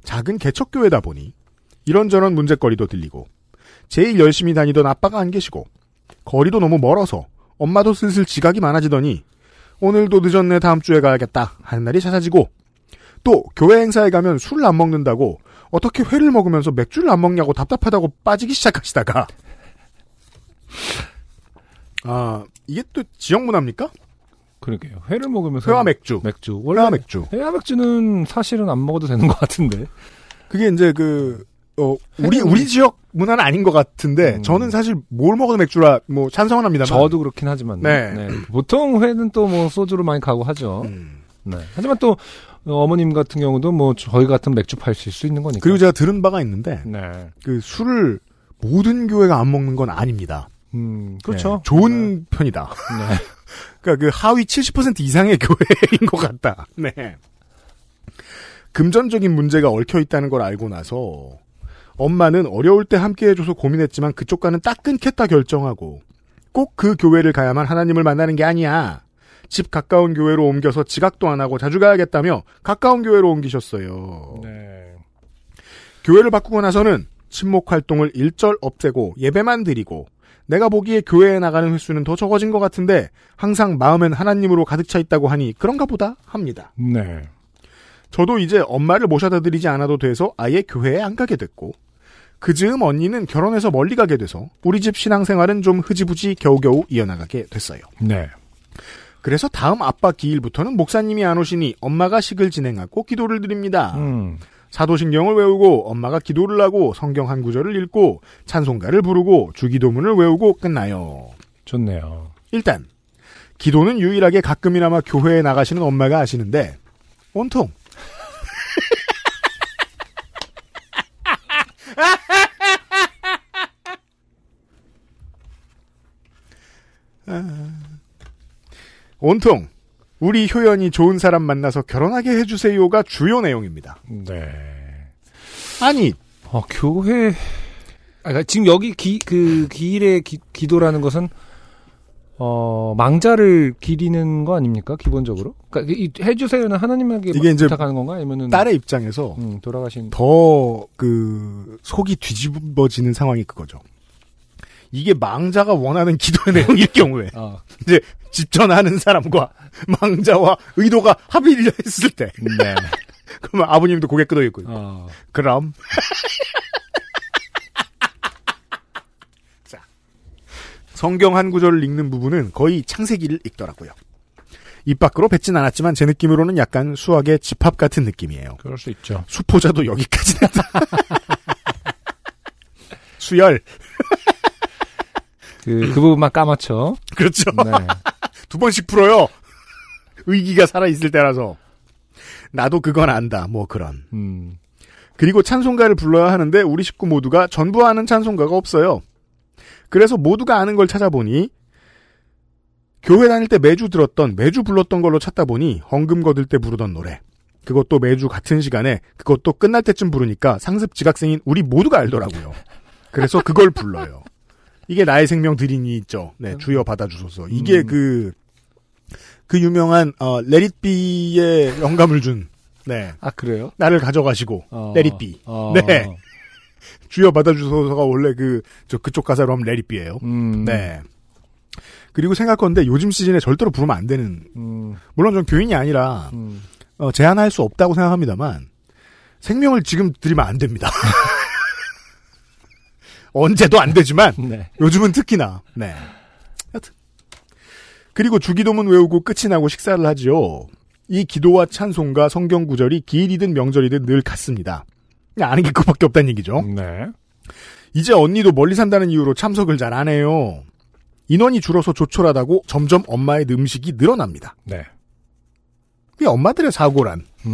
Speaker 1: 작은 개척교회다 보니 이런저런 문제거리도 들리고 제일 열심히 다니던 아빠가 안 계시고 거리도 너무 멀어서 엄마도 슬슬 지각이 많아지더니 오늘도 늦었네 다음 주에 가야겠다 하는 날이 잦아지고 또 교회 행사에 가면 술을 안 먹는다고 어떻게 회를 먹으면서 맥주를 안 먹냐고 답답하다고 빠지기 시작하시다가 아 이게 또 지역 문화입니까?
Speaker 2: 그러게요. 회를 먹으면서
Speaker 1: 회화 맥주. 아.
Speaker 2: 맥주.
Speaker 1: 회화
Speaker 2: 원래
Speaker 1: 맥주.
Speaker 2: 회화 맥주는 사실은 안 먹어도 되는 것 같은데.
Speaker 1: 그게 이제 그, 어, 우리,
Speaker 2: 회는-
Speaker 1: 우리 지역 문화는 아닌 것 같은데,
Speaker 2: 음.
Speaker 1: 저는 사실 뭘 먹어도 맥주라, 뭐, 찬성은 합니다만.
Speaker 2: 저도 그러니까. 그렇긴 하지만
Speaker 1: 네.
Speaker 2: 보통 회는 또 뭐 소주로 많이 가고 하죠.
Speaker 1: 음.
Speaker 2: 네. 하지만 또 어, 어머님 같은 경우도 뭐 저희 같은 맥주 팔실 수 있는 거니까.
Speaker 1: 그리고 제가 들은 바가 있는데,
Speaker 2: 네.
Speaker 1: 그 술을 모든 교회가 안 먹는 건 아닙니다.
Speaker 2: 음, 그렇죠.
Speaker 1: 네, 좋은 편이다.
Speaker 2: 네.
Speaker 1: 그러니까 그 하위 70% 이상의 교회인 것 같다. 네. 금전적인 문제가 얽혀 있다는 걸 알고 나서 엄마는 어려울 때 함께 해줘서 고민했지만 그쪽과는 딱 끊겠다 결정하고 꼭 그 교회를 가야만 하나님을 만나는 게 아니야. 집 가까운 교회로 옮겨서 지각도 안 하고 자주 가야겠다며 가까운 교회로 옮기셨어요.
Speaker 2: 네.
Speaker 1: 교회를 바꾸고 나서는 친목 활동을 일절 없애고 예배만 드리고 내가 보기에 교회에 나가는 횟수는 더 적어진 것 같은데 항상 마음엔 하나님으로 가득 차 있다고 하니 그런가 보다 합니다.
Speaker 2: 네.
Speaker 1: 저도 이제 엄마를 모셔다 드리지 않아도 돼서 아예 교회에 안 가게 됐고 그 즈음 언니는 결혼해서 멀리 가게 돼서 우리 집 신앙생활은 좀 흐지부지 겨우겨우 이어나가게 됐어요.
Speaker 2: 네.
Speaker 1: 그래서 다음 아빠 기일부터는 목사님이 안 오시니 엄마가 식을 진행하고 기도를 드립니다.
Speaker 2: 음.
Speaker 1: 사도신경을 외우고 엄마가 기도를 하고 성경 한 구절을 읽고 찬송가를 부르고 주기도문을 외우고 끝나요.
Speaker 2: 좋네요.
Speaker 1: 일단 기도는 유일하게 가끔이나마 교회에 나가시는 엄마가 아시는데 온통 아. 온통 우리 효연이 좋은 사람 만나서 결혼하게 해주세요가 주요 내용입니다.
Speaker 2: 네.
Speaker 1: 아니
Speaker 2: 아, 교회. 아, 그러니까 지금 여기 기, 그, 기일의 기, 기도라는 것은, 어, 망자를 기리는 거 아닙니까? 기본적으로? 그러니까 이, 이 해주세요는 하나님에게
Speaker 1: 이게 이제
Speaker 2: 부탁하는 건가? 아니면은.
Speaker 1: 딸의 입장에서
Speaker 2: 음, 돌아가신.
Speaker 1: 더, 그, 속이 뒤집어지는 상황이 그거죠. 이게 망자가 원하는 기도의 내용일 경우에,
Speaker 2: 아,
Speaker 1: 이제, 집전하는 사람과 망자와 의도가 합의를 했을 때,
Speaker 2: 네.
Speaker 1: 그러면 아버님도 고개 끄덕이고,
Speaker 2: 아,
Speaker 1: 그럼. 자. 성경 한 구절을 읽는 부분은 거의 창세기를 읽더라고요. 입 밖으로 뱉진 않았지만 제 느낌으로는 약간 수학의 집합 같은 느낌이에요.
Speaker 2: 그럴 수 있죠.
Speaker 1: 수포자도 여기까지 했다. 수열.
Speaker 2: 그, 그 부분만 까맣죠.
Speaker 1: 그렇죠.
Speaker 2: 네.
Speaker 1: 두 번씩 풀어요. 의기가 살아있을 때라서. 나도 그건 안다. 뭐 그런.
Speaker 2: 음,
Speaker 1: 그리고 찬송가를 불러야 하는데 우리 식구 모두가 전부 아는 찬송가가 없어요. 그래서 모두가 아는 걸 찾아보니 교회 다닐 때 매주 들었던 매주 불렀던 걸로 찾다 보니 헌금 거들 때 부르던 노래 그것도 매주 같은 시간에 그것도 끝날 때쯤 부르니까 상습 지각생인 우리 모두가 알더라고요. 그래서 그걸 불러요. 이게 나의 생명 드리니 있죠. 네, 주여 받아주소서. 이게
Speaker 2: 음.
Speaker 1: 그, 그 유명한, 어, 레릿비의 영감을 준, 네,
Speaker 2: 아, 그래요?
Speaker 1: 나를 가져가시고,
Speaker 2: 어,
Speaker 1: 레릿비.
Speaker 2: 어,
Speaker 1: 네. 주여 받아주소서가 원래 그, 저, 그쪽 가사로 하면 레릿비예요
Speaker 2: 음,
Speaker 1: 네. 그리고 생각건데 요즘 시즌에 절대로 부르면 안 되는,
Speaker 2: 음,
Speaker 1: 물론 전 교인이 아니라,
Speaker 2: 음.
Speaker 1: 어, 제한할 수 없다고 생각합니다만, 생명을 지금 드리면 안 됩니다. 언제도 안 되지만,
Speaker 2: 네.
Speaker 1: 요즘은 특히나, 네. 여튼. 그리고 주기도문 외우고 끝이 나고 식사를 하지요. 이 기도와 찬송과 성경 구절이 기일이든 명절이든 늘 같습니다. 그냥 아는 게 그밖에 없다는 얘기죠.
Speaker 2: 네.
Speaker 1: 이제 언니도 멀리 산다는 이유로 참석을 잘 안 해요. 인원이 줄어서 조촐하다고 점점 엄마의 음식이 늘어납니다.
Speaker 2: 네.
Speaker 1: 그게 엄마들의 사고란.
Speaker 2: 음,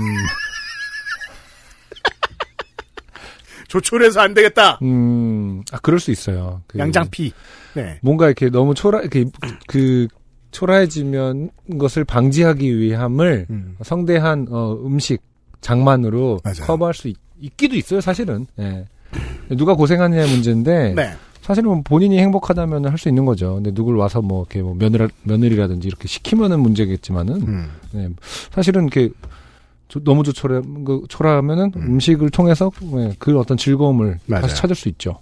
Speaker 1: 조촐해서 안 되겠다.
Speaker 2: 음, 아, 그럴 수 있어요. 그-
Speaker 1: 양장피. 네.
Speaker 2: 뭔가 이렇게 너무 초라 이렇게 그 초라해지면 것을 방지하기 위함을
Speaker 1: 음.
Speaker 2: 성대한 어, 음식 장만으로
Speaker 1: 맞아요.
Speaker 2: 커버할 수 있, 기도 있어요 사실은 예. 누가 고생하느냐의 문제인데
Speaker 1: 네.
Speaker 2: 사실은 뭐 본인이 행복하다면 할 수 있는 거죠 근데 누굴 와서 뭐 이렇게 뭐 며느라, 며느리라든지 이렇게 시키면은 문제겠지만은
Speaker 1: 음.
Speaker 2: 네, 사실은 이렇게 조- 너무 조촐해 그 초라하면은
Speaker 1: 음.
Speaker 2: 음. 식을 통해서 예, 그 어떤 즐거움을
Speaker 1: 맞아요.
Speaker 2: 다시 찾을 수 있죠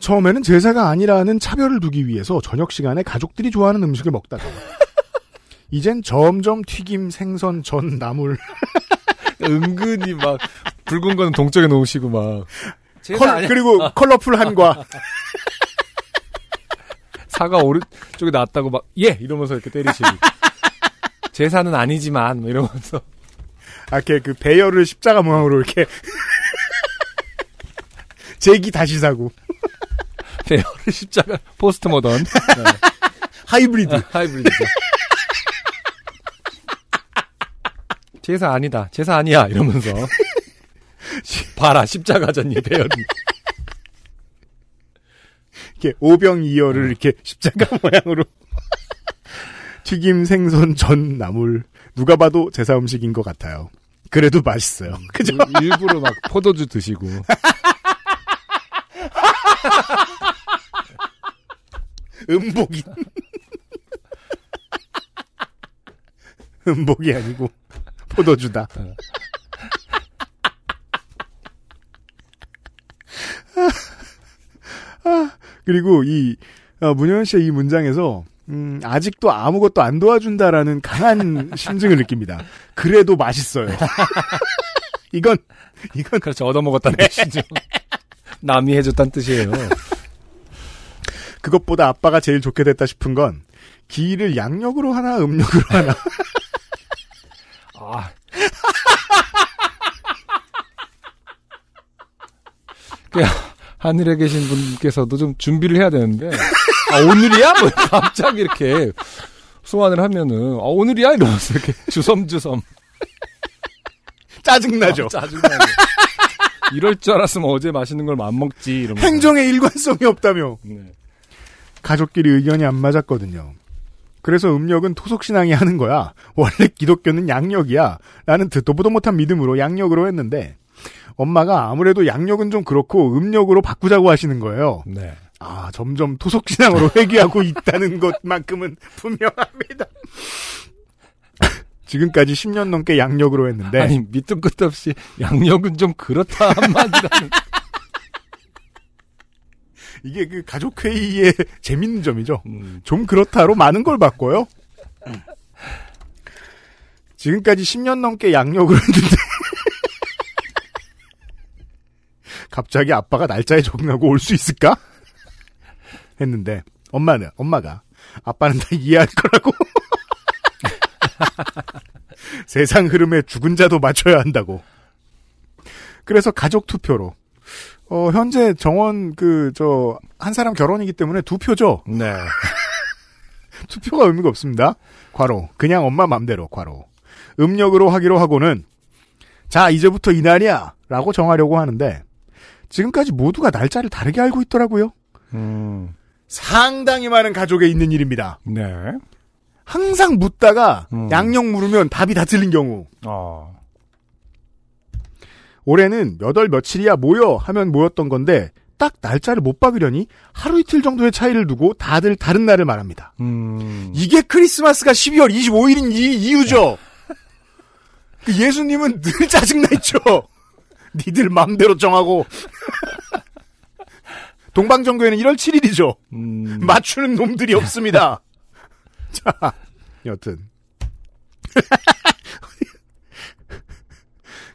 Speaker 1: 처음에는 제사가 아니라는 차별을 두기 위해서 저녁 시간에 가족들이 좋아하는 음식을 먹다가 이젠 점점 튀김, 생선, 전, 나물
Speaker 2: 그러니까 은근히 막 붉은 거는 동쪽에 놓으시고 막
Speaker 1: 컬, 그리고 컬러풀한과
Speaker 2: 사과 오른쪽에 나왔다고 막 예 이러면서 이렇게 때리시고 제사는 아니지만 뭐 이러면서
Speaker 1: 아, 이렇게 그 배열을 십자가 모양으로 이렇게 제기 다시 사고
Speaker 2: 배열을 십자가 네, 포스트 모던 네, 어.
Speaker 1: 하이브리드
Speaker 2: 하이브리드죠. 제사 아니다 제사 아니야 이러면서 봐라 십자가잖니 배열
Speaker 1: 이렇게 오병이어를 이렇게 십자가 모양으로 튀김 생선 전 나물 누가 봐도 제사 음식인 것 같아요. 그래도 맛있어요. 그죠?
Speaker 2: 뭐 일부러 막 포도주 드시고
Speaker 1: 음복이 음복이 아니고 포도주다. 아, 그리고 이 어, 문효연 씨의 이 문장에서 음, 아직도 아무것도 안 도와준다라는 강한 심증을 느낍니다. 그래도 맛있어요. 이건 이건
Speaker 2: 그렇죠. 얻어먹었다는 뜻이죠. 남이 해줬다는 뜻이에요.
Speaker 1: 그것보다 아빠가 제일 좋게 됐다 싶은 건 기를 양력으로 하나 음력으로 하나
Speaker 2: 아. 그, 하늘에 계신 분께서도 좀 준비를 해야 되는데, 아, 오늘이야? 뭐, 갑자기 이렇게 소환을 하면은, 아, 오늘이야? 이러면서 이렇게 주섬주섬.
Speaker 1: 짜증나죠.
Speaker 2: 아, 짜증나게. 이럴 줄 알았으면 어제 맛있는 걸 안 먹지, 이러면서.
Speaker 1: 음. 행정의 일관성이 없다며
Speaker 2: 네.
Speaker 1: 가족끼리 의견이 안 맞았거든요. 그래서 음력은 토속신앙이 하는 거야. 원래 기독교는 양력이야. 라는 듣도 보도 못한 믿음으로 양력으로 했는데 엄마가 아무래도 양력은 좀 그렇고 음력으로 바꾸자고 하시는 거예요.
Speaker 2: 네.
Speaker 1: 아, 점점 토속신앙으로 회귀하고 있다는 것만큼은 분명합니다. 지금까지 10년 넘게 양력으로 했는데
Speaker 2: 아니, 밑도 끝도 없이 양력은 좀 그렇다 한마디라는.
Speaker 1: 이게 그 가족회의의 재밌는 점이죠.
Speaker 2: 음,
Speaker 1: 좀 그렇다로 많은 걸 바꿔요. 지금까지 10년 넘게 양력을 했는데 갑자기 아빠가 날짜에 적응하고 올 수 있을까? 했는데 엄마는 엄마가 아빠는 다 이해할 거라고 세상 흐름에 죽은 자도 맞춰야 한다고 그래서 가족 투표로 어, 현재 정원 그 저 한 사람 결혼이기 때문에 두 표죠
Speaker 2: 네.
Speaker 1: 투표가 의미가 없습니다. 과로. 그냥 엄마 맘대로 과로. 음력으로 하기로 하고는 자 이제부터 이날이야 라고 정하려고 하는데 지금까지 모두가 날짜를 다르게 알고 있더라고요.
Speaker 2: 음,
Speaker 1: 상당히 많은 가족에 있는 일입니다.
Speaker 2: 네.
Speaker 1: 항상 묻다가
Speaker 2: 음.
Speaker 1: 양력 물으면 답이 다 틀린 경우.
Speaker 2: 어.
Speaker 1: 올해는 몇 월 며칠이야 모여 하면 모였던 건데 딱 날짜를 못 박으려니 하루 이틀 정도의 차이를 두고 다들 다른 날을 말합니다.
Speaker 2: 음.
Speaker 1: 이게 크리스마스가 12월 25일인 이 이유죠. 그 예수님은 늘 짜증나 있죠. 니들 맘대로 정하고. 동방정교회는 1월 7일이죠.
Speaker 2: 음.
Speaker 1: 맞추는 놈들이 없습니다. 자, 여튼.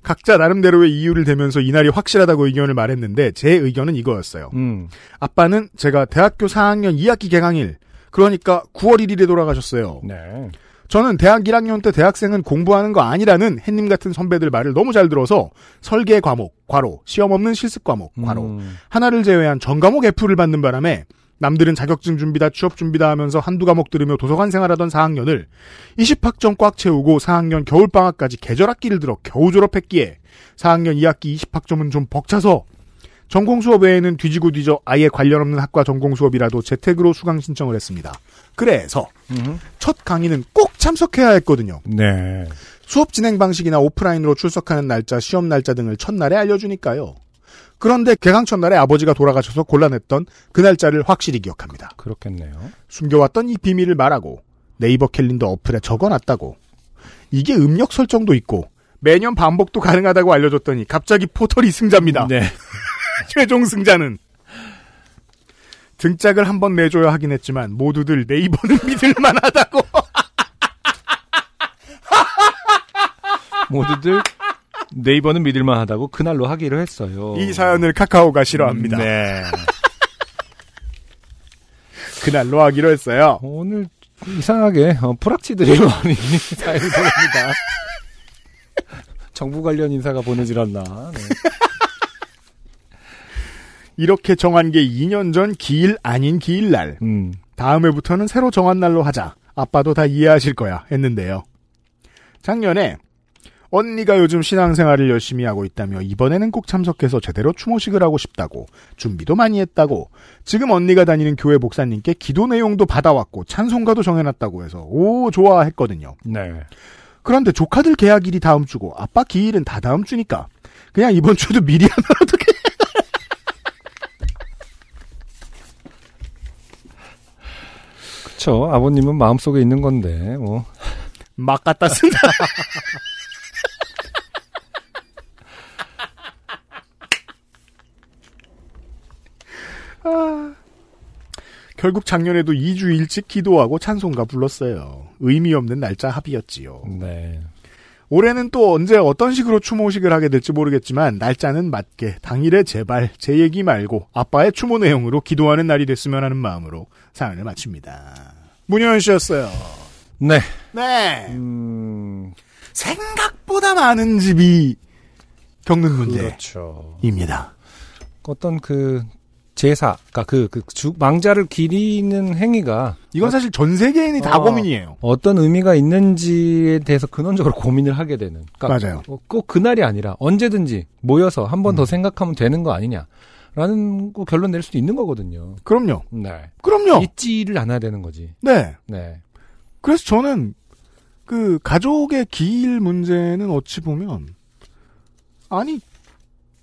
Speaker 1: 각자 나름대로의 이유를 대면서 이날이 확실하다고 의견을 말했는데 제 의견은 이거였어요.
Speaker 2: 음.
Speaker 1: 아빠는 제가 대학교 4학년 2학기 개강일, 그러니까 9월 1일에 돌아가셨어요.
Speaker 2: 네.
Speaker 1: 저는 대학 1학년 때 대학생은 공부하는 거 아니라는 햇님 같은 선배들 말을 너무 잘 들어서 설계 과목, 과로, 시험 없는 실습 과목, 과로,
Speaker 2: 음.
Speaker 1: 하나를 제외한 전 과목 F를 받는 바람에 남들은 자격증 준비다, 취업 준비다 하면서 한두 과목 들으며 도서관 생활하던 4학년을 20학점 꽉 채우고 4학년 겨울방학까지 계절학기를 들어 겨우 졸업했기에 4학년 2학기 20학점은 좀 벅차서 전공 수업 외에는 뒤지고 뒤져 아예 관련 없는 학과 전공 수업이라도 재택으로 수강 신청을 했습니다. 그래서
Speaker 2: 음.
Speaker 1: 첫 강의는 꼭 참석해야 했거든요.
Speaker 2: 네.
Speaker 1: 수업 진행 방식이나 오프라인으로 출석하는 날짜, 시험 날짜 등을 첫날에 알려주니까요. 그런데 개강 첫날에 아버지가 돌아가셔서 곤란했던 그 날짜를 확실히 기억합니다.
Speaker 2: 그렇겠네요.
Speaker 1: 숨겨왔던 이 비밀을 말하고 네이버 캘린더 어플에 적어놨다고 이게 음력 설정도 있고 매년 반복도 가능하다고 알려줬더니 갑자기 포털이 승자입니다.
Speaker 2: 네.
Speaker 1: 최종 승자는 등짝을 한 번 내줘야 하긴 했지만 모두들 네이버는 믿을 만하다고
Speaker 2: 모두들 네이버는 믿을만 하다고 그날로 하기로 했어요.
Speaker 1: 이 사연을 카카오가 싫어합니다.
Speaker 2: 네.
Speaker 1: 그날로 하기로 했어요.
Speaker 2: 오늘 이상하게 어, 프락치들이 많이 사연을 보냅니다. 정부 관련 인사가 보내질 않나. 네.
Speaker 1: 이렇게 정한 게 2년 전 기일 아닌 기일 날.
Speaker 2: 음.
Speaker 1: 다음 해부터는 새로 정한 날로 하자. 아빠도 다 이해하실 거야. 했는데요. 작년에 언니가 요즘 신앙생활을 열심히 하고 있다며 이번에는 꼭 참석해서 제대로 추모식을 하고 싶다고 준비도 많이 했다고 지금 언니가 다니는 교회 목사님께 기도 내용도 받아왔고 찬송가도 정해놨다고 해서 오 좋아 했거든요.
Speaker 2: 네.
Speaker 1: 그런데 조카들 계약일이 다음 주고 아빠 기일은 다 다음 주니까 그냥 이번 주도 미리 하면 어떡해.
Speaker 2: 그쵸. 아버님은 마음속에 있는 건데, 뭐.
Speaker 1: 막 갖다 쓴다. 아. 결국 작년에도 2주 일찍 기도하고 찬송가 불렀어요. 의미 없는 날짜 합의였지요.
Speaker 2: 네.
Speaker 1: 올해는 또 언제 어떤 식으로 추모식을 하게 될지 모르겠지만 날짜는 맞게 당일에 제발 제 얘기 말고 아빠의 추모 내용으로 기도하는 날이 됐으면 하는 마음으로 사연을 마칩니다. 문현 씨였어요.
Speaker 2: 네.
Speaker 1: 네.
Speaker 2: 음,
Speaker 1: 생각보다 많은 집이 겪는 문제입니다.
Speaker 2: 그렇죠. 어떤 그 제사, 그러니까 그, 그 주, 망자를 기리는 행위가
Speaker 1: 이건 사실 전 세계인이 다
Speaker 2: 어.
Speaker 1: 고민이에요.
Speaker 2: 어떤 의미가 있는지에 대해서 근원적으로 고민을 하게 되는. 그러니까
Speaker 1: 맞아요. 음.
Speaker 2: 어, 꼭 그날이 아니라 언제든지 모여서 한 번 더 생각하면 되는 거 아니냐라는 거 결론 낼 수도 있는 거거든요.
Speaker 1: 그럼요.
Speaker 2: 네.
Speaker 1: 그럼요.
Speaker 2: 잊지를 않아야 되는 거지.
Speaker 1: 네.
Speaker 2: 네.
Speaker 1: 그래서 저는 그 가족의 기일 문제는 어찌 보면 아니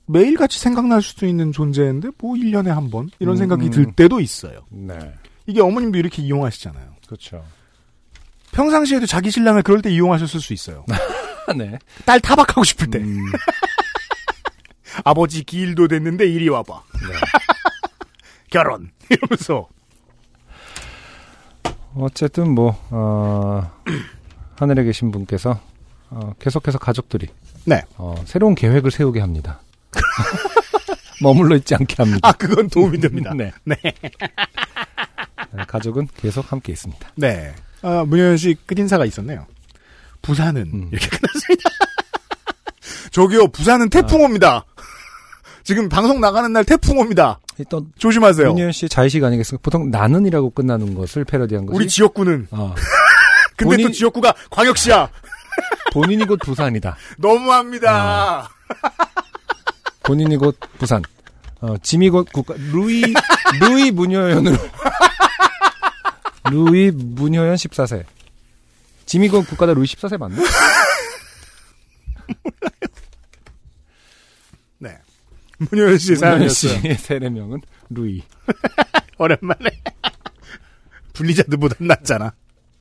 Speaker 1: 매일같이 생각날 수도 있는 존재인데 뭐 1년에 한 번 이런
Speaker 2: 음,
Speaker 1: 생각이
Speaker 2: 음.
Speaker 1: 들 때도 있어요.
Speaker 2: 네.
Speaker 1: 이게 어머님도 이렇게 이용하시잖아요.
Speaker 2: 그렇죠.
Speaker 1: 평상시에도 자기 신랑을 그럴 때 이용하셨을 수 있어요.
Speaker 2: 네.
Speaker 1: 딸 타박하고 싶을 때.
Speaker 2: 음,
Speaker 1: 아버지 기일도 됐는데 이리 와봐.
Speaker 2: 네.
Speaker 1: 결혼. 이러면서.
Speaker 2: 어쨌든 뭐 어, 하늘에 계신 분께서 어, 계속해서 가족들이
Speaker 1: 네.
Speaker 2: 어, 새로운 계획을 세우게 합니다. 머물러 있지 않게 합니다.
Speaker 1: 아, 그건 도움이 됩니다.
Speaker 2: 네.
Speaker 1: 아.
Speaker 2: 가족은 계속 함께 있습니다.
Speaker 1: 네. 아, 문현 씨 끝인사가 있었네요. 부산은
Speaker 2: 음.
Speaker 1: 이렇게 끝났습니다. 저기요, 부산은 태풍 옵니다. 지금 방송 나가는 날 태풍 옵니다.
Speaker 2: 일단
Speaker 1: 조심하세요.
Speaker 2: 문현 씨 자의식 아니겠습니까? 보통 나는이라고 끝나는 것을 패러디한 거지.
Speaker 1: 우리 지역구는
Speaker 2: 어,
Speaker 1: 근데 또
Speaker 2: 본인-
Speaker 1: 지역구가 광역시야.
Speaker 2: 본인이 곧 부산이다.
Speaker 1: 너무합니다.
Speaker 2: 아. 본인이 곧 부산. 어, 짐이 곧 국가 루이 루이 문효연으로 루이 문효연 14세. 짐이 곧 국가다 루이 14세 맞나?
Speaker 1: 네. 문현 씨
Speaker 2: 문효연
Speaker 1: 그 사연이었어요.
Speaker 2: 씨의 세례명은 루이.
Speaker 1: 오랜만에. 분리자드보단 낫잖아.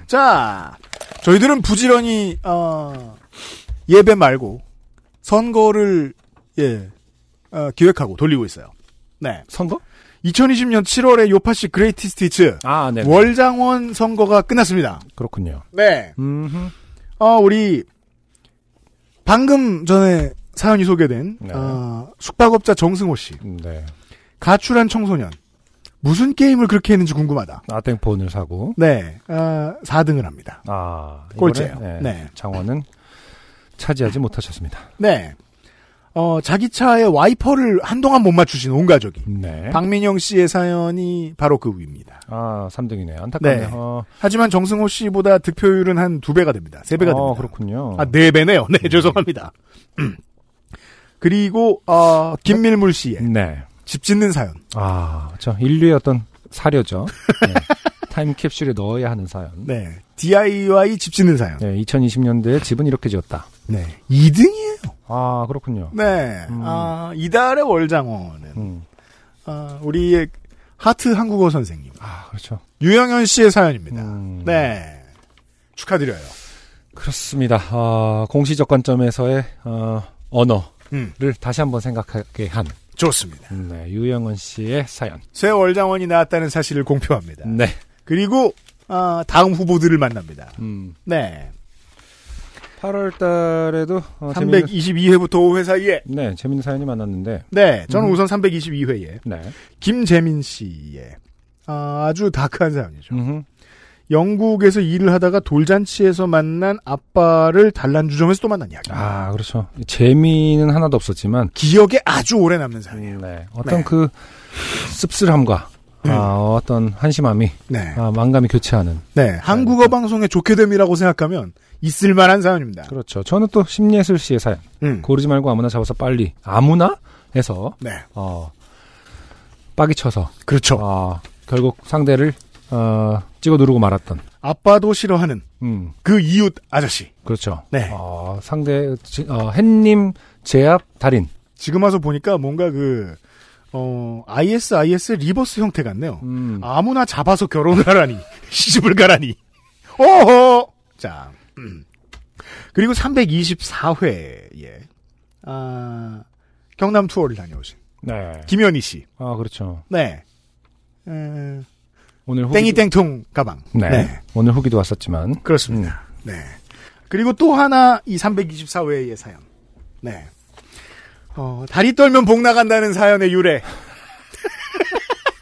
Speaker 1: 자, 저희들은 부지런히, 어, 예배 말고, 선거를, 예, 어, 기획하고 돌리고 있어요. 네.
Speaker 2: 선거?
Speaker 1: 2020년 7월에 요파시 그레이티 스티츠,
Speaker 2: 아, 네.
Speaker 1: 월장원 선거가 끝났습니다.
Speaker 2: 그렇군요.
Speaker 1: 네.
Speaker 2: 음.
Speaker 1: 어, 우리, 방금 전에 사연이 소개된,
Speaker 2: 네.
Speaker 1: 어, 숙박업자 정승호 씨,
Speaker 2: 네.
Speaker 1: 가출한 청소년, 무슨 게임을 그렇게 했는지 궁금하다.
Speaker 2: 아땡폰을 사고
Speaker 1: 네, 어, 4등을 합니다.
Speaker 2: 아, 이번에,
Speaker 1: 꼴찌예요. 네.
Speaker 2: 장원은 차지하지 못하셨습니다.
Speaker 1: 네. 어, 자기 차에 와이퍼를 한동안 못 맞추신 온 가족이.
Speaker 2: 네.
Speaker 1: 박민영 씨의 사연이 바로 그 위입니다.
Speaker 2: 아, 3등이네요. 안타깝네요.
Speaker 1: 네.
Speaker 2: 어,
Speaker 1: 하지만 정승호 씨보다 득표율은 한 두 배가 됩니다. 세 배가
Speaker 2: 아,
Speaker 1: 됩니다.
Speaker 2: 그렇군요. 음.
Speaker 1: 아, 네 배네요. 네, 죄송합니다. 그리고, 어, 김밀물 씨의
Speaker 2: 네.
Speaker 1: 집 짓는 사연.
Speaker 2: 아, 저 인류의 어떤 사료죠. 네. 타임캡슐에 넣어야 하는 사연.
Speaker 1: 네. DIY 집 짓는 사연.
Speaker 2: 네, 2020년대에 집은 이렇게 지었다.
Speaker 1: 네. 2등이에요.
Speaker 2: 아, 그렇군요.
Speaker 1: 네.
Speaker 2: 음.
Speaker 1: 아, 이달의 월장어는,
Speaker 2: 음.
Speaker 1: 아, 우리의 하트 한국어 선생님.
Speaker 2: 아, 그렇죠.
Speaker 1: 유영현 씨의 사연입니다.
Speaker 2: 음.
Speaker 1: 네. 축하드려요.
Speaker 2: 그렇습니다. 아, 공시적 관점에서의 어, 언어를
Speaker 1: 음.
Speaker 2: 다시 한번 생각하게 한
Speaker 1: 좋습니다.
Speaker 2: 네, 유영은 씨의 사연.
Speaker 1: 새 월장원이 나왔다는 사실을 공표합니다.
Speaker 2: 네.
Speaker 1: 그리고 아, 다음 후보들을 만납니다.
Speaker 2: 음.
Speaker 1: 네.
Speaker 2: 8월 달에도 어, 재밌는,
Speaker 1: 322회부터 5회 사이에
Speaker 2: 네, 재밌는 사연이 많았는데.
Speaker 1: 네, 저는
Speaker 2: 음.
Speaker 1: 우선 322회에
Speaker 2: 네.
Speaker 1: 김재민 씨의 아, 아주 다크한 사연이죠.
Speaker 2: 음흠.
Speaker 1: 영국에서 일을 하다가 돌잔치에서 만난 아빠를 단란주점에서 또 만난 이야기.
Speaker 2: 아, 그렇죠. 재미는 하나도 없었지만
Speaker 1: 기억에 아주 오래 남는 사연이에요.
Speaker 2: 네. 어떤
Speaker 1: 네.
Speaker 2: 그 씁쓸함과
Speaker 1: 음.
Speaker 2: 아, 어떤 한심함이
Speaker 1: 네.
Speaker 2: 아, 만감이 교체하는
Speaker 1: 네. 한국어 방송에 좋게 됨이라고 생각하면 있을만한 사연입니다.
Speaker 2: 그렇죠. 저는 또 심예술 씨의 사연
Speaker 1: 음.
Speaker 2: 고르지 말고 아무나 잡아서 빨리 아무나 해서
Speaker 1: 네.
Speaker 2: 어 빠기 쳐서
Speaker 1: 그렇죠.
Speaker 2: 아, 결국 상대를 어, 찍어 누르고 말았던
Speaker 1: 아빠도 싫어하는
Speaker 2: 음
Speaker 1: 그 이웃 아저씨.
Speaker 2: 그렇죠.
Speaker 1: 네.
Speaker 2: 어, 상대 지- 어, 햇님 제압 달인
Speaker 1: 지금 와서 보니까 뭔가 그, 어, ISIS 리버스 형태 같네요.
Speaker 2: 음,
Speaker 1: 아무나 잡아서 결혼을 하라니. 시집을 가라니. 오호! 자. 음. 그리고 324회에, 아, 경남 투어를 다녀오신
Speaker 2: 네.
Speaker 1: 김현희 씨.
Speaker 2: 아 그렇죠.
Speaker 1: 네. 에,
Speaker 2: 오늘 후기도-
Speaker 1: 땡이 땡통 가방.
Speaker 2: 아, 네. 오늘 후기도 왔었지만
Speaker 1: 그렇습니다. 네. 그리고 또 하나 이 324회의 사연. 네. 어, 다리 떨면 복 나간다는 사연의 유래.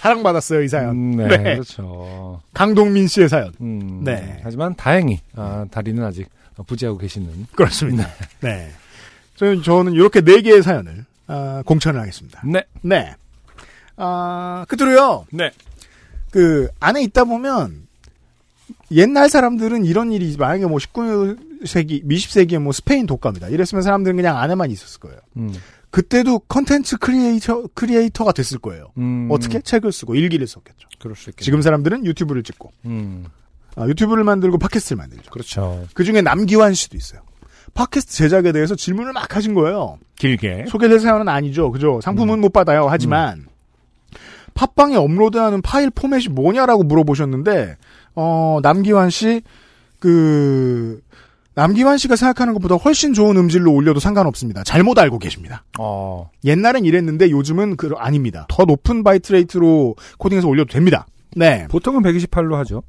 Speaker 1: 사랑받았어요, 이 사연.
Speaker 2: 음, 네,
Speaker 1: 네.
Speaker 2: 그렇죠.
Speaker 1: 강동민 씨의 사연.
Speaker 2: 음,
Speaker 1: 네.
Speaker 2: 하지만 다행히 아, 다리는 아직 부재하고 계시는.
Speaker 1: 그렇습니다. 네. 저는, 저는 이렇게 네 개의 사연을, 아, 공천을 하겠습니다.
Speaker 2: 네.
Speaker 1: 네. 아, 그대로요.
Speaker 2: 네.
Speaker 1: 그, 안에 있다 보면, 옛날 사람들은 이런 일이, 만약에 뭐 19세기, 20세기에 뭐 스페인 독감이다. 이랬으면 사람들은 그냥 안에만 있었을 거예요.
Speaker 2: 음.
Speaker 1: 그때도 컨텐츠 크리에이터, 크리에이터가 됐을 거예요.
Speaker 2: 음,
Speaker 1: 어떻게? 책을 쓰고 일기를 썼겠죠.
Speaker 2: 그럴 수 있겠죠.
Speaker 1: 지금 사람들은 유튜브를 찍고,
Speaker 2: 음.
Speaker 1: 아, 유튜브를 만들고 팟캐스트를 만들죠.
Speaker 2: 그렇죠.
Speaker 1: 그 중에 남기환 씨도 있어요. 팟캐스트 제작에 대해서 질문을 막 하신 거예요.
Speaker 2: 길게.
Speaker 1: 소개될 사연은 아니죠. 그죠? 상품은 못 받아요. 하지만 팟빵에 업로드하는 파일 포맷이 뭐냐라고 물어보셨는데 어, 남기환 씨 그, 남기환 씨가 생각하는 것보다 훨씬 좋은 음질로 올려도 상관없습니다. 잘못 알고 계십니다.
Speaker 2: 어.
Speaker 1: 옛날엔 이랬는데 요즘은 그 아닙니다. 더 높은 바이트 레이트로 코딩해서 올려도 됩니다. 네.
Speaker 2: 보통은 128로 하죠.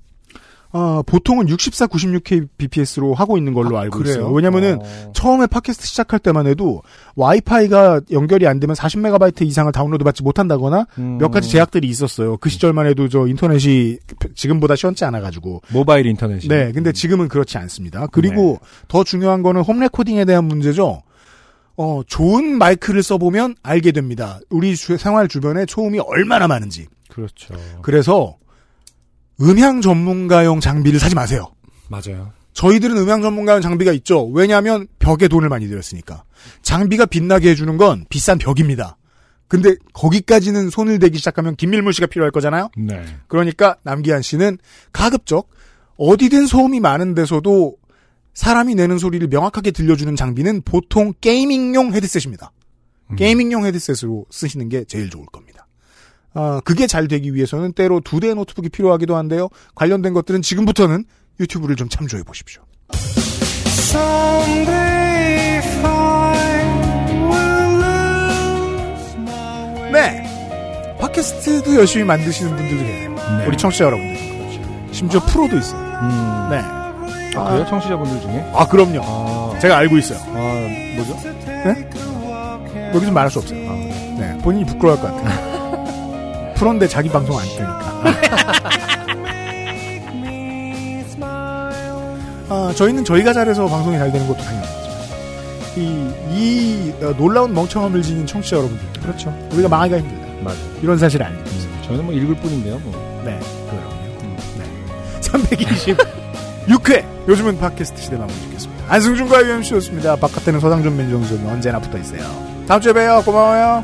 Speaker 1: 어, 보통은 64, 96kbps로 하고 있는 걸로 뭐 알고 있어요. 왜냐면은
Speaker 2: 아, 어.
Speaker 1: 처음에 팟캐스트 시작할 때만 해도 와이파이가 연결이 안 되면 40메가바이트 이상을 다운로드 받지 못한다거나
Speaker 2: 음.
Speaker 1: 몇 가지 제약들이 있었어요. 그 시절만 해도 저 인터넷이 지금보다 시원치 않아가지고.
Speaker 2: 모바일 인터넷이.
Speaker 1: 네, 근데 지금은 그렇지 않습니다. 그리고 더 중요한 거는 홈레코딩에 대한 문제죠. 어, 좋은 마이크를 써보면 알게 됩니다. 우리 주- 생활 주변에 초음이 얼마나 많은지.
Speaker 2: 그렇죠.
Speaker 1: 그래서 음향 전문가용 장비를 사지 마세요.
Speaker 2: 맞아요.
Speaker 1: 저희들은 음향 전문가는 장비가 있죠. 왜냐하면 벽에 돈을 많이 들였으니까. 장비가 빛나게 해주는 건 비싼 벽입니다. 근데 거기까지는 손을 대기 시작하면 김밀물 씨가 필요할 거잖아요.
Speaker 2: 네.
Speaker 1: 그러니까 남기한 씨는 가급적 어디든 소음이 많은 데서도 사람이 내는 소리를 명확하게 들려주는 장비는 보통 게이밍용 헤드셋입니다.
Speaker 2: 음.
Speaker 1: 게이밍용 헤드셋으로 쓰시는 게 제일 좋을 겁니다. 아, 그게 잘 되기 위해서는 때로 두 대의 노트북이 필요하기도 한데요. 관련된 것들은 지금부터는 유튜브를 좀 참조해 보십시오. 네. 팟캐스트도 열심히 만드시는 분들도 계세요.
Speaker 2: 네.
Speaker 1: 우리 청취자 여러분들. 그렇죠. 심지어 프로도 있어요.
Speaker 2: 음.
Speaker 1: 네.
Speaker 2: 아, 그래요? 청취자분들 중에?
Speaker 1: 아, 그럼요.
Speaker 2: 아.
Speaker 1: 제가 알고 있어요.
Speaker 2: 아, 뭐죠?
Speaker 1: 여기서 말할 수 없어요. 네. 본인이 부끄러워할 것 같아요. 프로인데 자기 방송 안 뜨니까. 아, 저희는 저희가 잘해서 방송이 잘 되는 것도 당연하죠. 이, 이 어, 놀라운 멍청함을 지닌 청취자 여러분들. 그렇죠. 우리가 망하기가 힘들다.
Speaker 2: 맞아요.
Speaker 1: 이런 사실 아닙니다.
Speaker 2: 음, 저는 뭐 읽을 뿐인데요, 뭐.
Speaker 1: 네.
Speaker 2: 그래요. 음.
Speaker 1: 326회 요즘은 팟캐스트 시대만 보시겠습니다 안승준과 UMC였습니다 바깥에는 서장준 민정수는 언제나 붙어있어요 다음주에 봬요 고마워요